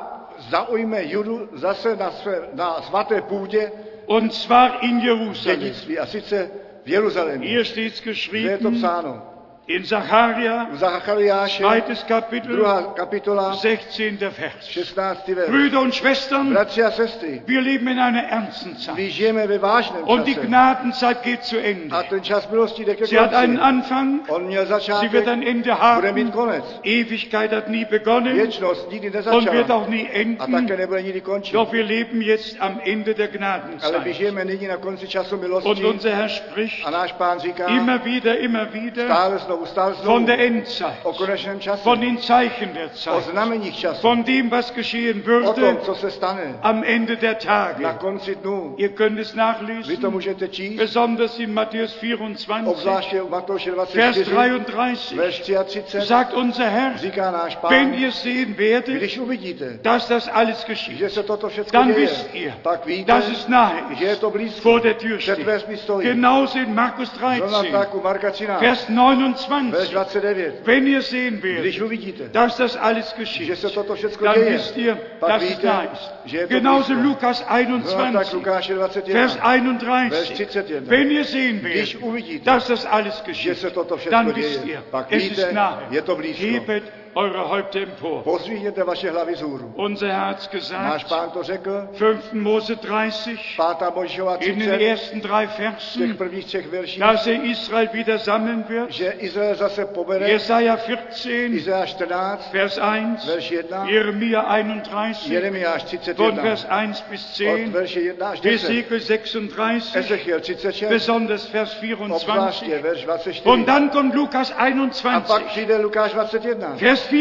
[SPEAKER 2] zaujme Judu zase na, své, na svaté půdě
[SPEAKER 1] Und zwar in Jerusalem.
[SPEAKER 2] dědictví, a sice v Jeruzalémě.
[SPEAKER 1] Hier steht
[SPEAKER 2] Kde je to
[SPEAKER 1] geschrieben
[SPEAKER 2] psáno?
[SPEAKER 1] in Zacharia,
[SPEAKER 2] V Zachariáše,
[SPEAKER 1] zweites Kapitel,
[SPEAKER 2] druhá kapitola,
[SPEAKER 1] 16. Vers.
[SPEAKER 2] 16. verš.
[SPEAKER 1] Brüder und Schwestern,
[SPEAKER 2] Bratři a sestry,
[SPEAKER 1] wir leben in einer ernsten Zeit.
[SPEAKER 2] my žijeme ve vážném
[SPEAKER 1] Und die
[SPEAKER 2] čase.
[SPEAKER 1] Gnadenzeit geht zu
[SPEAKER 2] A
[SPEAKER 1] Ende.
[SPEAKER 2] ten čas milosti jde ke
[SPEAKER 1] Sie hat einen
[SPEAKER 2] konci.
[SPEAKER 1] Anfang,
[SPEAKER 2] On měl
[SPEAKER 1] sie wird
[SPEAKER 2] začátek,
[SPEAKER 1] ein Ende
[SPEAKER 2] bude mít
[SPEAKER 1] haben.
[SPEAKER 2] konec.
[SPEAKER 1] Ewigkeit hat nie begonnen
[SPEAKER 2] Věčnost nikdy
[SPEAKER 1] und wird
[SPEAKER 2] nezačala
[SPEAKER 1] auch nie
[SPEAKER 2] a
[SPEAKER 1] enden.
[SPEAKER 2] také nebude nikdy končit.
[SPEAKER 1] Doch wir leben jetzt am Ende der
[SPEAKER 2] Ale my
[SPEAKER 1] Gnadenzeit.
[SPEAKER 2] žijeme nyní na konci času
[SPEAKER 1] Und
[SPEAKER 2] milosti
[SPEAKER 1] unser Herr spricht
[SPEAKER 2] a náš pán říká
[SPEAKER 1] immer wieder, immer wieder
[SPEAKER 2] stále znovu, stále
[SPEAKER 1] von
[SPEAKER 2] znovu
[SPEAKER 1] der Endzeit,
[SPEAKER 2] o konečném čase,
[SPEAKER 1] von den Zeichen der
[SPEAKER 2] o
[SPEAKER 1] Zeit,
[SPEAKER 2] znameních času,
[SPEAKER 1] von dem, was geschehen
[SPEAKER 2] o tom,
[SPEAKER 1] würde
[SPEAKER 2] co se stane
[SPEAKER 1] am Ende der
[SPEAKER 2] Oh na
[SPEAKER 1] Tage.
[SPEAKER 2] konci dnů.
[SPEAKER 1] Ihr könnt es
[SPEAKER 2] Vy to
[SPEAKER 1] nachlesen,
[SPEAKER 2] můžete číst,
[SPEAKER 1] besonders in Matthäus 24,
[SPEAKER 2] obzvláště u Matouše
[SPEAKER 1] Vers
[SPEAKER 2] 24,
[SPEAKER 1] 33,
[SPEAKER 2] verš 33,
[SPEAKER 1] sagt unser Herr,
[SPEAKER 2] říká náš
[SPEAKER 1] wenn
[SPEAKER 2] pán,
[SPEAKER 1] ihr sehen werdet,
[SPEAKER 2] když uvidíte,
[SPEAKER 1] dass das alles geschieht,
[SPEAKER 2] že se toto všechno
[SPEAKER 1] dann
[SPEAKER 2] děje,
[SPEAKER 1] wisst ihr,
[SPEAKER 2] tak víte,
[SPEAKER 1] dass es nahe
[SPEAKER 2] že je
[SPEAKER 1] ist,
[SPEAKER 2] to blízko,
[SPEAKER 1] vor der Tür
[SPEAKER 2] před
[SPEAKER 1] steht.
[SPEAKER 2] dveřmi stojí.
[SPEAKER 1] Genauso in Markus
[SPEAKER 2] Zrovna
[SPEAKER 1] 13,
[SPEAKER 2] tak u Marka 13,
[SPEAKER 1] Vers 29.
[SPEAKER 2] verš 29,
[SPEAKER 1] Wenn ihr sehen
[SPEAKER 2] když
[SPEAKER 1] werdet,
[SPEAKER 2] uvidíte,
[SPEAKER 1] dass das alles
[SPEAKER 2] že
[SPEAKER 1] geschieht,
[SPEAKER 2] se toto všechno
[SPEAKER 1] dann
[SPEAKER 2] děje,
[SPEAKER 1] wisst ihr,
[SPEAKER 2] pak
[SPEAKER 1] dass es
[SPEAKER 2] víte,
[SPEAKER 1] da ist.
[SPEAKER 2] že je to
[SPEAKER 1] Genauso
[SPEAKER 2] blízko.
[SPEAKER 1] Lukas
[SPEAKER 2] Zrovna tak
[SPEAKER 1] 21,
[SPEAKER 2] Lukáše 21,
[SPEAKER 1] Vers
[SPEAKER 2] verš
[SPEAKER 1] 31.
[SPEAKER 2] 31,
[SPEAKER 1] Wenn ihr sehen
[SPEAKER 2] když
[SPEAKER 1] werdet,
[SPEAKER 2] uvidíte,
[SPEAKER 1] dass das alles
[SPEAKER 2] že
[SPEAKER 1] geschieht,
[SPEAKER 2] se toto všechno
[SPEAKER 1] dann wisst
[SPEAKER 2] děje,
[SPEAKER 1] ihr,
[SPEAKER 2] pak
[SPEAKER 1] es ist
[SPEAKER 2] víte, je
[SPEAKER 1] nahe.
[SPEAKER 2] to blízko.
[SPEAKER 1] Hebet eure Häupter empor.
[SPEAKER 2] Pozvíněte vaše hlavy z hůru.
[SPEAKER 1] Unser Herr hat's
[SPEAKER 2] Náš
[SPEAKER 1] gesagt,
[SPEAKER 2] pán to řekl,
[SPEAKER 1] 5. Mose 30,
[SPEAKER 2] 5. Mojžíšova
[SPEAKER 1] in den
[SPEAKER 2] 30,
[SPEAKER 1] ersten drei
[SPEAKER 2] v těch
[SPEAKER 1] Versen,
[SPEAKER 2] prvních třech verších,
[SPEAKER 1] dass er Israel wieder sammeln wird.
[SPEAKER 2] že Izrael zase pobere,
[SPEAKER 1] Jesaja 14,
[SPEAKER 2] Izajáš 14,
[SPEAKER 1] Vers 1,
[SPEAKER 2] verš 1,
[SPEAKER 1] Jeremia 31,
[SPEAKER 2] Jeremiáš
[SPEAKER 1] von
[SPEAKER 2] 31,
[SPEAKER 1] Vers 1 bis
[SPEAKER 2] od
[SPEAKER 1] 10,
[SPEAKER 2] verše 1 až 10,
[SPEAKER 1] Hesekiel 36,
[SPEAKER 2] Ezechiel 36,
[SPEAKER 1] besonders Vers 24.
[SPEAKER 2] obzvláště verš
[SPEAKER 1] Und
[SPEAKER 2] 24,
[SPEAKER 1] dann kommt Lukas
[SPEAKER 2] a pak
[SPEAKER 1] 21,
[SPEAKER 2] přijde Lukáš 21,
[SPEAKER 1] Vers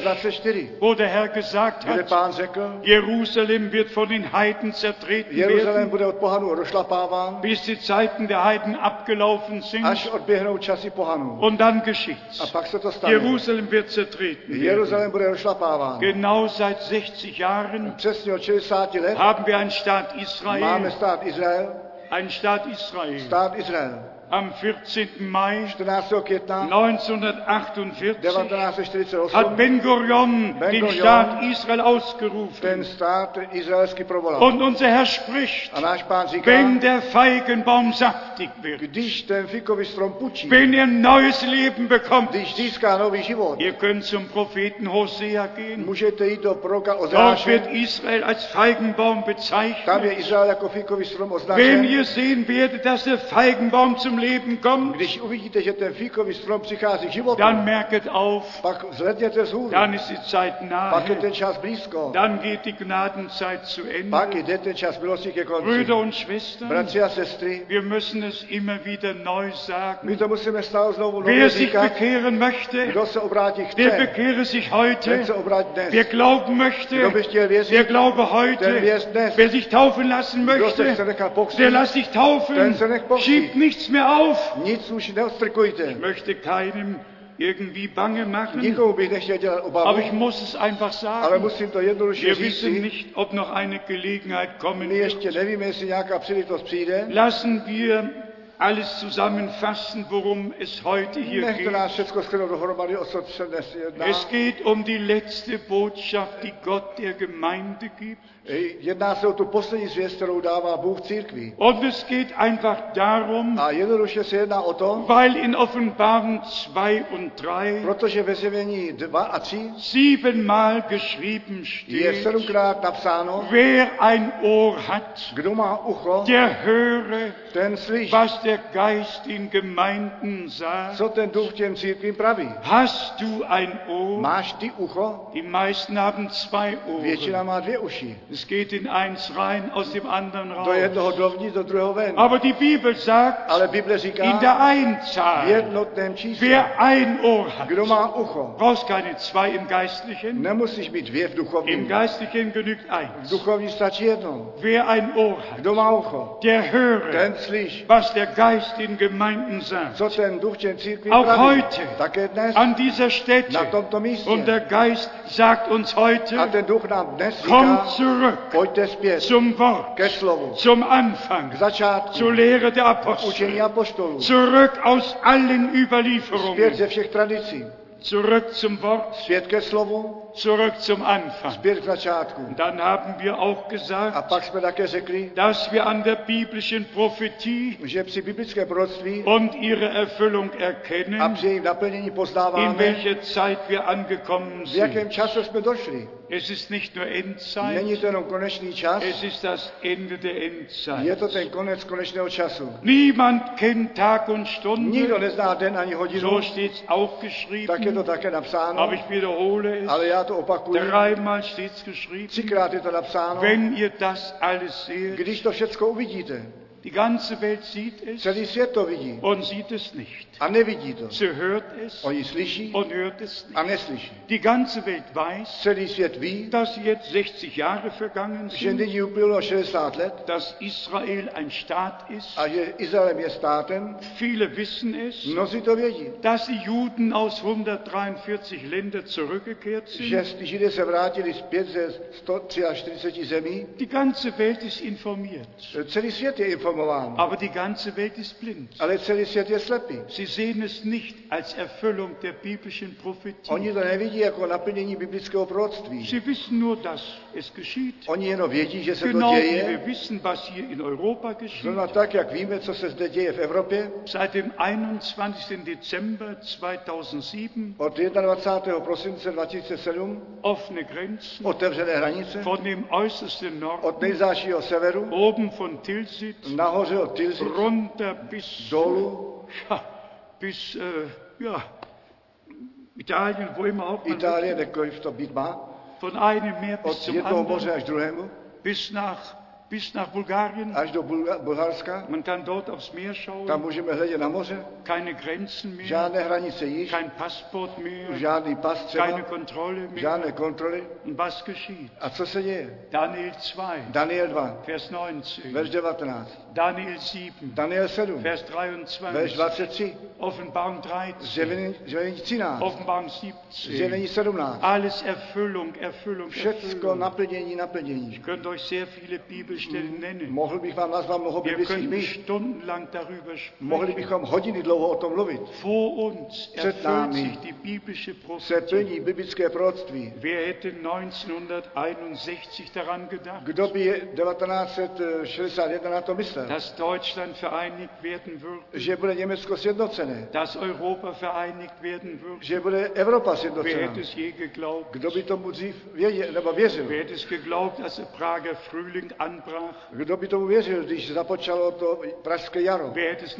[SPEAKER 1] 24,
[SPEAKER 2] 24,
[SPEAKER 1] wo der Herr gesagt
[SPEAKER 2] kde
[SPEAKER 1] hat,
[SPEAKER 2] pán řekl,
[SPEAKER 1] Jerusalem wird von den Heiden zertreten
[SPEAKER 2] Jeruzalém
[SPEAKER 1] werden,
[SPEAKER 2] bude od pohanů rošlapáván,
[SPEAKER 1] bis die Zeiten der Heiden abgelaufen
[SPEAKER 2] až
[SPEAKER 1] sind.
[SPEAKER 2] odběhnou časy pohanů.
[SPEAKER 1] Und dann
[SPEAKER 2] A
[SPEAKER 1] geschieht's.
[SPEAKER 2] pak se to stane.
[SPEAKER 1] Jerusalem wird zertreten werden.
[SPEAKER 2] Jeruzalém bude rošlapáván.
[SPEAKER 1] Genau seit 60 Jahren
[SPEAKER 2] Přesně od 60 let
[SPEAKER 1] haben wir einen Staat
[SPEAKER 2] máme
[SPEAKER 1] Israel,
[SPEAKER 2] stát Izrael,
[SPEAKER 1] einen Staat Israel.
[SPEAKER 2] stát Izrael.
[SPEAKER 1] Am 14. Mai
[SPEAKER 2] 14. května
[SPEAKER 1] 1948 hat
[SPEAKER 2] 1948
[SPEAKER 1] Ben Gurion den
[SPEAKER 2] Ben-Gurion
[SPEAKER 1] Staat Israel
[SPEAKER 2] ten
[SPEAKER 1] ausgerufen.
[SPEAKER 2] stát izraelský provolal.
[SPEAKER 1] Und unser Herr spricht,
[SPEAKER 2] A náš pán říká,
[SPEAKER 1] wenn der Feigenbaum saftig wird,
[SPEAKER 2] když ten fikový strom pučí,
[SPEAKER 1] wenn er ein neues Leben bekommt,
[SPEAKER 2] když získá nový život,
[SPEAKER 1] ihr könnt zum Propheten Hosea gehen.
[SPEAKER 2] můžete jít do proroka
[SPEAKER 1] Dort wird
[SPEAKER 2] Ozeáše,
[SPEAKER 1] Israel als Feigenbaum
[SPEAKER 2] tam je
[SPEAKER 1] bezeichnet.
[SPEAKER 2] Izrael jako fikový strom
[SPEAKER 1] Wenn
[SPEAKER 2] označen.
[SPEAKER 1] ihr sehen werdet, dass der Feigenbaum zum Leben kommt,
[SPEAKER 2] Když uvidíte, že ten fikový strom přichází k životu,
[SPEAKER 1] dann merket auf,
[SPEAKER 2] pak vzhledněte z hůru,
[SPEAKER 1] dann ist die Zeit
[SPEAKER 2] pak je ten
[SPEAKER 1] nahe,
[SPEAKER 2] čas blízko,
[SPEAKER 1] dann geht die Gnadenzeit zu Ende.
[SPEAKER 2] pak jde ten čas milosti ke konci.
[SPEAKER 1] Brüder und Schwestern,
[SPEAKER 2] Bratři a sestry,
[SPEAKER 1] wir müssen es immer wieder neu
[SPEAKER 2] my
[SPEAKER 1] sagen.
[SPEAKER 2] to musíme stále znovu nově
[SPEAKER 1] Wer sich
[SPEAKER 2] říkat,
[SPEAKER 1] bekehren möchte,
[SPEAKER 2] kdo se obrátí
[SPEAKER 1] der
[SPEAKER 2] chce,
[SPEAKER 1] bekehre sich
[SPEAKER 2] ten se
[SPEAKER 1] heute.
[SPEAKER 2] obrátí dnes.
[SPEAKER 1] Wer glauben
[SPEAKER 2] Kdo
[SPEAKER 1] möchte,
[SPEAKER 2] by chtěl věřit,
[SPEAKER 1] der glaube heute. Wer sich taufen lassen
[SPEAKER 2] kdo se chce
[SPEAKER 1] möchte,
[SPEAKER 2] nechat
[SPEAKER 1] der
[SPEAKER 2] pokřít,
[SPEAKER 1] lass sich taufen. Schiebt nichts mehr auf.
[SPEAKER 2] nic už neostrkujte.
[SPEAKER 1] Ich möchte keinem irgendwie bange machen,
[SPEAKER 2] Nikomu bych nechtěl dělat
[SPEAKER 1] aber ich
[SPEAKER 2] obavu,
[SPEAKER 1] muss es einfach
[SPEAKER 2] ale
[SPEAKER 1] sagen.
[SPEAKER 2] musím to jednoduše
[SPEAKER 1] Wir wissen
[SPEAKER 2] říci.
[SPEAKER 1] nicht, ob noch eine Gelegenheit kommen
[SPEAKER 2] My
[SPEAKER 1] wird.
[SPEAKER 2] ještě nevíme, jestli nějaká příležitost přijde.
[SPEAKER 1] Lassen wir alles zusammenfassen, worum es heute hier
[SPEAKER 2] Nechte
[SPEAKER 1] geht.
[SPEAKER 2] nás všechno shrnout dohromady, o co se dnes jedná.
[SPEAKER 1] Es geht um die letzte Botschaft, die Gott der Gemeinde gibt.
[SPEAKER 2] Jedná se o tu poslední zvěst, kterou dává Bůh církvi.
[SPEAKER 1] Und es geht einfach darum,
[SPEAKER 2] A jednoduše se jedná o to,
[SPEAKER 1] weil in Offenbarung 2 und 3
[SPEAKER 2] protože ve zjevení 2 a 3
[SPEAKER 1] siebenmal geschrieben
[SPEAKER 2] je
[SPEAKER 1] steht,
[SPEAKER 2] sedmkrát napsáno,
[SPEAKER 1] wer ein Ohr hat,
[SPEAKER 2] kdo má ucho,
[SPEAKER 1] der höre,
[SPEAKER 2] ten slyší,
[SPEAKER 1] was der der Geist den Gemeinden sagt,
[SPEAKER 2] Co ten duch těm církvím praví?
[SPEAKER 1] hast du ein Ohr?
[SPEAKER 2] Máš ty ucho?
[SPEAKER 1] Die meisten haben zwei
[SPEAKER 2] Většina
[SPEAKER 1] Ohren.
[SPEAKER 2] má dvě uši.
[SPEAKER 1] Es geht in eins rein, aus dem anderen
[SPEAKER 2] Do jednoho
[SPEAKER 1] raus.
[SPEAKER 2] dovnitř, do druhého ven.
[SPEAKER 1] Aber die Bibel sagt,
[SPEAKER 2] Ale Bible
[SPEAKER 1] in
[SPEAKER 2] říká
[SPEAKER 1] der
[SPEAKER 2] v
[SPEAKER 1] Einzahl,
[SPEAKER 2] jednotném čísle.
[SPEAKER 1] wer ein Ohr hat,
[SPEAKER 2] Kdo má ucho?
[SPEAKER 1] brauchst keine zwei im Geistlichen.
[SPEAKER 2] Nemusíš mít dvě v
[SPEAKER 1] Im
[SPEAKER 2] duchovním.
[SPEAKER 1] Geistlichen genügt
[SPEAKER 2] V
[SPEAKER 1] eins.
[SPEAKER 2] duchovní stačí jedno.
[SPEAKER 1] Wer ein Ohr hat,
[SPEAKER 2] Kdo má ucho?
[SPEAKER 1] der höre,
[SPEAKER 2] Ten slyš.
[SPEAKER 1] was der Geist den Gemeinden sagt.
[SPEAKER 2] Co ten duch těm církvím
[SPEAKER 1] Auch
[SPEAKER 2] praví?
[SPEAKER 1] heute.
[SPEAKER 2] Také dnes.
[SPEAKER 1] An dieser
[SPEAKER 2] Na
[SPEAKER 1] Stätte.
[SPEAKER 2] tomto místě.
[SPEAKER 1] Und der Geist sagt uns
[SPEAKER 2] A
[SPEAKER 1] heute,
[SPEAKER 2] ten duch nám dnes
[SPEAKER 1] kommt
[SPEAKER 2] říká,
[SPEAKER 1] zurück
[SPEAKER 2] pojďte zpět
[SPEAKER 1] zum Wort,
[SPEAKER 2] ke slovu,
[SPEAKER 1] zum
[SPEAKER 2] k
[SPEAKER 1] Anfang,
[SPEAKER 2] začátku,
[SPEAKER 1] zur Lehre der
[SPEAKER 2] k učení
[SPEAKER 1] Apostel,
[SPEAKER 2] apoštolů,
[SPEAKER 1] zurück aus allen
[SPEAKER 2] zpět ze
[SPEAKER 1] Überlieferungen,
[SPEAKER 2] všech tradicí,
[SPEAKER 1] zurück zum Wort,
[SPEAKER 2] zpět ke slovu,
[SPEAKER 1] zurück zum Anfang.
[SPEAKER 2] zpět k začátku.
[SPEAKER 1] Und dann haben wir auch
[SPEAKER 2] A
[SPEAKER 1] gesagt,
[SPEAKER 2] pak jsme také řekli,
[SPEAKER 1] dass wir an der biblischen Prophetie
[SPEAKER 2] že při biblické proroctví
[SPEAKER 1] und ihre Erfüllung
[SPEAKER 2] a
[SPEAKER 1] erkennen,
[SPEAKER 2] při jejím naplnění
[SPEAKER 1] in
[SPEAKER 2] poznáváme,
[SPEAKER 1] welcher Zeit wir angekommen
[SPEAKER 2] v
[SPEAKER 1] sind.
[SPEAKER 2] jakém čase jsme došli.
[SPEAKER 1] Es ist nicht nur
[SPEAKER 2] Není
[SPEAKER 1] Endzeit,
[SPEAKER 2] to jenom konečný čas,
[SPEAKER 1] es ist das Ende der
[SPEAKER 2] je to
[SPEAKER 1] Endzeit.
[SPEAKER 2] ten konec konečného času.
[SPEAKER 1] Niemand kennt Tag und
[SPEAKER 2] Nikdo
[SPEAKER 1] Stunde,
[SPEAKER 2] nezná den ani hodinu,
[SPEAKER 1] so steht es auch
[SPEAKER 2] tak je to
[SPEAKER 1] geschrieben,
[SPEAKER 2] také napsáno,
[SPEAKER 1] aber ich wiederhole es,
[SPEAKER 2] ale já to opakuju.
[SPEAKER 1] dreimal steht es geschrieben.
[SPEAKER 2] Třikrát je to napsáno.
[SPEAKER 1] Wenn ihr das alles seht,
[SPEAKER 2] Když to všechno uvidíte,
[SPEAKER 1] die ganze Welt sieht es
[SPEAKER 2] celý svět to vidí
[SPEAKER 1] und sieht es nicht.
[SPEAKER 2] a nevidí to.
[SPEAKER 1] Sie hört es
[SPEAKER 2] Oni slyší
[SPEAKER 1] und hört es nicht.
[SPEAKER 2] a neslyší.
[SPEAKER 1] Die ganze Welt weiß,
[SPEAKER 2] Celý svět ví,
[SPEAKER 1] dass jetzt 60 Jahre vergangen
[SPEAKER 2] že
[SPEAKER 1] sind,
[SPEAKER 2] nyní uplynulo 60 let
[SPEAKER 1] dass Israel ein Staat ist.
[SPEAKER 2] a že Izrael je státem.
[SPEAKER 1] Viele wissen es,
[SPEAKER 2] Mnozí to vědí,
[SPEAKER 1] dass die Juden aus 143 Ländern zurückgekehrt
[SPEAKER 2] že
[SPEAKER 1] sind.
[SPEAKER 2] s- Židé se vrátili zpět ze 143 zemí.
[SPEAKER 1] Die ganze Welt ist informiert,
[SPEAKER 2] Celý svět je informován,
[SPEAKER 1] aber die ganze Welt ist blind.
[SPEAKER 2] ale celý svět je slepý.
[SPEAKER 1] Sie sehen es nicht als Erfüllung der biblischen
[SPEAKER 2] Oni
[SPEAKER 1] Prophetie.
[SPEAKER 2] to nevidí jako naplnění biblického proroctví.
[SPEAKER 1] Sie wissen nur, dass es geschieht.
[SPEAKER 2] Oni jenom vědí, že se to
[SPEAKER 1] Genau wie
[SPEAKER 2] děje.
[SPEAKER 1] wir wissen, was hier in Europa geschieht.
[SPEAKER 2] Zrovna tak, jak víme, co se zde děje v Evropě,
[SPEAKER 1] Seit dem 21. Dezember 2007
[SPEAKER 2] od 21. prosince 2007
[SPEAKER 1] offene Grenzen.
[SPEAKER 2] otevřené hranice
[SPEAKER 1] von dem äußersten
[SPEAKER 2] od
[SPEAKER 1] Norden,
[SPEAKER 2] nejzášího severu
[SPEAKER 1] oben von Tilsit,
[SPEAKER 2] nahoře od Tilsit
[SPEAKER 1] runter bis,
[SPEAKER 2] dolů
[SPEAKER 1] ja, bis äh, ja, Italien, wo immer auch man will,
[SPEAKER 2] Itálie, nekoliv to být má,
[SPEAKER 1] von einem Meer bis
[SPEAKER 2] od
[SPEAKER 1] zum
[SPEAKER 2] jednoho
[SPEAKER 1] anderen,
[SPEAKER 2] moře až druhému,
[SPEAKER 1] bis nach, bis nach Bulgarien.
[SPEAKER 2] až do Bulga- Bulharska.
[SPEAKER 1] Man kann dort aufs Meer
[SPEAKER 2] Tam
[SPEAKER 1] schauen,
[SPEAKER 2] můžeme hledět na moře,
[SPEAKER 1] keine Grenzen mehr,
[SPEAKER 2] žádné hranice již,
[SPEAKER 1] kein Passport mehr,
[SPEAKER 2] žádný pas
[SPEAKER 1] keine
[SPEAKER 2] třeba,
[SPEAKER 1] Kontrolle mehr.
[SPEAKER 2] žádné kontroly.
[SPEAKER 1] Und was geschieht?
[SPEAKER 2] A co se děje?
[SPEAKER 1] Daniel 2,
[SPEAKER 2] Daniel 2,
[SPEAKER 1] Vers 19,
[SPEAKER 2] verš 19,
[SPEAKER 1] Daniel 7,
[SPEAKER 2] Daniel 7,
[SPEAKER 1] Vers
[SPEAKER 2] verš
[SPEAKER 1] 23,
[SPEAKER 2] 23,
[SPEAKER 1] Offenbarung 13,
[SPEAKER 2] zjevení zjevení 13,
[SPEAKER 1] Offenbarung 17.
[SPEAKER 2] zjevení 17.
[SPEAKER 1] Alles Erfüllung, Erfüllung,
[SPEAKER 2] Všecko
[SPEAKER 1] Erfüllung.
[SPEAKER 2] naplnění, naplnění.
[SPEAKER 1] Ich könnte euch sehr viele Bibelstellen nennen.
[SPEAKER 2] Mohl bych vám nazvat mnoho
[SPEAKER 1] Wir
[SPEAKER 2] biblických
[SPEAKER 1] könnten
[SPEAKER 2] míst.
[SPEAKER 1] stundenlang darüber
[SPEAKER 2] Mohli
[SPEAKER 1] sprechen.
[SPEAKER 2] bychom hodiny dlouho o tom mluvit.
[SPEAKER 1] Vor uns erfüllt sich die biblische
[SPEAKER 2] Se
[SPEAKER 1] Prophetie.
[SPEAKER 2] plní biblické proroctví.
[SPEAKER 1] Wer hätte 1961 daran gedacht,
[SPEAKER 2] Kdo by 1961 na to myslel?
[SPEAKER 1] dass Deutschland vereinigt werden wird,
[SPEAKER 2] Že bude Německo sjednocené.
[SPEAKER 1] dass Europa vereinigt werden wird?
[SPEAKER 2] Že bude Evropa
[SPEAKER 1] Wer
[SPEAKER 2] sjednocená.
[SPEAKER 1] hätte es je geglaubt?
[SPEAKER 2] Kdo by tomu dřív věděl, nebo věřil?
[SPEAKER 1] Wer hätte es geglaubt, als der Prager Frühling anbrach?
[SPEAKER 2] Kdo by tomu věřil, když započalo to pražské jaro?
[SPEAKER 1] Wer hätte es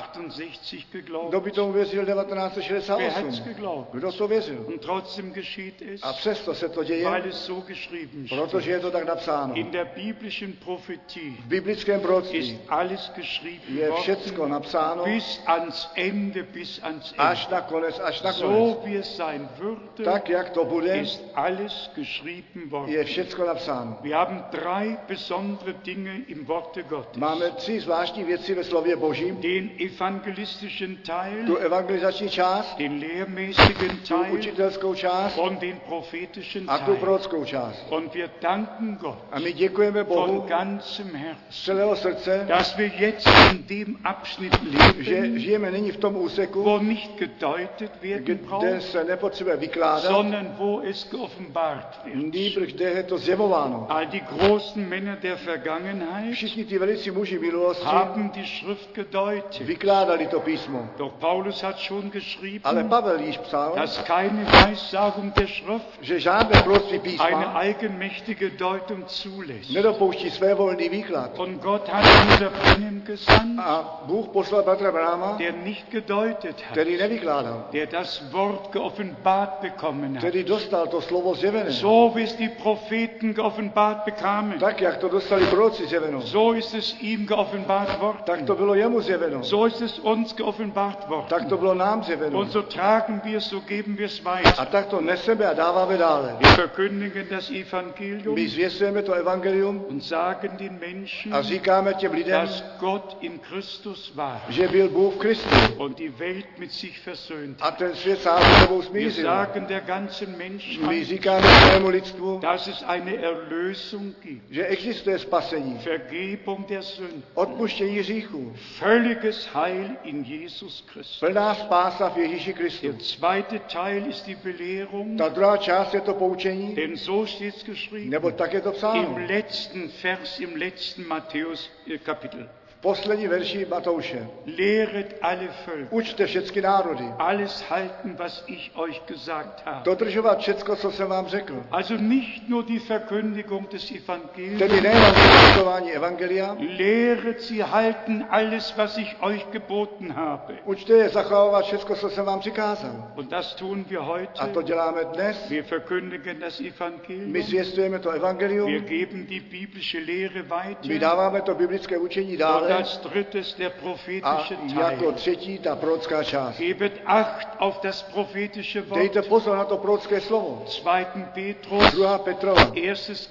[SPEAKER 1] 1968 geglaubt?
[SPEAKER 2] Kdo by tomu věřil
[SPEAKER 1] Wer hat es
[SPEAKER 2] 1968?
[SPEAKER 1] geglaubt?
[SPEAKER 2] Kdo to věřil?
[SPEAKER 1] Und trotzdem geschieht es,
[SPEAKER 2] A přesto se to
[SPEAKER 1] weil
[SPEAKER 2] děje,
[SPEAKER 1] es so geschrieben steht.
[SPEAKER 2] protože je to tak napsáno.
[SPEAKER 1] In der biblischen Prophetie
[SPEAKER 2] V biblickém proroctví
[SPEAKER 1] ist alles geschrieben
[SPEAKER 2] je
[SPEAKER 1] worden,
[SPEAKER 2] všecko napsáno
[SPEAKER 1] bis ans Ende, bis ans Ende.
[SPEAKER 2] až na konec, až na konec.
[SPEAKER 1] So wie es sein würde,
[SPEAKER 2] Tak, jak to bude,
[SPEAKER 1] ist alles geschrieben worden.
[SPEAKER 2] je všecko napsáno.
[SPEAKER 1] Wir haben drei besondere Dinge im Worte
[SPEAKER 2] Máme
[SPEAKER 1] Gottes.
[SPEAKER 2] tři zvláštní věci ve slově Božím.
[SPEAKER 1] Den evangelistischen
[SPEAKER 2] Tu
[SPEAKER 1] Teil,
[SPEAKER 2] evangelizační část,
[SPEAKER 1] den lehrmäßigen
[SPEAKER 2] tu
[SPEAKER 1] Teil
[SPEAKER 2] učitelskou část
[SPEAKER 1] und den prophetischen
[SPEAKER 2] a tu
[SPEAKER 1] Teil.
[SPEAKER 2] prorockou část.
[SPEAKER 1] Und wir danken Gott.
[SPEAKER 2] A my děkujeme
[SPEAKER 1] von
[SPEAKER 2] Bohu
[SPEAKER 1] ganzem Herzen,
[SPEAKER 2] z celého srdce,
[SPEAKER 1] dass wir jetzt in dem Abschnitt
[SPEAKER 2] že
[SPEAKER 1] leben,
[SPEAKER 2] žijeme nyní v tom úseku,
[SPEAKER 1] wo nicht gedeutet werden
[SPEAKER 2] kde
[SPEAKER 1] braucht,
[SPEAKER 2] se nepotřebuje vykládat,
[SPEAKER 1] sondern wo es geoffenbart wird.
[SPEAKER 2] nýbrž kde je to zjevováno.
[SPEAKER 1] All die großen Männer der der Vergangenheit
[SPEAKER 2] Všichni ti velicí muži milosti
[SPEAKER 1] haben die Schrift gedeutet.
[SPEAKER 2] vykládali to písmo.
[SPEAKER 1] Doch Paulus hat schon geschrieben,
[SPEAKER 2] Ale Pavel již psal,
[SPEAKER 1] dass keine Weissagung der Schrift
[SPEAKER 2] že žádné proroctví
[SPEAKER 1] eine
[SPEAKER 2] písma
[SPEAKER 1] eigenmächtige Deutung zulässt.
[SPEAKER 2] nedopouští svévolný výklad.
[SPEAKER 1] Und Gott hat Bruder Brennan gesandt,
[SPEAKER 2] A Bůh poslal Petra Bráma,
[SPEAKER 1] der nicht gedeutet hat,
[SPEAKER 2] který nevykládal,
[SPEAKER 1] der das Wort geoffenbart bekommen hat.
[SPEAKER 2] který dostal to slovo zjevené.
[SPEAKER 1] So wie es die Propheten geoffenbart bekamen,
[SPEAKER 2] Tak, jak to dostali proroci zjeveno,
[SPEAKER 1] so ist es ihm geoffenbart
[SPEAKER 2] tak to
[SPEAKER 1] worden.
[SPEAKER 2] bylo jemu zjeveno,
[SPEAKER 1] So ist es uns geoffenbart worden.
[SPEAKER 2] tak to bylo nám zjeveno.
[SPEAKER 1] Und so tragen wir es, so geben wir es weiter.
[SPEAKER 2] A tak to neseme a dáváme dále.
[SPEAKER 1] Wir verkündigen das
[SPEAKER 2] My
[SPEAKER 1] Evangelium
[SPEAKER 2] zvěstujeme to evangelium
[SPEAKER 1] und sagen den Menschen,
[SPEAKER 2] a říkáme těm lidem,
[SPEAKER 1] dass Gott in Christus war
[SPEAKER 2] že byl Bůh v Kristu
[SPEAKER 1] und die Welt mit sich versöhnt.
[SPEAKER 2] a ten svět sám s sebou
[SPEAKER 1] Wir
[SPEAKER 2] smířil.
[SPEAKER 1] sagen der ganzen
[SPEAKER 2] My
[SPEAKER 1] Menschheit,
[SPEAKER 2] říkáme svému lidstvu,
[SPEAKER 1] dass es eine Erlösung gibt,
[SPEAKER 2] že existuje spasení,
[SPEAKER 1] Vergebung der Sünden,
[SPEAKER 2] odpuštění hříchů,
[SPEAKER 1] völliges Heil in Jesus Christus.
[SPEAKER 2] plná spása v Ježíši Kristu.
[SPEAKER 1] Der zweite Teil ist die Belehrung,
[SPEAKER 2] Ta druhá část je to poučení,
[SPEAKER 1] denn so steht es geschrieben.
[SPEAKER 2] nebo tak je to psáno.
[SPEAKER 1] Im letzten Vers, im letzten Matthäus äh, Kapitel.
[SPEAKER 2] V poslední verši Matouše.
[SPEAKER 1] Lehret alle Völker,
[SPEAKER 2] Učte všechny národy.
[SPEAKER 1] alles halten, was ich euch gesagt habe.
[SPEAKER 2] Dodržovat všecko, co jsem vám řekl.
[SPEAKER 1] Also nicht nur die Verkündigung des
[SPEAKER 2] Tedy
[SPEAKER 1] Evangeliums.
[SPEAKER 2] nejenom zvěstování evangelia,
[SPEAKER 1] Lehret sie halten alles, was ich euch geboten habe.
[SPEAKER 2] učte je zachovávat všecko, co jsem vám přikázal.
[SPEAKER 1] Und das tun wir
[SPEAKER 2] A to
[SPEAKER 1] heute.
[SPEAKER 2] děláme dnes.
[SPEAKER 1] Wir verkündigen das
[SPEAKER 2] My
[SPEAKER 1] Evangelium.
[SPEAKER 2] zvěstujeme to
[SPEAKER 1] Wir
[SPEAKER 2] evangelium,
[SPEAKER 1] geben die biblische Lehre
[SPEAKER 2] my
[SPEAKER 1] weiter.
[SPEAKER 2] dáváme to biblické učení
[SPEAKER 1] Und
[SPEAKER 2] dále
[SPEAKER 1] als drittes der
[SPEAKER 2] a
[SPEAKER 1] prophetische
[SPEAKER 2] jako
[SPEAKER 1] Teil.
[SPEAKER 2] třetí ta prorocká část.
[SPEAKER 1] Gebet Acht auf das prophetische
[SPEAKER 2] Dejte
[SPEAKER 1] Wort.
[SPEAKER 2] pozor na to prorocké slovo.
[SPEAKER 1] 2. Petrus,
[SPEAKER 2] 2. Petrova,
[SPEAKER 1] erstes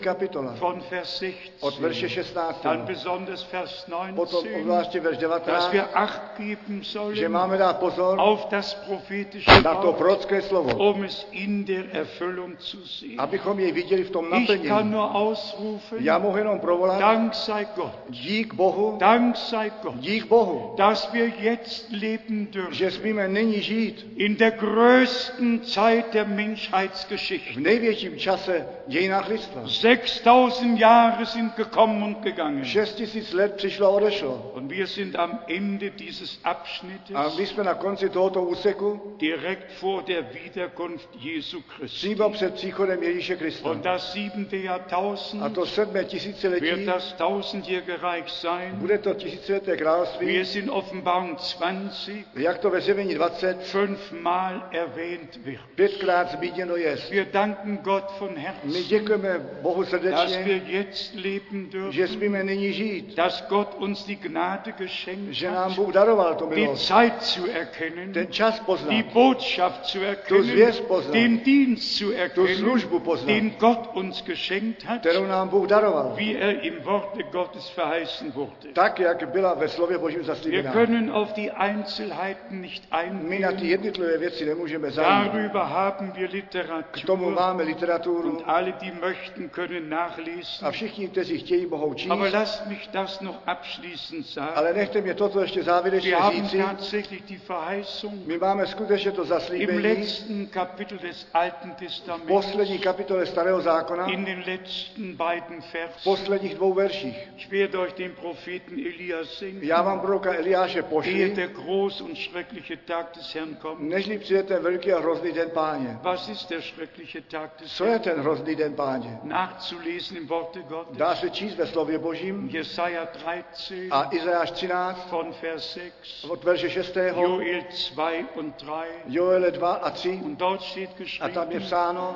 [SPEAKER 1] Kapitel
[SPEAKER 2] kapitola,
[SPEAKER 1] von Vers
[SPEAKER 2] od verše
[SPEAKER 1] 16. Dann
[SPEAKER 2] 16.
[SPEAKER 1] besonders Vers
[SPEAKER 2] Potom
[SPEAKER 1] 19,
[SPEAKER 2] obzvláště verš
[SPEAKER 1] dass
[SPEAKER 2] 19,
[SPEAKER 1] wir Acht geben
[SPEAKER 2] že
[SPEAKER 1] sollen
[SPEAKER 2] máme dát pozor
[SPEAKER 1] auf das prophetische
[SPEAKER 2] na to
[SPEAKER 1] Wort,
[SPEAKER 2] prorocké slovo,
[SPEAKER 1] um es in der Erfüllung zu sehen.
[SPEAKER 2] abychom jej viděli v tom
[SPEAKER 1] Ich kann
[SPEAKER 2] naplnění.
[SPEAKER 1] nur ausrufen,
[SPEAKER 2] Já mohu jenom provolat,
[SPEAKER 1] Dank sei Gott,
[SPEAKER 2] dík Bohu,
[SPEAKER 1] Dank sei Gott,
[SPEAKER 2] dík Bohu,
[SPEAKER 1] dass wir jetzt leben dürfen.
[SPEAKER 2] že smíme nyní žít
[SPEAKER 1] In der größten Zeit der
[SPEAKER 2] v
[SPEAKER 1] Menschheitsgeschichte.
[SPEAKER 2] největším čase v dějinách lidstva.
[SPEAKER 1] 6000 Jahre sind gekommen und gegangen.
[SPEAKER 2] Šest tisíc let přišlo a odešlo.
[SPEAKER 1] Und wir sind am Ende dieses
[SPEAKER 2] A
[SPEAKER 1] Abschnittes
[SPEAKER 2] my jsme na konci tohoto úseku
[SPEAKER 1] direkt vor der Wiederkunft Jesu Christi.
[SPEAKER 2] přímo před příchodem Ježíše Krista.
[SPEAKER 1] Und das siebente
[SPEAKER 2] A
[SPEAKER 1] Jahrtausend
[SPEAKER 2] to sedmé
[SPEAKER 1] wird
[SPEAKER 2] tisíciletí
[SPEAKER 1] das tausendjährige Reich sein,
[SPEAKER 2] bude to tisícileté
[SPEAKER 1] wie
[SPEAKER 2] království,
[SPEAKER 1] es in Offenbarung 20
[SPEAKER 2] jak to ve zjevení 20
[SPEAKER 1] fünfmal erwähnt wird.
[SPEAKER 2] pětkrát zmíněno jest.
[SPEAKER 1] Wir danken Gott von
[SPEAKER 2] My
[SPEAKER 1] Herzen,
[SPEAKER 2] děkujeme Bohu
[SPEAKER 1] dass
[SPEAKER 2] srdečně,
[SPEAKER 1] wir jetzt leben
[SPEAKER 2] že
[SPEAKER 1] dürfen,
[SPEAKER 2] smíme nyní žít,
[SPEAKER 1] dass Gott uns die Gnade geschenkt
[SPEAKER 2] že nám
[SPEAKER 1] hat,
[SPEAKER 2] Bůh daroval tu
[SPEAKER 1] die
[SPEAKER 2] milost,
[SPEAKER 1] Zeit zu erkennen,
[SPEAKER 2] ten čas
[SPEAKER 1] die
[SPEAKER 2] poznat,
[SPEAKER 1] Botschaft zu
[SPEAKER 2] Du
[SPEAKER 1] erkennen,
[SPEAKER 2] wirst poznat.
[SPEAKER 1] den Dienst zu
[SPEAKER 2] tu
[SPEAKER 1] erkennen,
[SPEAKER 2] službu poznat,
[SPEAKER 1] den Gott uns geschenkt hat,
[SPEAKER 2] kterou nám Bůh daroval,
[SPEAKER 1] wie er im Worte Gottes verheißen wurde.
[SPEAKER 2] tak, jak byla ve slově Božím
[SPEAKER 1] Wir
[SPEAKER 2] zaslíbená.
[SPEAKER 1] können auf die Einzelheiten nicht
[SPEAKER 2] My na ty
[SPEAKER 1] eingehen.
[SPEAKER 2] jednotlivé věci nemůžeme zajít.
[SPEAKER 1] Darüber haben wir
[SPEAKER 2] K tomu
[SPEAKER 1] Literatur
[SPEAKER 2] máme literaturu
[SPEAKER 1] und alle, die möchten, können
[SPEAKER 2] a
[SPEAKER 1] nachlesen.
[SPEAKER 2] všichni, kteří chtějí, mohou číst,
[SPEAKER 1] Aber lasst mich das noch abschließend sagen.
[SPEAKER 2] ale nechte mě toto ještě závěrečně
[SPEAKER 1] Wir haben
[SPEAKER 2] říci.
[SPEAKER 1] tatsächlich die Verheißung
[SPEAKER 2] My máme skutečně to
[SPEAKER 1] im
[SPEAKER 2] zaslíbení
[SPEAKER 1] letzten Kapitel des Alten
[SPEAKER 2] v
[SPEAKER 1] Testaments,
[SPEAKER 2] poslední kapitole Starého zákona,
[SPEAKER 1] in den letzten beiden
[SPEAKER 2] v
[SPEAKER 1] Versen.
[SPEAKER 2] posledních dvou verších.
[SPEAKER 1] Ich werde euch den Propheten Elias singen,
[SPEAKER 2] Já vám proroka Eliáše
[SPEAKER 1] ehe
[SPEAKER 2] pošli,
[SPEAKER 1] der groß und schreckliche Tag des Herrn kommt.
[SPEAKER 2] nežli přijde ten velký a hrozný den páně.
[SPEAKER 1] Was ist der schreckliche Tag des
[SPEAKER 2] Co je
[SPEAKER 1] Herrn?
[SPEAKER 2] ten hrozný den páně?
[SPEAKER 1] Nachzulesen im Worte Gottes.
[SPEAKER 2] Dá se číst ve slově Božím
[SPEAKER 1] Jesaja 13
[SPEAKER 2] a Izajáš 13
[SPEAKER 1] von Vers 6,
[SPEAKER 2] od verše 6.
[SPEAKER 1] Joel 2 und 3.
[SPEAKER 2] Joele 2 a 3
[SPEAKER 1] Und dort steht
[SPEAKER 2] a tam je
[SPEAKER 1] geschrieben,
[SPEAKER 2] psáno,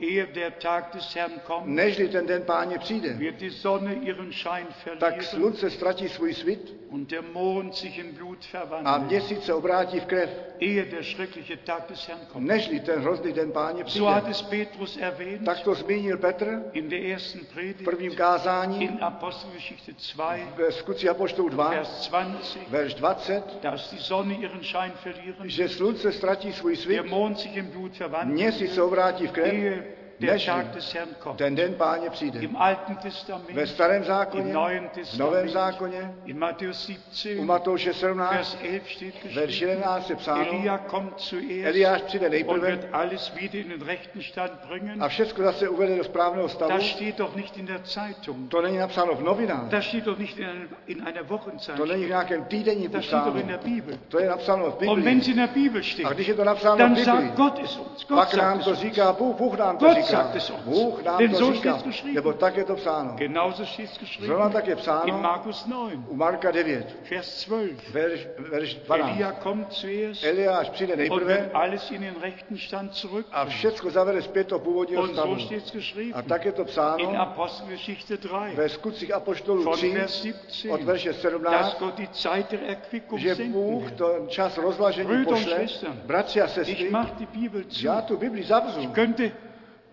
[SPEAKER 1] ehe der Tag des Herrn kommt,
[SPEAKER 2] nežli ten den páně přijde,
[SPEAKER 1] wird die Sonne ihren Schein
[SPEAKER 2] tak
[SPEAKER 1] verlieren
[SPEAKER 2] slunce ztratí svůj svit
[SPEAKER 1] und der Mond sich in Blut
[SPEAKER 2] a
[SPEAKER 1] verwandeln,
[SPEAKER 2] měsíc se obrátí v krev,
[SPEAKER 1] ehe der schreckliche Tag des Herrn kommt.
[SPEAKER 2] nežli ten hrozný den páně
[SPEAKER 1] So hat
[SPEAKER 2] přijde.
[SPEAKER 1] es Petrus erwähnt
[SPEAKER 2] Tak to zmínil Petr
[SPEAKER 1] in der ersten
[SPEAKER 2] v prvním
[SPEAKER 1] Predigt
[SPEAKER 2] kázání
[SPEAKER 1] in Apostelgeschichte 2,
[SPEAKER 2] ve skutci Apoštou 2,
[SPEAKER 1] Vers 20,
[SPEAKER 2] verš 20,
[SPEAKER 1] dass die Sonne ihren Schein verlieren,
[SPEAKER 2] že slunce ztratí svůj
[SPEAKER 1] der
[SPEAKER 2] svit,
[SPEAKER 1] Mond sich in Blut verwandelt,
[SPEAKER 2] měsíc se obrátí v krev,
[SPEAKER 1] ehe der
[SPEAKER 2] než
[SPEAKER 1] Tag des Herrn kommt.
[SPEAKER 2] ten den páně přijde.
[SPEAKER 1] Im Alten
[SPEAKER 2] Ve
[SPEAKER 1] Testament,
[SPEAKER 2] starém zákoně,
[SPEAKER 1] im Neuen
[SPEAKER 2] v novém
[SPEAKER 1] Testament,
[SPEAKER 2] zákoně,
[SPEAKER 1] in Matthäus
[SPEAKER 2] u
[SPEAKER 1] 17,
[SPEAKER 2] Matouše 17,
[SPEAKER 1] Vers 11 steht
[SPEAKER 2] verš
[SPEAKER 1] geschrieben,
[SPEAKER 2] 11 je psáno,
[SPEAKER 1] Elia kommt zuerst
[SPEAKER 2] Eliáš přijde
[SPEAKER 1] und
[SPEAKER 2] nejprve
[SPEAKER 1] wird alles wieder in den rechten Stand bringen.
[SPEAKER 2] a všechno zase uvede do správného stavu.
[SPEAKER 1] Das steht doch nicht in der Zeitung.
[SPEAKER 2] To není napsáno v novinách,
[SPEAKER 1] Das steht doch nicht in einer, in einer
[SPEAKER 2] to není v
[SPEAKER 1] Wochenzeitschrift.
[SPEAKER 2] nějakém týdenní
[SPEAKER 1] Das steht doch in der
[SPEAKER 2] psáno.
[SPEAKER 1] Bibel.
[SPEAKER 2] To je napsáno v
[SPEAKER 1] Und wenn es
[SPEAKER 2] Biblii.
[SPEAKER 1] in der Bibel
[SPEAKER 2] A když je
[SPEAKER 1] steht,
[SPEAKER 2] to napsáno v
[SPEAKER 1] dann
[SPEAKER 2] Biblii,
[SPEAKER 1] sagt Gott es uns. Gott
[SPEAKER 2] pak nám
[SPEAKER 1] sagt
[SPEAKER 2] to
[SPEAKER 1] es uns.
[SPEAKER 2] říká Bůh, Bůh nám to
[SPEAKER 1] Gott
[SPEAKER 2] říká.
[SPEAKER 1] sagt es uns.
[SPEAKER 2] Bůh nám
[SPEAKER 1] Denn
[SPEAKER 2] to
[SPEAKER 1] so
[SPEAKER 2] říká,
[SPEAKER 1] steht's geschrieben.
[SPEAKER 2] nebo tak je to psáno.
[SPEAKER 1] Genauso steht es
[SPEAKER 2] Zrovna
[SPEAKER 1] geschrieben
[SPEAKER 2] tak je
[SPEAKER 1] in
[SPEAKER 2] psáno
[SPEAKER 1] Markus 9,
[SPEAKER 2] u Marka 9,
[SPEAKER 1] Vers 12.
[SPEAKER 2] verš, verš 12.
[SPEAKER 1] Elia kommt zuerst
[SPEAKER 2] Eliáš přijde
[SPEAKER 1] und
[SPEAKER 2] nejprve
[SPEAKER 1] wird alles in den rechten Stand
[SPEAKER 2] a
[SPEAKER 1] zurückbringen.
[SPEAKER 2] všecko zavede zpět do původního
[SPEAKER 1] Und
[SPEAKER 2] stavu.
[SPEAKER 1] so steht es
[SPEAKER 2] A
[SPEAKER 1] geschrieben
[SPEAKER 2] tak je to
[SPEAKER 1] in
[SPEAKER 2] psáno
[SPEAKER 1] Apostelgeschichte 3,
[SPEAKER 2] ve skutcích Apoštolů
[SPEAKER 1] von
[SPEAKER 2] 3
[SPEAKER 1] Vers
[SPEAKER 2] od
[SPEAKER 1] 17,
[SPEAKER 2] verše
[SPEAKER 1] dass
[SPEAKER 2] 17,
[SPEAKER 1] Gott die Zeit der Erquickung
[SPEAKER 2] že
[SPEAKER 1] senden
[SPEAKER 2] Bůh
[SPEAKER 1] wird.
[SPEAKER 2] to čas rozlažení
[SPEAKER 1] Brüder und
[SPEAKER 2] pošle.
[SPEAKER 1] Schwestern,
[SPEAKER 2] Bratři a
[SPEAKER 1] Ich
[SPEAKER 2] sestry,
[SPEAKER 1] mache die Bibel zu.
[SPEAKER 2] já tu Bibli zavřu.
[SPEAKER 1] Ich könnte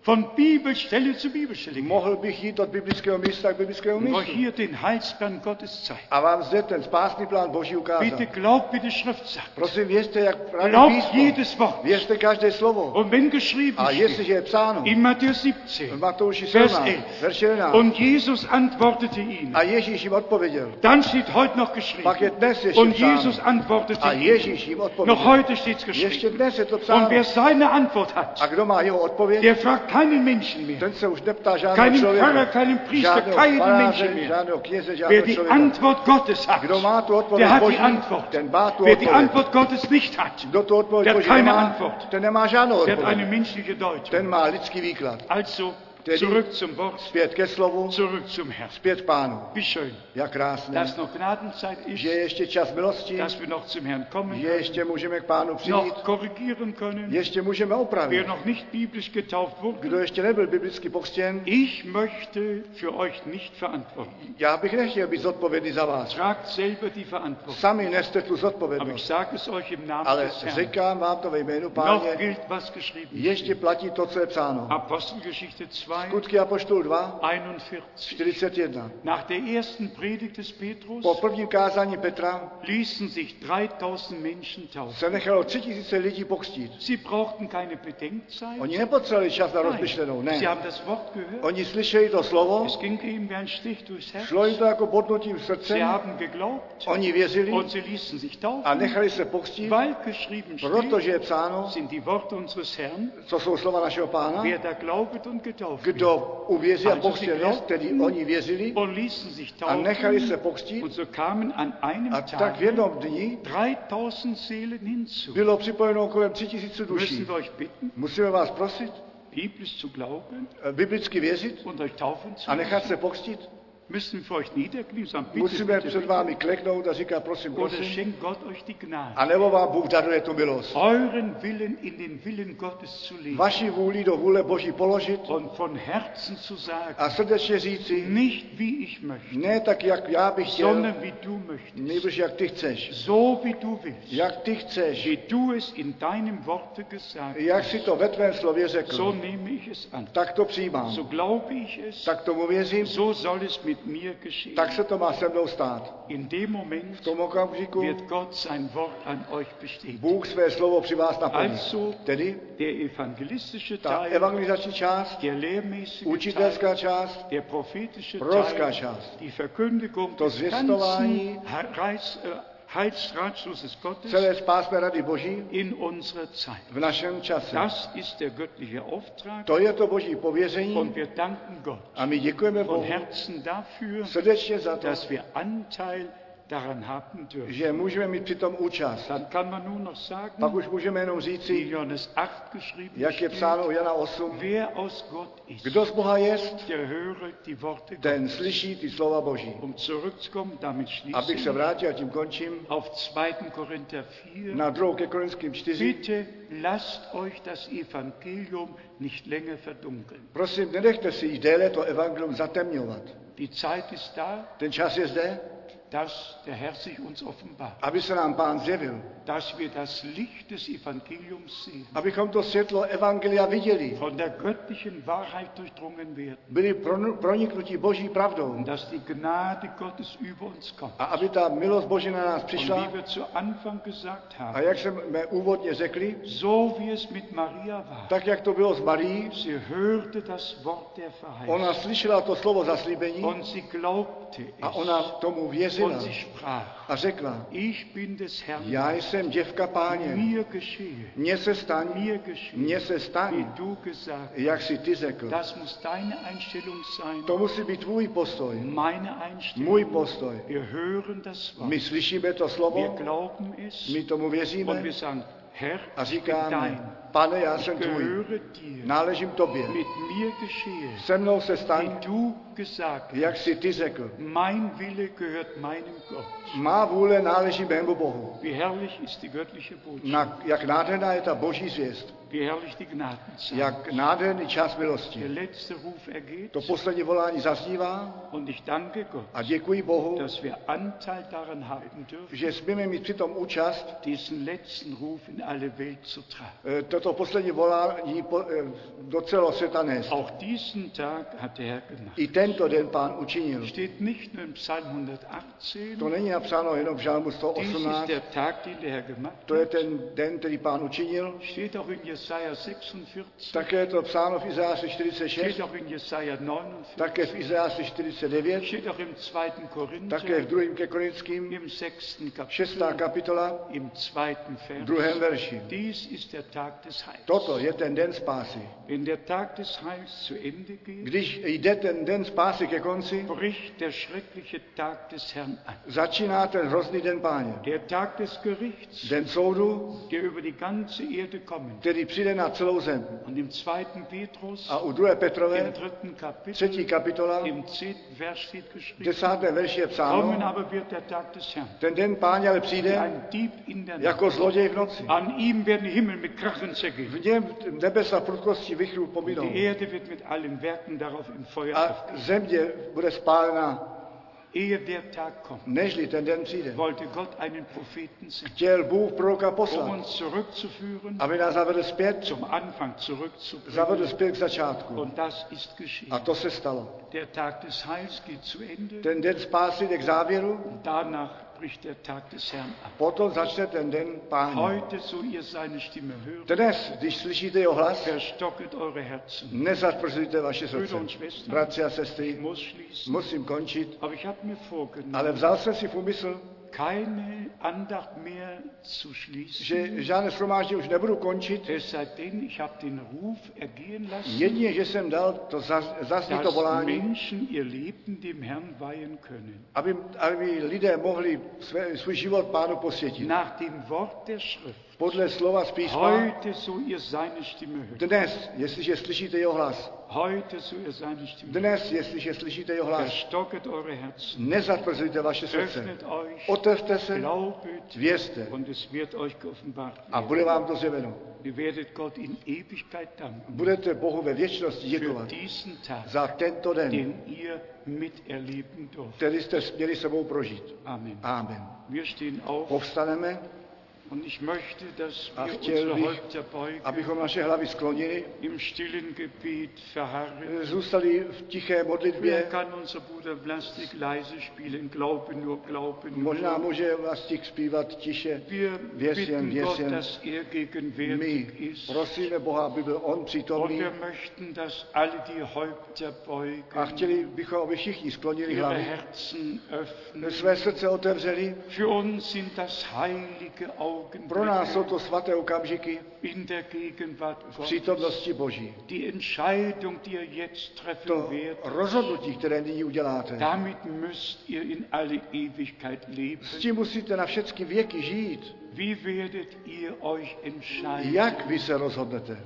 [SPEAKER 1] von Bibelstelle zu Bibelstelle gehen.
[SPEAKER 2] Mohl bych jít od biblického místa k biblickému
[SPEAKER 1] Und euch
[SPEAKER 2] místu
[SPEAKER 1] No, hier den Heilsplan Gottes zeigen.
[SPEAKER 2] a vám zde ten spásný plán Boží ukázat.
[SPEAKER 1] Bitte glaubt, wie die Schrift sagt.
[SPEAKER 2] Prosím, věřte, jak právě
[SPEAKER 1] Glaubt
[SPEAKER 2] písmo.
[SPEAKER 1] jedes Wort.
[SPEAKER 2] Věřte každé slovo.
[SPEAKER 1] Und wenn geschrieben
[SPEAKER 2] A
[SPEAKER 1] steht,
[SPEAKER 2] jestliže je psáno
[SPEAKER 1] in Matthäus
[SPEAKER 2] v
[SPEAKER 1] 17,
[SPEAKER 2] Matouši
[SPEAKER 1] Vers
[SPEAKER 2] 17,
[SPEAKER 1] 11.
[SPEAKER 2] verš 11,
[SPEAKER 1] und Jesus antwortete ihnen,
[SPEAKER 2] a Ježíš jim odpověděl,
[SPEAKER 1] dann steht heute noch
[SPEAKER 2] pak je
[SPEAKER 1] geschrieben,
[SPEAKER 2] dnes ještě
[SPEAKER 1] und
[SPEAKER 2] psáno.
[SPEAKER 1] Jesus antwortete
[SPEAKER 2] A
[SPEAKER 1] ihnen,
[SPEAKER 2] Ježíš jim
[SPEAKER 1] noch
[SPEAKER 2] odpověděl.
[SPEAKER 1] heute steht es
[SPEAKER 2] Ještě
[SPEAKER 1] geschrieben.
[SPEAKER 2] dnes je to
[SPEAKER 1] Und
[SPEAKER 2] psáno.
[SPEAKER 1] wer seine Antwort
[SPEAKER 2] A
[SPEAKER 1] hat,
[SPEAKER 2] kdo má jeho odpověď,
[SPEAKER 1] der fragt keinen Menschen mehr.
[SPEAKER 2] ten se už neptá
[SPEAKER 1] Keinen
[SPEAKER 2] žádného
[SPEAKER 1] Pfarrer,
[SPEAKER 2] člověka,
[SPEAKER 1] keinen Priester,
[SPEAKER 2] žádného
[SPEAKER 1] keinen Menschen
[SPEAKER 2] faráře,
[SPEAKER 1] mehr.
[SPEAKER 2] žádného kněze,
[SPEAKER 1] Wer
[SPEAKER 2] žádného
[SPEAKER 1] die
[SPEAKER 2] člověka.
[SPEAKER 1] Antwort Gottes hat,
[SPEAKER 2] Kdo má tu odpověď
[SPEAKER 1] der hat
[SPEAKER 2] Boží,
[SPEAKER 1] die Antwort.
[SPEAKER 2] ten má tu
[SPEAKER 1] Wer die
[SPEAKER 2] odpověď.
[SPEAKER 1] Antwort Gottes nicht hat,
[SPEAKER 2] Kdo tu odpověď
[SPEAKER 1] Der
[SPEAKER 2] Boží
[SPEAKER 1] keine
[SPEAKER 2] nemá,
[SPEAKER 1] Antwort.
[SPEAKER 2] ten nemá žádnou
[SPEAKER 1] der hat eine
[SPEAKER 2] odpověď.
[SPEAKER 1] menschliche Deutung.
[SPEAKER 2] Ten má lidský výklad.
[SPEAKER 1] Also
[SPEAKER 2] Der die-
[SPEAKER 1] zurück zum Wort,
[SPEAKER 2] Zpět ke slovu,
[SPEAKER 1] zurück zum Herrn.
[SPEAKER 2] zpět k pánu.
[SPEAKER 1] Wie schön,
[SPEAKER 2] Jak krásné.
[SPEAKER 1] dass noch Gnadenzeit
[SPEAKER 2] Že
[SPEAKER 1] ist,
[SPEAKER 2] je ještě čas milosti,
[SPEAKER 1] dass wir noch zum Herrn kommen
[SPEAKER 2] že
[SPEAKER 1] können,
[SPEAKER 2] ještě můžeme k pánu přijít,
[SPEAKER 1] noch korrigieren können,
[SPEAKER 2] ještě můžeme
[SPEAKER 1] wer
[SPEAKER 2] opravit.
[SPEAKER 1] noch nicht biblisch getauft
[SPEAKER 2] Kdo
[SPEAKER 1] wurde.
[SPEAKER 2] ještě nebyl biblicky pokřtěn,
[SPEAKER 1] Ich möchte für euch nicht verantworten.
[SPEAKER 2] já bych nechtěl být zodpovědný za vás.
[SPEAKER 1] Tragt selber die Verantwortung.
[SPEAKER 2] Sami neste tu
[SPEAKER 1] Aber ich
[SPEAKER 2] zodpovědnost.
[SPEAKER 1] sage es euch im Namen
[SPEAKER 2] Ale
[SPEAKER 1] des Herrn.
[SPEAKER 2] říkám vám to ve jménu
[SPEAKER 1] Noch
[SPEAKER 2] páně,
[SPEAKER 1] gilt, was geschrieben
[SPEAKER 2] ještě platí to, co je psáno.
[SPEAKER 1] Apostelgeschichte 2,
[SPEAKER 2] Skutky Apoštol 2,
[SPEAKER 1] 41.
[SPEAKER 2] 41.
[SPEAKER 1] Nach der ersten Predigt des
[SPEAKER 2] Po
[SPEAKER 1] Petrus
[SPEAKER 2] prvním kázání Petra
[SPEAKER 1] ließen sich 3000 Menschen taufen.
[SPEAKER 2] se nechalo tři tisíce lidí pokřtít.
[SPEAKER 1] Sie brauchten keine Bedenkzeit.
[SPEAKER 2] Oni nepotřebovali čas na rozmyšlenou,
[SPEAKER 1] Nein. Sie
[SPEAKER 2] ne.
[SPEAKER 1] haben das Wort gehört.
[SPEAKER 2] Oni slyšeli to slovo,
[SPEAKER 1] Es ging ihnen wie ein Stich durchs Herz.
[SPEAKER 2] šlo jim to jako bodnutím
[SPEAKER 1] Sie
[SPEAKER 2] srdcem,
[SPEAKER 1] haben geglaubt
[SPEAKER 2] oni věřili
[SPEAKER 1] und sie ließen sich
[SPEAKER 2] a
[SPEAKER 1] taufen,
[SPEAKER 2] nechali se pokřtít,
[SPEAKER 1] weil geschrieben steht,
[SPEAKER 2] protože je psáno,
[SPEAKER 1] sind die Worte unseres Herrn,
[SPEAKER 2] co jsou slova našeho pána,
[SPEAKER 1] wer da glaubet und getauft wird.
[SPEAKER 2] kdo uvěří a
[SPEAKER 1] Ale co si
[SPEAKER 2] pokřtěnost,
[SPEAKER 1] křesťané-
[SPEAKER 2] tedy oni věřili
[SPEAKER 1] Und ließen sich
[SPEAKER 2] a nechali
[SPEAKER 1] taufen
[SPEAKER 2] se pokřtít
[SPEAKER 1] und so kamen an einem
[SPEAKER 2] a tak v
[SPEAKER 1] Tag
[SPEAKER 2] jednom dni
[SPEAKER 1] 3000 Seelen hinzu.
[SPEAKER 2] bylo připojeno kolem tři tisíců
[SPEAKER 1] Müssen
[SPEAKER 2] duší.
[SPEAKER 1] wir euch bitten,
[SPEAKER 2] Musíme vás prosit,
[SPEAKER 1] biblisch zu glauben
[SPEAKER 2] eh, biblicky věřit
[SPEAKER 1] und euch taufen zu
[SPEAKER 2] a
[SPEAKER 1] lassen?
[SPEAKER 2] nechat se pokřtít.
[SPEAKER 1] Müssen wir für euch niederknien, sagen, bitte,
[SPEAKER 2] Musíme
[SPEAKER 1] bitte,
[SPEAKER 2] před
[SPEAKER 1] bitte.
[SPEAKER 2] vámi kleknout a říkat prosím,
[SPEAKER 1] Oder
[SPEAKER 2] prosím.
[SPEAKER 1] schenkt Gott euch die Gnade,
[SPEAKER 2] A nebo vám Bůh daruje tu milost.
[SPEAKER 1] euren Willen in den Willen Gottes zu legen
[SPEAKER 2] Vaši vůli do vůle Boží položit
[SPEAKER 1] und von Herzen zu sagen,
[SPEAKER 2] a srdečně říci,
[SPEAKER 1] nicht wie ich möchte,
[SPEAKER 2] ne tak, jak já bych chtěl,
[SPEAKER 1] sondern wie du möchtest,
[SPEAKER 2] nejbrž jak ty chceš.
[SPEAKER 1] so wie du willst,
[SPEAKER 2] Jak ty chceš,
[SPEAKER 1] wie du es in deinem Worte gesagt
[SPEAKER 2] jak si to ve tvém slově
[SPEAKER 1] so
[SPEAKER 2] řekl,
[SPEAKER 1] nehme ich es an,
[SPEAKER 2] tak to přijímám.
[SPEAKER 1] so glaube ich es,
[SPEAKER 2] Tak tomu věřím,
[SPEAKER 1] so soll es mit mir geschehen.
[SPEAKER 2] tak se to má se mnou stát.
[SPEAKER 1] In dem Moment
[SPEAKER 2] V tom okamžiku
[SPEAKER 1] wird Gott sein Wort an euch bestätigen.
[SPEAKER 2] Bůh své slovo při vás naplní.
[SPEAKER 1] Also
[SPEAKER 2] Tedy
[SPEAKER 1] der evangelistische
[SPEAKER 2] ta
[SPEAKER 1] Teil,
[SPEAKER 2] evangelizační část,
[SPEAKER 1] der lehrmäßige Teil,
[SPEAKER 2] učitelská část,
[SPEAKER 1] der prophetische
[SPEAKER 2] prorocká
[SPEAKER 1] Teil,
[SPEAKER 2] část,
[SPEAKER 1] die Verkündigung
[SPEAKER 2] To
[SPEAKER 1] des
[SPEAKER 2] zvěstování.
[SPEAKER 1] ganzen Reiz, äh, Heilsratschlusses Gottes
[SPEAKER 2] celé spásné rady Boží
[SPEAKER 1] in unserer Zeit.
[SPEAKER 2] v našem čase.
[SPEAKER 1] Das ist der göttliche Auftrag
[SPEAKER 2] To je to Boží pověření
[SPEAKER 1] und wir danken Gott
[SPEAKER 2] a my děkujeme
[SPEAKER 1] von
[SPEAKER 2] Bohu
[SPEAKER 1] Herzen dafür,
[SPEAKER 2] srdečně za to,
[SPEAKER 1] dass wir Anteil daran haben dürfen.
[SPEAKER 2] že můžeme mít přitom účast.
[SPEAKER 1] Dann kann man nur noch
[SPEAKER 2] Pak
[SPEAKER 1] sagen,
[SPEAKER 2] už můžeme jenom
[SPEAKER 1] wie
[SPEAKER 2] říci,
[SPEAKER 1] Johannes 8 geschrieben
[SPEAKER 2] jak je
[SPEAKER 1] steht,
[SPEAKER 2] psáno u Jana 8,
[SPEAKER 1] wer aus Gott ist,
[SPEAKER 2] kdo z Boha jest,
[SPEAKER 1] der höre die Worte Gottes.
[SPEAKER 2] ten slyší ty slova Boží.
[SPEAKER 1] Um zurückzukommen, damit
[SPEAKER 2] Abych se
[SPEAKER 1] schließen wir
[SPEAKER 2] vrátil a tím končím,
[SPEAKER 1] auf 2. Korinther 4.
[SPEAKER 2] na 2. ke Korinským 4.
[SPEAKER 1] Bitte lasst euch das Evangelium nicht länger verdunkeln.
[SPEAKER 2] Prosím, nenechte si již déle to evangelium zatemňovat.
[SPEAKER 1] Die Zeit ist da,
[SPEAKER 2] Ten čas je zde,
[SPEAKER 1] dass der Herr sich uns offenbart,
[SPEAKER 2] aby se nám pán zjevil,
[SPEAKER 1] dass wir das Licht des Evangeliums sehen,
[SPEAKER 2] abychom to světlo Evangelia viděli,
[SPEAKER 1] von der göttlichen Wahrheit durchdrungen werden
[SPEAKER 2] byli pronu- proniknuti boží pravdou
[SPEAKER 1] und dass die Gnade Gottes über uns kommt.
[SPEAKER 2] a aby ta milost boží na nás
[SPEAKER 1] Und
[SPEAKER 2] přišla.
[SPEAKER 1] wie wir zu Anfang gesagt
[SPEAKER 2] A
[SPEAKER 1] haben,
[SPEAKER 2] jak jsme úvodně řekli,
[SPEAKER 1] so wie es mit Maria war,
[SPEAKER 2] tak jak to bylo s Marií,
[SPEAKER 1] sie hörte das Wort der Verheißung
[SPEAKER 2] ona slyšela to slovo zaslíbení
[SPEAKER 1] und sie glaubte
[SPEAKER 2] a ona
[SPEAKER 1] es
[SPEAKER 2] tomu
[SPEAKER 1] und
[SPEAKER 2] věřila
[SPEAKER 1] sie sprach,
[SPEAKER 2] a řekla,
[SPEAKER 1] ich bin des Herrn,
[SPEAKER 2] já jsem děvka páně,
[SPEAKER 1] mir geschehe,
[SPEAKER 2] mně se staň,
[SPEAKER 1] mir geschehe,
[SPEAKER 2] mně se
[SPEAKER 1] wie
[SPEAKER 2] staň,
[SPEAKER 1] du gesagt hast.
[SPEAKER 2] jak si ty řekl.
[SPEAKER 1] Das muss deine Einstellung sein,
[SPEAKER 2] To musí být tvůj postoj,
[SPEAKER 1] meine Einstellung.
[SPEAKER 2] můj postoj.
[SPEAKER 1] Wir hören das Wort,
[SPEAKER 2] My slyšíme to
[SPEAKER 1] wir
[SPEAKER 2] slovo,
[SPEAKER 1] glauben es
[SPEAKER 2] my tomu
[SPEAKER 1] und
[SPEAKER 2] věříme
[SPEAKER 1] wir sagen, Herr,
[SPEAKER 2] a
[SPEAKER 1] ich bin
[SPEAKER 2] říkáme,
[SPEAKER 1] dein,
[SPEAKER 2] pane, já
[SPEAKER 1] ich
[SPEAKER 2] jsem tvůj,
[SPEAKER 1] gehöre dir,
[SPEAKER 2] náležím tobě,
[SPEAKER 1] mit mir geschehe,
[SPEAKER 2] se mnou se
[SPEAKER 1] wie
[SPEAKER 2] staň,
[SPEAKER 1] du gesagt hast.
[SPEAKER 2] jak si ty řekl.
[SPEAKER 1] Mein Wille gehört meinem Gott.
[SPEAKER 2] Má vůle náleží mému Bohu.
[SPEAKER 1] Wie herrlich ist die göttliche Botschaft,
[SPEAKER 2] Na, jak nádherná je ta boží zvěst,
[SPEAKER 1] wie herrlich die Gnadenzeit.
[SPEAKER 2] jak nádherný čas
[SPEAKER 1] Der
[SPEAKER 2] milosti.
[SPEAKER 1] letzte Ruf ergeht
[SPEAKER 2] To poslední volání zaznívá
[SPEAKER 1] und ich danke Gott,
[SPEAKER 2] a děkuji Bohu,
[SPEAKER 1] dass wir Anteil daran haben dürfen,
[SPEAKER 2] že smíme mít přitom účast
[SPEAKER 1] diesen letzten Ruf in alle Welt zu tragen.
[SPEAKER 2] eh, toto poslední volání po- eh, do celého světa nést.
[SPEAKER 1] Auch diesen Tag hat der Herr gemacht.
[SPEAKER 2] I tento den pán učinil.
[SPEAKER 1] Steht nicht nur im Psalm 118,
[SPEAKER 2] To není napsáno jenom v žálmu
[SPEAKER 1] dies ist
[SPEAKER 2] 118,
[SPEAKER 1] der Tag, den der Herr gemacht
[SPEAKER 2] to je
[SPEAKER 1] hat.
[SPEAKER 2] ten den, který pán učinil.
[SPEAKER 1] Steht auch in Jesaja 46,
[SPEAKER 2] Také je to psáno v Izáši
[SPEAKER 1] steht
[SPEAKER 2] 46,
[SPEAKER 1] auch in Jesaja 49,
[SPEAKER 2] také v Izáši 49,
[SPEAKER 1] steht auch im 2.
[SPEAKER 2] také v
[SPEAKER 1] Korinther,
[SPEAKER 2] 2. ke Korinským,
[SPEAKER 1] im 6.
[SPEAKER 2] 6.
[SPEAKER 1] Kapitel,
[SPEAKER 2] kapitola,
[SPEAKER 1] im 2.
[SPEAKER 2] v
[SPEAKER 1] Vers.
[SPEAKER 2] druhém verši.
[SPEAKER 1] Dies ist der Tag des Heils.
[SPEAKER 2] Toto je ten den spásy.
[SPEAKER 1] Wenn der Tag des Heils zu Ende geht,
[SPEAKER 2] Když jde ten den spásy ke konci,
[SPEAKER 1] bricht der schreckliche Tag des Herrn an.
[SPEAKER 2] začíná ten hrozný den páně.
[SPEAKER 1] Der Tag des Gerichts,
[SPEAKER 2] Den soudu,
[SPEAKER 1] der über die ganze Erde kommen wird.
[SPEAKER 2] který přijde na celou zem.
[SPEAKER 1] Und im 2. Petrus,
[SPEAKER 2] A u 2.
[SPEAKER 1] im
[SPEAKER 2] Petrové,
[SPEAKER 1] 3. Kapitel,
[SPEAKER 2] třetí kapitola,
[SPEAKER 1] im 10. Vers steht
[SPEAKER 2] v
[SPEAKER 1] geschrieben,
[SPEAKER 2] desátém verši je
[SPEAKER 1] kommen
[SPEAKER 2] psáno,
[SPEAKER 1] aber wird der Tag des Herrn,
[SPEAKER 2] ten den páně ale
[SPEAKER 1] wie
[SPEAKER 2] přijde
[SPEAKER 1] ein Dieb in der Nacht.
[SPEAKER 2] jako zloděj v noci.
[SPEAKER 1] An ihm werden die Himmel mit Krachen zergehen.
[SPEAKER 2] V něm nebesa prudkosti vychru
[SPEAKER 1] Und
[SPEAKER 2] pominou
[SPEAKER 1] die Erde wird mit allen Werken darauf im Feuer
[SPEAKER 2] a
[SPEAKER 1] auf.
[SPEAKER 2] země bude spálena,
[SPEAKER 1] Ehe der Tag kommt,
[SPEAKER 2] nežli ten den přijde.
[SPEAKER 1] wollte Gott einen Propheten senden,
[SPEAKER 2] Chtěl Bůh proroka
[SPEAKER 1] um
[SPEAKER 2] poslat,
[SPEAKER 1] uns zurückzuführen,
[SPEAKER 2] aby nás zavedl zpět,
[SPEAKER 1] zum Anfang zurückzubringen.
[SPEAKER 2] zavedl zpět k začátku.
[SPEAKER 1] Und das ist geschehen.
[SPEAKER 2] A to se stalo.
[SPEAKER 1] Der Tag des Heils geht zu Ende.
[SPEAKER 2] Ten den spásy jde k závěru,
[SPEAKER 1] Und danach bricht der Tag des Herrn an.
[SPEAKER 2] potom začne ten den páně.
[SPEAKER 1] Heute, so ihr seine Stimme hört,
[SPEAKER 2] Dnes, když slyšíte jeho hlas,
[SPEAKER 1] verstocket eure Herzen.
[SPEAKER 2] nezatvrdzujte vaše srdce.
[SPEAKER 1] Brüder und Schwestern,
[SPEAKER 2] Bratři a
[SPEAKER 1] ich
[SPEAKER 2] sestry,
[SPEAKER 1] muss schließen.
[SPEAKER 2] musím končit,
[SPEAKER 1] Aber ich habe mir vorgenommen,
[SPEAKER 2] ale vzal jsem si v úmysl,
[SPEAKER 1] keine Andacht mehr zu schließen.
[SPEAKER 2] že žádné shromáždění už nebudu končit,
[SPEAKER 1] Es sei denn, ich habe den Ruf ergehen lassen,
[SPEAKER 2] jedině, že jsem dal to zaz- zazní to
[SPEAKER 1] dass
[SPEAKER 2] volání,
[SPEAKER 1] Menschen ihr Leben dem Herrn weihen können.
[SPEAKER 2] aby, aby lidé mohli své, svůj život pánu posvětit.
[SPEAKER 1] Nach dem Wort der Schrift,
[SPEAKER 2] Podle slova z písma,
[SPEAKER 1] heute, so ihr seine Stimme hört,
[SPEAKER 2] dnes, jestliže slyšíte jeho hlas,
[SPEAKER 1] heute, so ihr seine Stimme hört,
[SPEAKER 2] dnes, jestliže slyšíte jeho hlas,
[SPEAKER 1] verstocket eure Herzen,
[SPEAKER 2] nezatvrzujte vaše srdce.
[SPEAKER 1] öffnet euch,
[SPEAKER 2] Otevřte se,
[SPEAKER 1] glaubet
[SPEAKER 2] vězte
[SPEAKER 1] und es wird euch geoffenbart
[SPEAKER 2] a
[SPEAKER 1] werden.
[SPEAKER 2] bude vám to zjeveno.
[SPEAKER 1] Ihr werdet Gott in Ewigkeit danken
[SPEAKER 2] Budete Bohu ve věčnosti
[SPEAKER 1] für
[SPEAKER 2] děkovat
[SPEAKER 1] diesen Tag,
[SPEAKER 2] za tento den,
[SPEAKER 1] den ihr miterleben durft.
[SPEAKER 2] který jste směli sebou prožít.
[SPEAKER 1] Amen.
[SPEAKER 2] Amen.
[SPEAKER 1] Wir stehen auf
[SPEAKER 2] Povstaneme,
[SPEAKER 1] und ich möchte, dass
[SPEAKER 2] Oh. Ach,
[SPEAKER 1] wir
[SPEAKER 2] Jerry.
[SPEAKER 1] unsere Häupter beugen,
[SPEAKER 2] abychom naše hlavy sklonili,
[SPEAKER 1] im stillen Gebet verharren.
[SPEAKER 2] zůstali v tiché
[SPEAKER 1] Wer
[SPEAKER 2] modlitbě.
[SPEAKER 1] kann unser Bruder Plastik leise spielen? Glaube nur, glaube
[SPEAKER 2] Možná
[SPEAKER 1] nur.
[SPEAKER 2] může vlastník zpívat tiše.
[SPEAKER 1] Wir
[SPEAKER 2] Věřím,
[SPEAKER 1] bitten Gott,
[SPEAKER 2] věřím.
[SPEAKER 1] dass er
[SPEAKER 2] My
[SPEAKER 1] gegenwärtig ist.
[SPEAKER 2] prosíme Boha, aby byl On
[SPEAKER 1] Und
[SPEAKER 2] přítomný
[SPEAKER 1] wir möchten, dass alle die Häupter beugen,
[SPEAKER 2] a chtěli bychom, aby všichni sklonili
[SPEAKER 1] ihre
[SPEAKER 2] hlavy,
[SPEAKER 1] Herzen öffnen.
[SPEAKER 2] své srdce otevřeli.
[SPEAKER 1] Für uns sind das heilige
[SPEAKER 2] Pro nás jsou
[SPEAKER 1] Augenblicke
[SPEAKER 2] to svaté okamžiky
[SPEAKER 1] in der Gegenwart
[SPEAKER 2] v
[SPEAKER 1] Gottes.
[SPEAKER 2] přítomnosti Boží.
[SPEAKER 1] Die Entscheidung, die ihr jetzt
[SPEAKER 2] To
[SPEAKER 1] treffen werdet,
[SPEAKER 2] rozhodnutí, které nyní uděláte,
[SPEAKER 1] damit müsst ihr in alle Ewigkeit leben.
[SPEAKER 2] s tím musíte na všechny věky žít.
[SPEAKER 1] Wie werdet ihr euch entscheiden?
[SPEAKER 2] Jak vy se rozhodnete?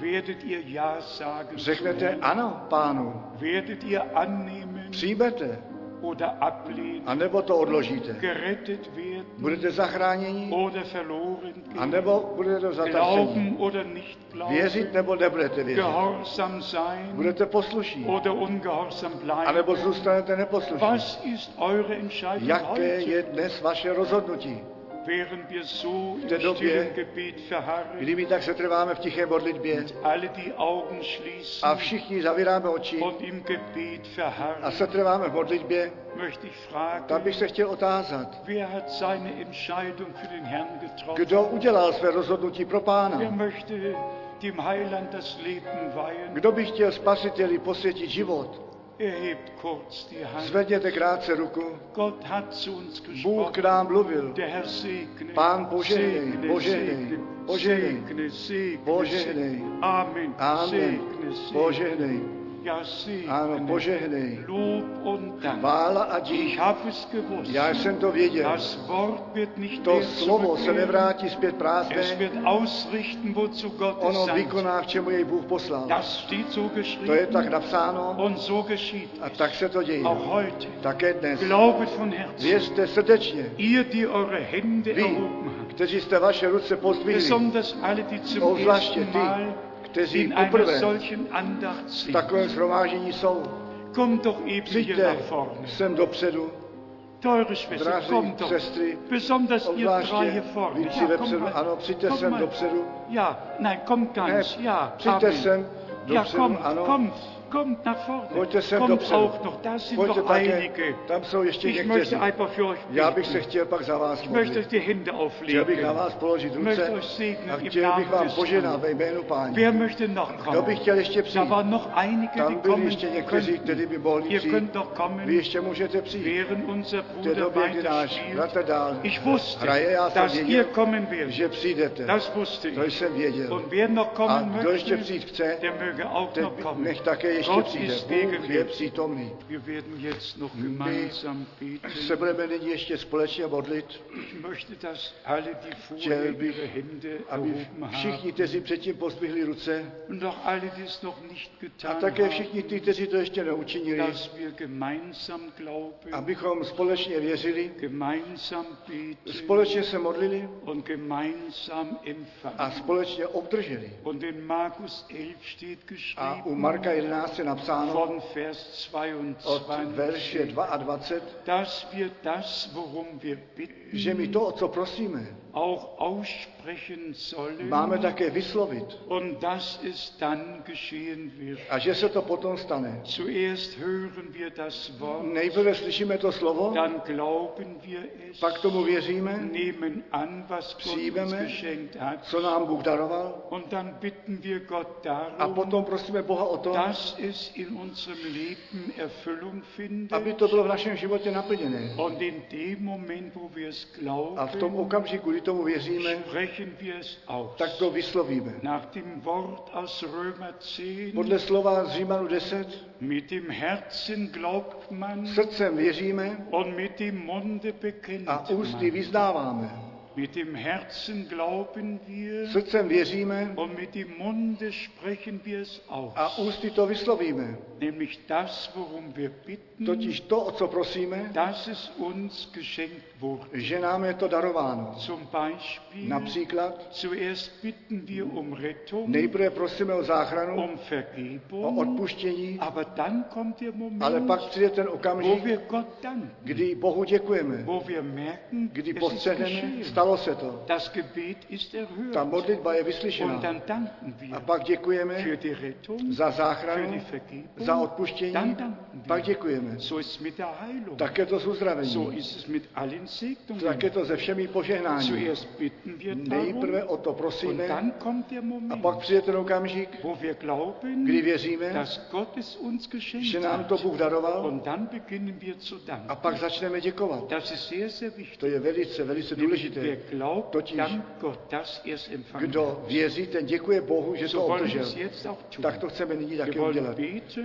[SPEAKER 1] Werdet ihr Ja sagen?
[SPEAKER 2] Řeknete ano, pánu,
[SPEAKER 1] Werdet ihr annehmen,
[SPEAKER 2] přijmete,
[SPEAKER 1] oder ablehnen,
[SPEAKER 2] a nebo to odložíte.
[SPEAKER 1] gerettet werden
[SPEAKER 2] Budete zachráněni,
[SPEAKER 1] oder verloren
[SPEAKER 2] a
[SPEAKER 1] gehen,
[SPEAKER 2] nebo budete do zatražení.
[SPEAKER 1] glauben oder nicht glauben,
[SPEAKER 2] Věřit nebo nebudete věřit.
[SPEAKER 1] gehorsam sein
[SPEAKER 2] Budete poslušní,
[SPEAKER 1] oder ungehorsam
[SPEAKER 2] a
[SPEAKER 1] bleiben.
[SPEAKER 2] nebo zůstanete neposlušní.
[SPEAKER 1] Was ist eure Entscheidung
[SPEAKER 2] Jaké
[SPEAKER 1] heute?
[SPEAKER 2] je dnes vaše rozhodnutí?
[SPEAKER 1] Während wir so
[SPEAKER 2] der
[SPEAKER 1] im
[SPEAKER 2] Době,
[SPEAKER 1] stillen Gebet verharren,
[SPEAKER 2] Kdy my tak se trváme v tiché modlitbě
[SPEAKER 1] alle die Augen
[SPEAKER 2] a
[SPEAKER 1] schließen
[SPEAKER 2] všichni zavíráme oči
[SPEAKER 1] und im Gebet
[SPEAKER 2] a
[SPEAKER 1] verharren,
[SPEAKER 2] se trváme v modlitbě,
[SPEAKER 1] möchte ich
[SPEAKER 2] tam
[SPEAKER 1] fragen,
[SPEAKER 2] bych se chtěl otázat,
[SPEAKER 1] wer hat seine Entscheidung für den Herrn getroffen?
[SPEAKER 2] kdo udělal své rozhodnutí pro
[SPEAKER 1] Wer
[SPEAKER 2] pána?
[SPEAKER 1] möchte dem Heiland das Leben weihen?
[SPEAKER 2] Kdo by chtěl spasiteli posvětit život?
[SPEAKER 1] Erhebt kurz die Hand.
[SPEAKER 2] Zvedněte krátce ruku.
[SPEAKER 1] Gott hat zu uns
[SPEAKER 2] Bůh k
[SPEAKER 1] gesprochen.
[SPEAKER 2] nám mluvil.
[SPEAKER 1] Der Herr segne,
[SPEAKER 2] Pán, požehnej,
[SPEAKER 1] segne,
[SPEAKER 2] požehnej,
[SPEAKER 1] segne,
[SPEAKER 2] požehnej,
[SPEAKER 1] segne, segne,
[SPEAKER 2] požehnej.
[SPEAKER 1] segne. Amen.
[SPEAKER 2] Amen.
[SPEAKER 1] Segne, segne.
[SPEAKER 2] Požehnej.
[SPEAKER 1] Ja, segne.
[SPEAKER 2] Ano, požehnej.
[SPEAKER 1] Lob und Dank.
[SPEAKER 2] Vála a
[SPEAKER 1] Ich
[SPEAKER 2] dík.
[SPEAKER 1] habe es gewusst.
[SPEAKER 2] Já jsem to věděl.
[SPEAKER 1] Das Wort wird nicht
[SPEAKER 2] To
[SPEAKER 1] mehr
[SPEAKER 2] slovo se
[SPEAKER 1] zurückkehren.
[SPEAKER 2] nevrátí zpět
[SPEAKER 1] Es
[SPEAKER 2] prázdné.
[SPEAKER 1] wird ausrichten, wozu Gott es
[SPEAKER 2] Ono
[SPEAKER 1] sandt.
[SPEAKER 2] vykoná, k čemu jej Bůh poslal.
[SPEAKER 1] Das steht so
[SPEAKER 2] To je tak
[SPEAKER 1] geschrieben
[SPEAKER 2] napsáno
[SPEAKER 1] und so geschieht
[SPEAKER 2] a tak se to děje.
[SPEAKER 1] auch heute.
[SPEAKER 2] Také dnes.
[SPEAKER 1] Glaubet von Herzen,
[SPEAKER 2] Věřte srdečně.
[SPEAKER 1] ihr, die eure Hände
[SPEAKER 2] Vy,
[SPEAKER 1] erhoben habt,
[SPEAKER 2] kteří jste vaše ruce pozdvihli
[SPEAKER 1] besonders alle, Oh, die zum
[SPEAKER 2] Obzvláště
[SPEAKER 1] ersten
[SPEAKER 2] ty,
[SPEAKER 1] Mal
[SPEAKER 2] kteří
[SPEAKER 1] in einer
[SPEAKER 2] poprvé
[SPEAKER 1] solchen Andacht
[SPEAKER 2] v
[SPEAKER 1] sind.
[SPEAKER 2] takovém shromážení jsou.
[SPEAKER 1] Kommt doch eben hier
[SPEAKER 2] Přijďte
[SPEAKER 1] nach vorne.
[SPEAKER 2] sem dopředu,
[SPEAKER 1] Teure Schwester,
[SPEAKER 2] Drazí
[SPEAKER 1] kommt doch.
[SPEAKER 2] sestry,
[SPEAKER 1] Besonders ihr
[SPEAKER 2] obzwláště
[SPEAKER 1] drei Oh, hier vorne.
[SPEAKER 2] vy tři vepředu.
[SPEAKER 1] mal.
[SPEAKER 2] Ano, přijďte
[SPEAKER 1] Kommt
[SPEAKER 2] sem
[SPEAKER 1] mal.
[SPEAKER 2] dopředu.
[SPEAKER 1] Ja, nein, kommt ganz.
[SPEAKER 2] Ne,
[SPEAKER 1] ja,
[SPEAKER 2] přijďte
[SPEAKER 1] Amen.
[SPEAKER 2] sem
[SPEAKER 1] Ja,
[SPEAKER 2] dopředu,
[SPEAKER 1] kommt,
[SPEAKER 2] ano.
[SPEAKER 1] kommt, kommt nach vorne.
[SPEAKER 2] Pojďte sem
[SPEAKER 1] kommt
[SPEAKER 2] dopředu.
[SPEAKER 1] auch noch, da sind
[SPEAKER 2] Pojďte
[SPEAKER 1] noch
[SPEAKER 2] také,
[SPEAKER 1] einige.
[SPEAKER 2] tam jsou ještě
[SPEAKER 1] Ich
[SPEAKER 2] někteří.
[SPEAKER 1] möchte einfach für euch
[SPEAKER 2] Já bych se
[SPEAKER 1] beten.
[SPEAKER 2] chtěl pak za vás
[SPEAKER 1] Ich möchte euch
[SPEAKER 2] modlit.
[SPEAKER 1] die Hände
[SPEAKER 2] Chtěl bych na
[SPEAKER 1] auflegen.
[SPEAKER 2] vás položit
[SPEAKER 1] Möchte
[SPEAKER 2] ruce
[SPEAKER 1] euch segnen
[SPEAKER 2] a
[SPEAKER 1] im
[SPEAKER 2] chtěl
[SPEAKER 1] Namen
[SPEAKER 2] bych vám
[SPEAKER 1] des
[SPEAKER 2] poženat
[SPEAKER 1] Herrn.
[SPEAKER 2] ve jménu páně.
[SPEAKER 1] Wer möchte noch
[SPEAKER 2] Kdo by
[SPEAKER 1] kommen?
[SPEAKER 2] chtěl ještě přijít?
[SPEAKER 1] Da waren noch einige, die
[SPEAKER 2] Tam byli
[SPEAKER 1] kommen
[SPEAKER 2] ještě někteří, kteří by mohli
[SPEAKER 1] könnten. Ihr könnt
[SPEAKER 2] přijít.
[SPEAKER 1] doch
[SPEAKER 2] Vy
[SPEAKER 1] kommen,
[SPEAKER 2] ještě můžete přijít.
[SPEAKER 1] während unser
[SPEAKER 2] V té
[SPEAKER 1] Bruder
[SPEAKER 2] době, kdy náš bratr
[SPEAKER 1] weiterspielt.
[SPEAKER 2] dál
[SPEAKER 1] Ich wusste,
[SPEAKER 2] hraje, já jsem
[SPEAKER 1] dass ihr
[SPEAKER 2] věděl,
[SPEAKER 1] kommen werdet.
[SPEAKER 2] že přijdete.
[SPEAKER 1] Das wusste
[SPEAKER 2] To
[SPEAKER 1] ich.
[SPEAKER 2] jsem věděl.
[SPEAKER 1] Und wer noch
[SPEAKER 2] A
[SPEAKER 1] kommen
[SPEAKER 2] kdo ještě přijít
[SPEAKER 1] möchte,
[SPEAKER 2] chce,
[SPEAKER 1] Ah, der möge auch
[SPEAKER 2] ten
[SPEAKER 1] noch kommen.
[SPEAKER 2] nech také ještě
[SPEAKER 1] Gott
[SPEAKER 2] přijde.
[SPEAKER 1] ist gegen
[SPEAKER 2] Bůh je
[SPEAKER 1] uns.
[SPEAKER 2] přítomný.
[SPEAKER 1] Wir werden jetzt noch gemeinsam beten.
[SPEAKER 2] Se budeme nyní ještě společně modlit,
[SPEAKER 1] Ich möchte, dass alle, die
[SPEAKER 2] Chtěl
[SPEAKER 1] vorher
[SPEAKER 2] bych,
[SPEAKER 1] ihre Hände
[SPEAKER 2] aby
[SPEAKER 1] erhoben haben,
[SPEAKER 2] všichni, kteří předtím pozdvihli ruce,
[SPEAKER 1] und auch alle, die es noch nicht
[SPEAKER 2] a
[SPEAKER 1] getan
[SPEAKER 2] také
[SPEAKER 1] haben,
[SPEAKER 2] všichni ty, kteří to ještě neučinili,
[SPEAKER 1] dass wir gemeinsam glauben,
[SPEAKER 2] abychom společně věřili,
[SPEAKER 1] gemeinsam beten
[SPEAKER 2] společně se modlili
[SPEAKER 1] und gemeinsam
[SPEAKER 2] a Ah.
[SPEAKER 1] empfangen.
[SPEAKER 2] společně obdrželi.
[SPEAKER 1] Und in Markus 11 steht
[SPEAKER 2] A u
[SPEAKER 1] geschrieben,
[SPEAKER 2] Marka 11 je napsáno
[SPEAKER 1] von Vers
[SPEAKER 2] od
[SPEAKER 1] 22,
[SPEAKER 2] verše 22,
[SPEAKER 1] dass wir das, worum wir
[SPEAKER 2] že
[SPEAKER 1] bitten,
[SPEAKER 2] my to, o co prosíme,
[SPEAKER 1] auch aussprechen sollen
[SPEAKER 2] máme také vyslovit
[SPEAKER 1] und dass es dann geschehen wird.
[SPEAKER 2] a že se to potom stane.
[SPEAKER 1] Zuerst hören wir das Wort,
[SPEAKER 2] Nejprve slyšíme to slovo,
[SPEAKER 1] dann glauben wir es,
[SPEAKER 2] pak tomu věříme,
[SPEAKER 1] nehmen an, was Gott uns
[SPEAKER 2] Přijmeme.
[SPEAKER 1] geschenkt hat
[SPEAKER 2] co nám Bůh daroval,
[SPEAKER 1] und dann bitten wir Gott
[SPEAKER 2] a
[SPEAKER 1] darum,
[SPEAKER 2] potom prosíme Boha o to,
[SPEAKER 1] dass es in unserem Leben Erfüllung
[SPEAKER 2] aby
[SPEAKER 1] findet
[SPEAKER 2] to bylo v našem životě naplněné.
[SPEAKER 1] und in dem Moment, wo wir es
[SPEAKER 2] A v tom
[SPEAKER 1] glauben,
[SPEAKER 2] okamžiku, kdy tomu věříme,
[SPEAKER 1] sprechen wir es aus.
[SPEAKER 2] tak to vyslovíme.
[SPEAKER 1] Nach dem Wort aus Römer 10,
[SPEAKER 2] Podle slova z Římanu 10,
[SPEAKER 1] mit dem Herzen glaubt man
[SPEAKER 2] srdcem věříme
[SPEAKER 1] und mit dem Munde bekennt
[SPEAKER 2] a
[SPEAKER 1] man.
[SPEAKER 2] ústy vyznáváme.
[SPEAKER 1] Mit dem Herzen glauben wir
[SPEAKER 2] Srdcem věříme
[SPEAKER 1] und mit dem Munde sprechen wir es
[SPEAKER 2] a
[SPEAKER 1] aus.
[SPEAKER 2] ústy to vyslovíme.
[SPEAKER 1] Nämlich das, worum wir bitten,
[SPEAKER 2] Totiž to, o co prosíme,
[SPEAKER 1] dass es uns geschenkt wurde.
[SPEAKER 2] že nám je to darováno.
[SPEAKER 1] Zum Beispiel,
[SPEAKER 2] Například
[SPEAKER 1] zuerst bitten wir um Rettung,
[SPEAKER 2] nejprve prosíme o záchranu,
[SPEAKER 1] um
[SPEAKER 2] o
[SPEAKER 1] Vergebung,
[SPEAKER 2] odpuštění,
[SPEAKER 1] aber dann kommt der
[SPEAKER 2] ale
[SPEAKER 1] Moment,
[SPEAKER 2] pak přijde ten
[SPEAKER 1] wo
[SPEAKER 2] okamžik,
[SPEAKER 1] wir Gott danken,
[SPEAKER 2] kdy Bohu děkujeme,
[SPEAKER 1] wo wir merken,
[SPEAKER 2] kdy
[SPEAKER 1] es ist
[SPEAKER 2] postřehneme,
[SPEAKER 1] geschehen.
[SPEAKER 2] stalo se to.
[SPEAKER 1] Das Gebet ist
[SPEAKER 2] Ta
[SPEAKER 1] erhört.
[SPEAKER 2] modlitba je
[SPEAKER 1] Und
[SPEAKER 2] vyslyšena.
[SPEAKER 1] dann danken
[SPEAKER 2] A
[SPEAKER 1] wir
[SPEAKER 2] pak děkujeme
[SPEAKER 1] für die Rettung,
[SPEAKER 2] za
[SPEAKER 1] für die
[SPEAKER 2] záchranu, za
[SPEAKER 1] Vergebung. Dann
[SPEAKER 2] odpuštění,
[SPEAKER 1] danken
[SPEAKER 2] pak
[SPEAKER 1] wir.
[SPEAKER 2] děkujeme.
[SPEAKER 1] So ist es mit der Heilung.
[SPEAKER 2] Také to s
[SPEAKER 1] So
[SPEAKER 2] uzdravením,
[SPEAKER 1] ist es mit allen
[SPEAKER 2] také
[SPEAKER 1] Segnungen.
[SPEAKER 2] to se všemi požehnáním.
[SPEAKER 1] Zuerst bitten wir
[SPEAKER 2] Nejprve
[SPEAKER 1] darum
[SPEAKER 2] o to
[SPEAKER 1] und
[SPEAKER 2] prosíme
[SPEAKER 1] dann kommt der
[SPEAKER 2] a pak
[SPEAKER 1] Moment,
[SPEAKER 2] přijde ten okamžik,
[SPEAKER 1] wo wir
[SPEAKER 2] kdy
[SPEAKER 1] glauben,
[SPEAKER 2] věříme,
[SPEAKER 1] dass Gott es uns
[SPEAKER 2] že
[SPEAKER 1] geschenkt
[SPEAKER 2] nám to
[SPEAKER 1] hat.
[SPEAKER 2] Bůh daroval
[SPEAKER 1] Und dann beginnen wir zu
[SPEAKER 2] a
[SPEAKER 1] danken.
[SPEAKER 2] pak začneme děkovat.
[SPEAKER 1] Das ist sehr, sehr wichtig.
[SPEAKER 2] To je velice, velice
[SPEAKER 1] Wir
[SPEAKER 2] důležité.
[SPEAKER 1] glaubt,
[SPEAKER 2] Totiž-
[SPEAKER 1] dank Gott, dass er es empfangen hat.
[SPEAKER 2] Kdo věří, ten děkuje Bohu, že
[SPEAKER 1] So
[SPEAKER 2] to
[SPEAKER 1] wollen wir
[SPEAKER 2] obdržel.
[SPEAKER 1] es jetzt auch tun.
[SPEAKER 2] Tak to chceme nyní
[SPEAKER 1] Wir
[SPEAKER 2] taky
[SPEAKER 1] wollen
[SPEAKER 2] udělat.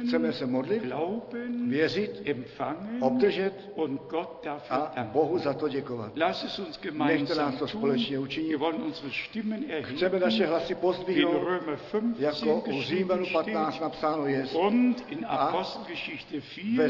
[SPEAKER 2] Chceme se
[SPEAKER 1] beten,
[SPEAKER 2] modlit,
[SPEAKER 1] glauben,
[SPEAKER 2] věřit,
[SPEAKER 1] empfangen
[SPEAKER 2] obdržet
[SPEAKER 1] und Gott dafür
[SPEAKER 2] a
[SPEAKER 1] danken.
[SPEAKER 2] Bohu za to děkovat.
[SPEAKER 1] Lass es uns
[SPEAKER 2] Nechte
[SPEAKER 1] gemeinsam
[SPEAKER 2] nás to
[SPEAKER 1] tun.
[SPEAKER 2] společně učinit.
[SPEAKER 1] Wir wollen unsere Stimmen
[SPEAKER 2] Chceme
[SPEAKER 1] erheben.
[SPEAKER 2] naše hlasy
[SPEAKER 1] In
[SPEAKER 2] pozdvihnout,
[SPEAKER 1] Römer 15
[SPEAKER 2] jako u Římanu
[SPEAKER 1] geschrieben
[SPEAKER 2] 15
[SPEAKER 1] steht
[SPEAKER 2] napsáno je.
[SPEAKER 1] und in Apostelgeschichte
[SPEAKER 2] Ve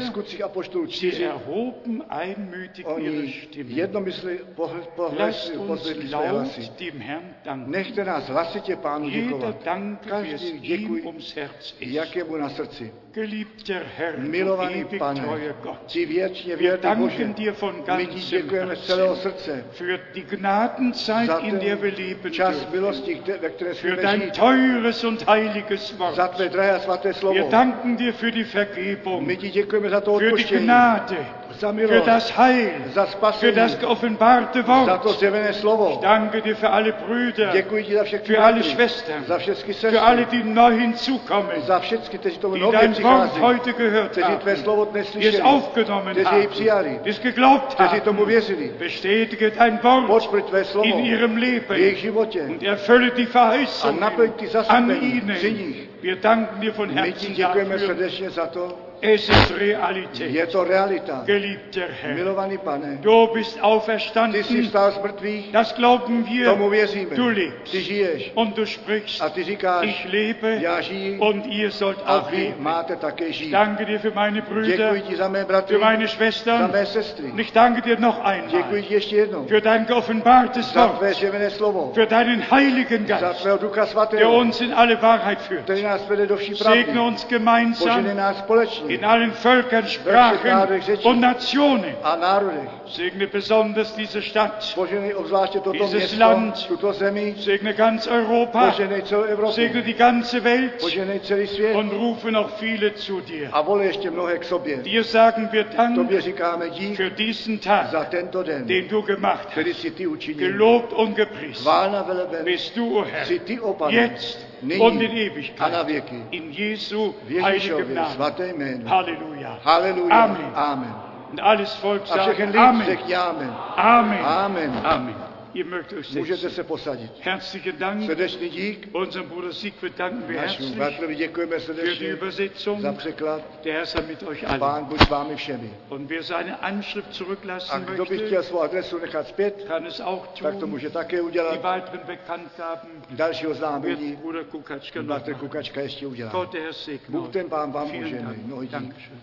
[SPEAKER 1] 4,
[SPEAKER 2] skutcích Apoštolů
[SPEAKER 1] sie
[SPEAKER 2] 4
[SPEAKER 1] erhoben einmütig ihre
[SPEAKER 2] oni
[SPEAKER 1] Stimmen.
[SPEAKER 2] jednomysli pohl-
[SPEAKER 1] Lasst
[SPEAKER 2] pohlesli-
[SPEAKER 1] uns
[SPEAKER 2] pozdvihli své hlasy.
[SPEAKER 1] laut dem Herrn danken.
[SPEAKER 2] Nechte nás hlasitě Pánu
[SPEAKER 1] Jeder
[SPEAKER 2] děkovat.
[SPEAKER 1] Dank, wie es
[SPEAKER 2] Každý
[SPEAKER 1] ihm
[SPEAKER 2] děkuj,
[SPEAKER 1] ums Herz ist.
[SPEAKER 2] jakému na
[SPEAKER 1] Jako
[SPEAKER 2] srdci.
[SPEAKER 1] Geliebter Herr, du
[SPEAKER 2] Milovaný
[SPEAKER 1] ewig treuer
[SPEAKER 2] Pane,
[SPEAKER 1] Gott,
[SPEAKER 2] ti věčně
[SPEAKER 1] wir
[SPEAKER 2] věrný Bože,
[SPEAKER 1] danken dir von
[SPEAKER 2] my ti
[SPEAKER 1] ganzem
[SPEAKER 2] děkujeme z celého
[SPEAKER 1] Herzen
[SPEAKER 2] srdce
[SPEAKER 1] für die Gnadenzeit,
[SPEAKER 2] za
[SPEAKER 1] in der wir
[SPEAKER 2] ten
[SPEAKER 1] leben
[SPEAKER 2] čas
[SPEAKER 1] dürfen,
[SPEAKER 2] milosti, kde- ve které
[SPEAKER 1] für
[SPEAKER 2] jsme
[SPEAKER 1] dein
[SPEAKER 2] žít,
[SPEAKER 1] teures und heiliges
[SPEAKER 2] za
[SPEAKER 1] Wort.
[SPEAKER 2] tvé drahé a svaté
[SPEAKER 1] Wir
[SPEAKER 2] slovo.
[SPEAKER 1] danken dir für die Vergebung,
[SPEAKER 2] My ti děkujeme za to
[SPEAKER 1] für die
[SPEAKER 2] odpuštění,
[SPEAKER 1] Gnade,
[SPEAKER 2] za
[SPEAKER 1] für
[SPEAKER 2] milost,
[SPEAKER 1] das Heil,
[SPEAKER 2] za
[SPEAKER 1] für
[SPEAKER 2] spasení,
[SPEAKER 1] das geoffenbarte
[SPEAKER 2] za to
[SPEAKER 1] Wort.
[SPEAKER 2] zjevené slovo.
[SPEAKER 1] Danke dir für alle Brüder,
[SPEAKER 2] Děkuji ti za všechny
[SPEAKER 1] Für alle
[SPEAKER 2] bratry,
[SPEAKER 1] Schwestern.
[SPEAKER 2] za všechny
[SPEAKER 1] für alle,
[SPEAKER 2] sestry,
[SPEAKER 1] die neu hinzukommen,
[SPEAKER 2] za všechny, kteří tomu
[SPEAKER 1] die
[SPEAKER 2] nově
[SPEAKER 1] dein Wort
[SPEAKER 2] přichází,
[SPEAKER 1] heute gehört
[SPEAKER 2] kteří tvé
[SPEAKER 1] haben,
[SPEAKER 2] slovo dnes
[SPEAKER 1] die es
[SPEAKER 2] slyšeli,
[SPEAKER 1] aufgenommen
[SPEAKER 2] kteří jej
[SPEAKER 1] haben,
[SPEAKER 2] přijali,
[SPEAKER 1] die es geglaubt
[SPEAKER 2] kteří tomu
[SPEAKER 1] haben.
[SPEAKER 2] věřili.
[SPEAKER 1] Bestätige dein Wort
[SPEAKER 2] Potvrď tvé slovo
[SPEAKER 1] in ihrem
[SPEAKER 2] v jejich
[SPEAKER 1] Leben
[SPEAKER 2] životě.
[SPEAKER 1] und erfülle die Verheißung
[SPEAKER 2] A naplň ty
[SPEAKER 1] an
[SPEAKER 2] zaslíbení při
[SPEAKER 1] ihnen.
[SPEAKER 2] nich.
[SPEAKER 1] Wir danken dir von
[SPEAKER 2] My ti
[SPEAKER 1] Herzen
[SPEAKER 2] děkujeme
[SPEAKER 1] dafür.
[SPEAKER 2] srdečně za to.
[SPEAKER 1] Es ist Realität.
[SPEAKER 2] Je to realita.
[SPEAKER 1] Geliebter Herr,
[SPEAKER 2] Milovaný pane,
[SPEAKER 1] du bist
[SPEAKER 2] ty jsi
[SPEAKER 1] auferstanden.
[SPEAKER 2] vstal z mrtvých,
[SPEAKER 1] Das glauben
[SPEAKER 2] tomu
[SPEAKER 1] wir.
[SPEAKER 2] věříme.
[SPEAKER 1] Du lebst.
[SPEAKER 2] Ty žiješ
[SPEAKER 1] Und du sprichst,
[SPEAKER 2] a ty
[SPEAKER 1] ich
[SPEAKER 2] říkáš, já
[SPEAKER 1] lebe
[SPEAKER 2] žiji
[SPEAKER 1] und ihr sollt
[SPEAKER 2] a
[SPEAKER 1] auch
[SPEAKER 2] vy
[SPEAKER 1] leben.
[SPEAKER 2] máte také žít.
[SPEAKER 1] Danke dir für meine Brüder,
[SPEAKER 2] Děkuji ti za mé
[SPEAKER 1] für
[SPEAKER 2] bratry,
[SPEAKER 1] meine
[SPEAKER 2] za
[SPEAKER 1] Schwestern.
[SPEAKER 2] mé sestry.
[SPEAKER 1] Und ich danke dir noch
[SPEAKER 2] Děkuji
[SPEAKER 1] einmal
[SPEAKER 2] ti ještě jednou
[SPEAKER 1] für dein geoffenbartes
[SPEAKER 2] za tvé
[SPEAKER 1] Wort,
[SPEAKER 2] zjevené slovo,
[SPEAKER 1] für deinen Heiligen
[SPEAKER 2] za
[SPEAKER 1] Geist,
[SPEAKER 2] tvého ducha
[SPEAKER 1] der
[SPEAKER 2] svatého,
[SPEAKER 1] uns in alle Wahrheit führt.
[SPEAKER 2] který nás vede do vší pravdy.
[SPEAKER 1] Segne uns
[SPEAKER 2] Požene
[SPEAKER 1] gemeinsam
[SPEAKER 2] nás společně
[SPEAKER 1] in allen Völkern, Sprachen und Nationen.
[SPEAKER 2] a národech.
[SPEAKER 1] Segne besonders diese Stadt,
[SPEAKER 2] Poženej obzvláště toto
[SPEAKER 1] Dieses
[SPEAKER 2] město,
[SPEAKER 1] Land.
[SPEAKER 2] tuto zemi,
[SPEAKER 1] segne ganz Europa,
[SPEAKER 2] poženej celou Evropu,
[SPEAKER 1] segne die ganze Welt
[SPEAKER 2] poženej celý svět
[SPEAKER 1] und rufe noch viele zu dir.
[SPEAKER 2] a vole ještě mnohé k sobě.
[SPEAKER 1] Dir sagen wir Dank
[SPEAKER 2] Tobě říkáme dík
[SPEAKER 1] für diesen Tag,
[SPEAKER 2] za tento den,
[SPEAKER 1] den du gemacht hast.
[SPEAKER 2] který si ty učinil.
[SPEAKER 1] Gelobt und gepriesen
[SPEAKER 2] Chvána veleben,
[SPEAKER 1] bist du, o Herr,
[SPEAKER 2] si ty, o pane,
[SPEAKER 1] jetzt
[SPEAKER 2] nyní
[SPEAKER 1] und in
[SPEAKER 2] a na
[SPEAKER 1] Ewigkeit.
[SPEAKER 2] věky.
[SPEAKER 1] In Jesu
[SPEAKER 2] V
[SPEAKER 1] heiligem
[SPEAKER 2] Ježíšově
[SPEAKER 1] Namen.
[SPEAKER 2] svaté jméno.
[SPEAKER 1] Halleluja.
[SPEAKER 2] Halleluja.
[SPEAKER 1] Amen.
[SPEAKER 2] Amen.
[SPEAKER 1] Und alles Volk
[SPEAKER 2] A
[SPEAKER 1] sagt
[SPEAKER 2] všechen lid
[SPEAKER 1] Amen.
[SPEAKER 2] řekni Amen.
[SPEAKER 1] Amen.
[SPEAKER 2] Amen.
[SPEAKER 1] Amen. Ihr mögt euch
[SPEAKER 2] Můžete
[SPEAKER 1] setzen.
[SPEAKER 2] se posadit.
[SPEAKER 1] Herzlichen Dank.
[SPEAKER 2] Srdečný dík.
[SPEAKER 1] Unserem Bruder Siegfried danken wir
[SPEAKER 2] Našemu
[SPEAKER 1] herzlich
[SPEAKER 2] bratrovi děkujeme
[SPEAKER 1] für die
[SPEAKER 2] srdečně za
[SPEAKER 1] Übersetzung.
[SPEAKER 2] překlad.
[SPEAKER 1] Der Herr sei mit euch allen.
[SPEAKER 2] Pán buď s vámi všemi.
[SPEAKER 1] Und wer seine Anschrift
[SPEAKER 2] A
[SPEAKER 1] zurücklassen
[SPEAKER 2] kdo by chtěl
[SPEAKER 1] möchte,
[SPEAKER 2] svou adresu nechat zpět,
[SPEAKER 1] kann es auch
[SPEAKER 2] tak to
[SPEAKER 1] tun.
[SPEAKER 2] může také
[SPEAKER 1] Die
[SPEAKER 2] udělat.
[SPEAKER 1] weiteren Bekanntgaben
[SPEAKER 2] Další
[SPEAKER 1] wird
[SPEAKER 2] oznámení
[SPEAKER 1] Bruder Kukatschka noch
[SPEAKER 2] bratr
[SPEAKER 1] machen.
[SPEAKER 2] Kukačka ještě udělá.
[SPEAKER 1] Gott, der Herr segne
[SPEAKER 2] Bůh
[SPEAKER 1] euch.
[SPEAKER 2] ten pán vám
[SPEAKER 1] Vielen
[SPEAKER 2] poženej. Mnoho
[SPEAKER 1] Dank.
[SPEAKER 2] dík.
[SPEAKER 1] Dankeschön.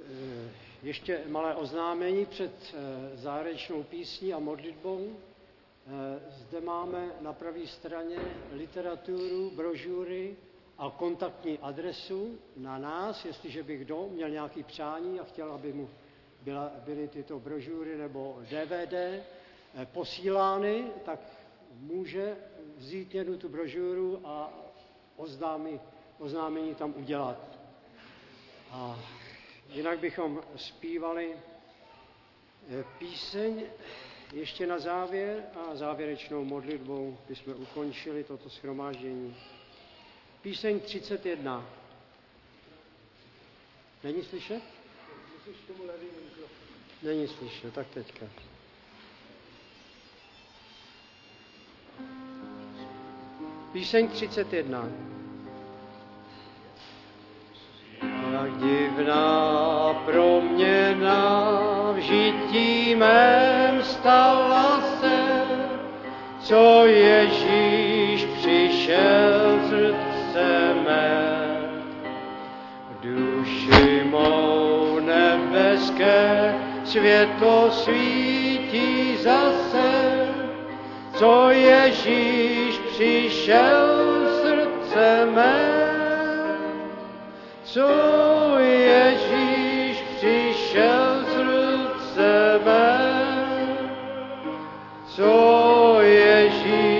[SPEAKER 3] Eh, Ještě malé oznámení před eh, závěrečnou písní a modlitbou. Eh, Zde máme na pravé straně literaturu, brožury a kontaktní adresu na nás, jestliže by kdo měl nějaké přání a chtěl, aby mu byla, byly tyto brožury nebo DVD eh, posílány, tak může vzít jednu tu brožuru a oznámí, oznámení tam udělat. A jinak bychom zpívali eh, píseň ještě na závěr a závěrečnou modlitbou bychom ukončili toto schromáždění. Píseň 31. Není slyšet? Není slyšet, tak teďka. Píseň 31. Jak divná proměna v žití mém stala se, co Ježíš přišel z srdce mé. V duši mou nebeské světlo svítí zase, co Ježíš přišel z srdce mé co Ježíš přišel z srdce mé, co Ježíš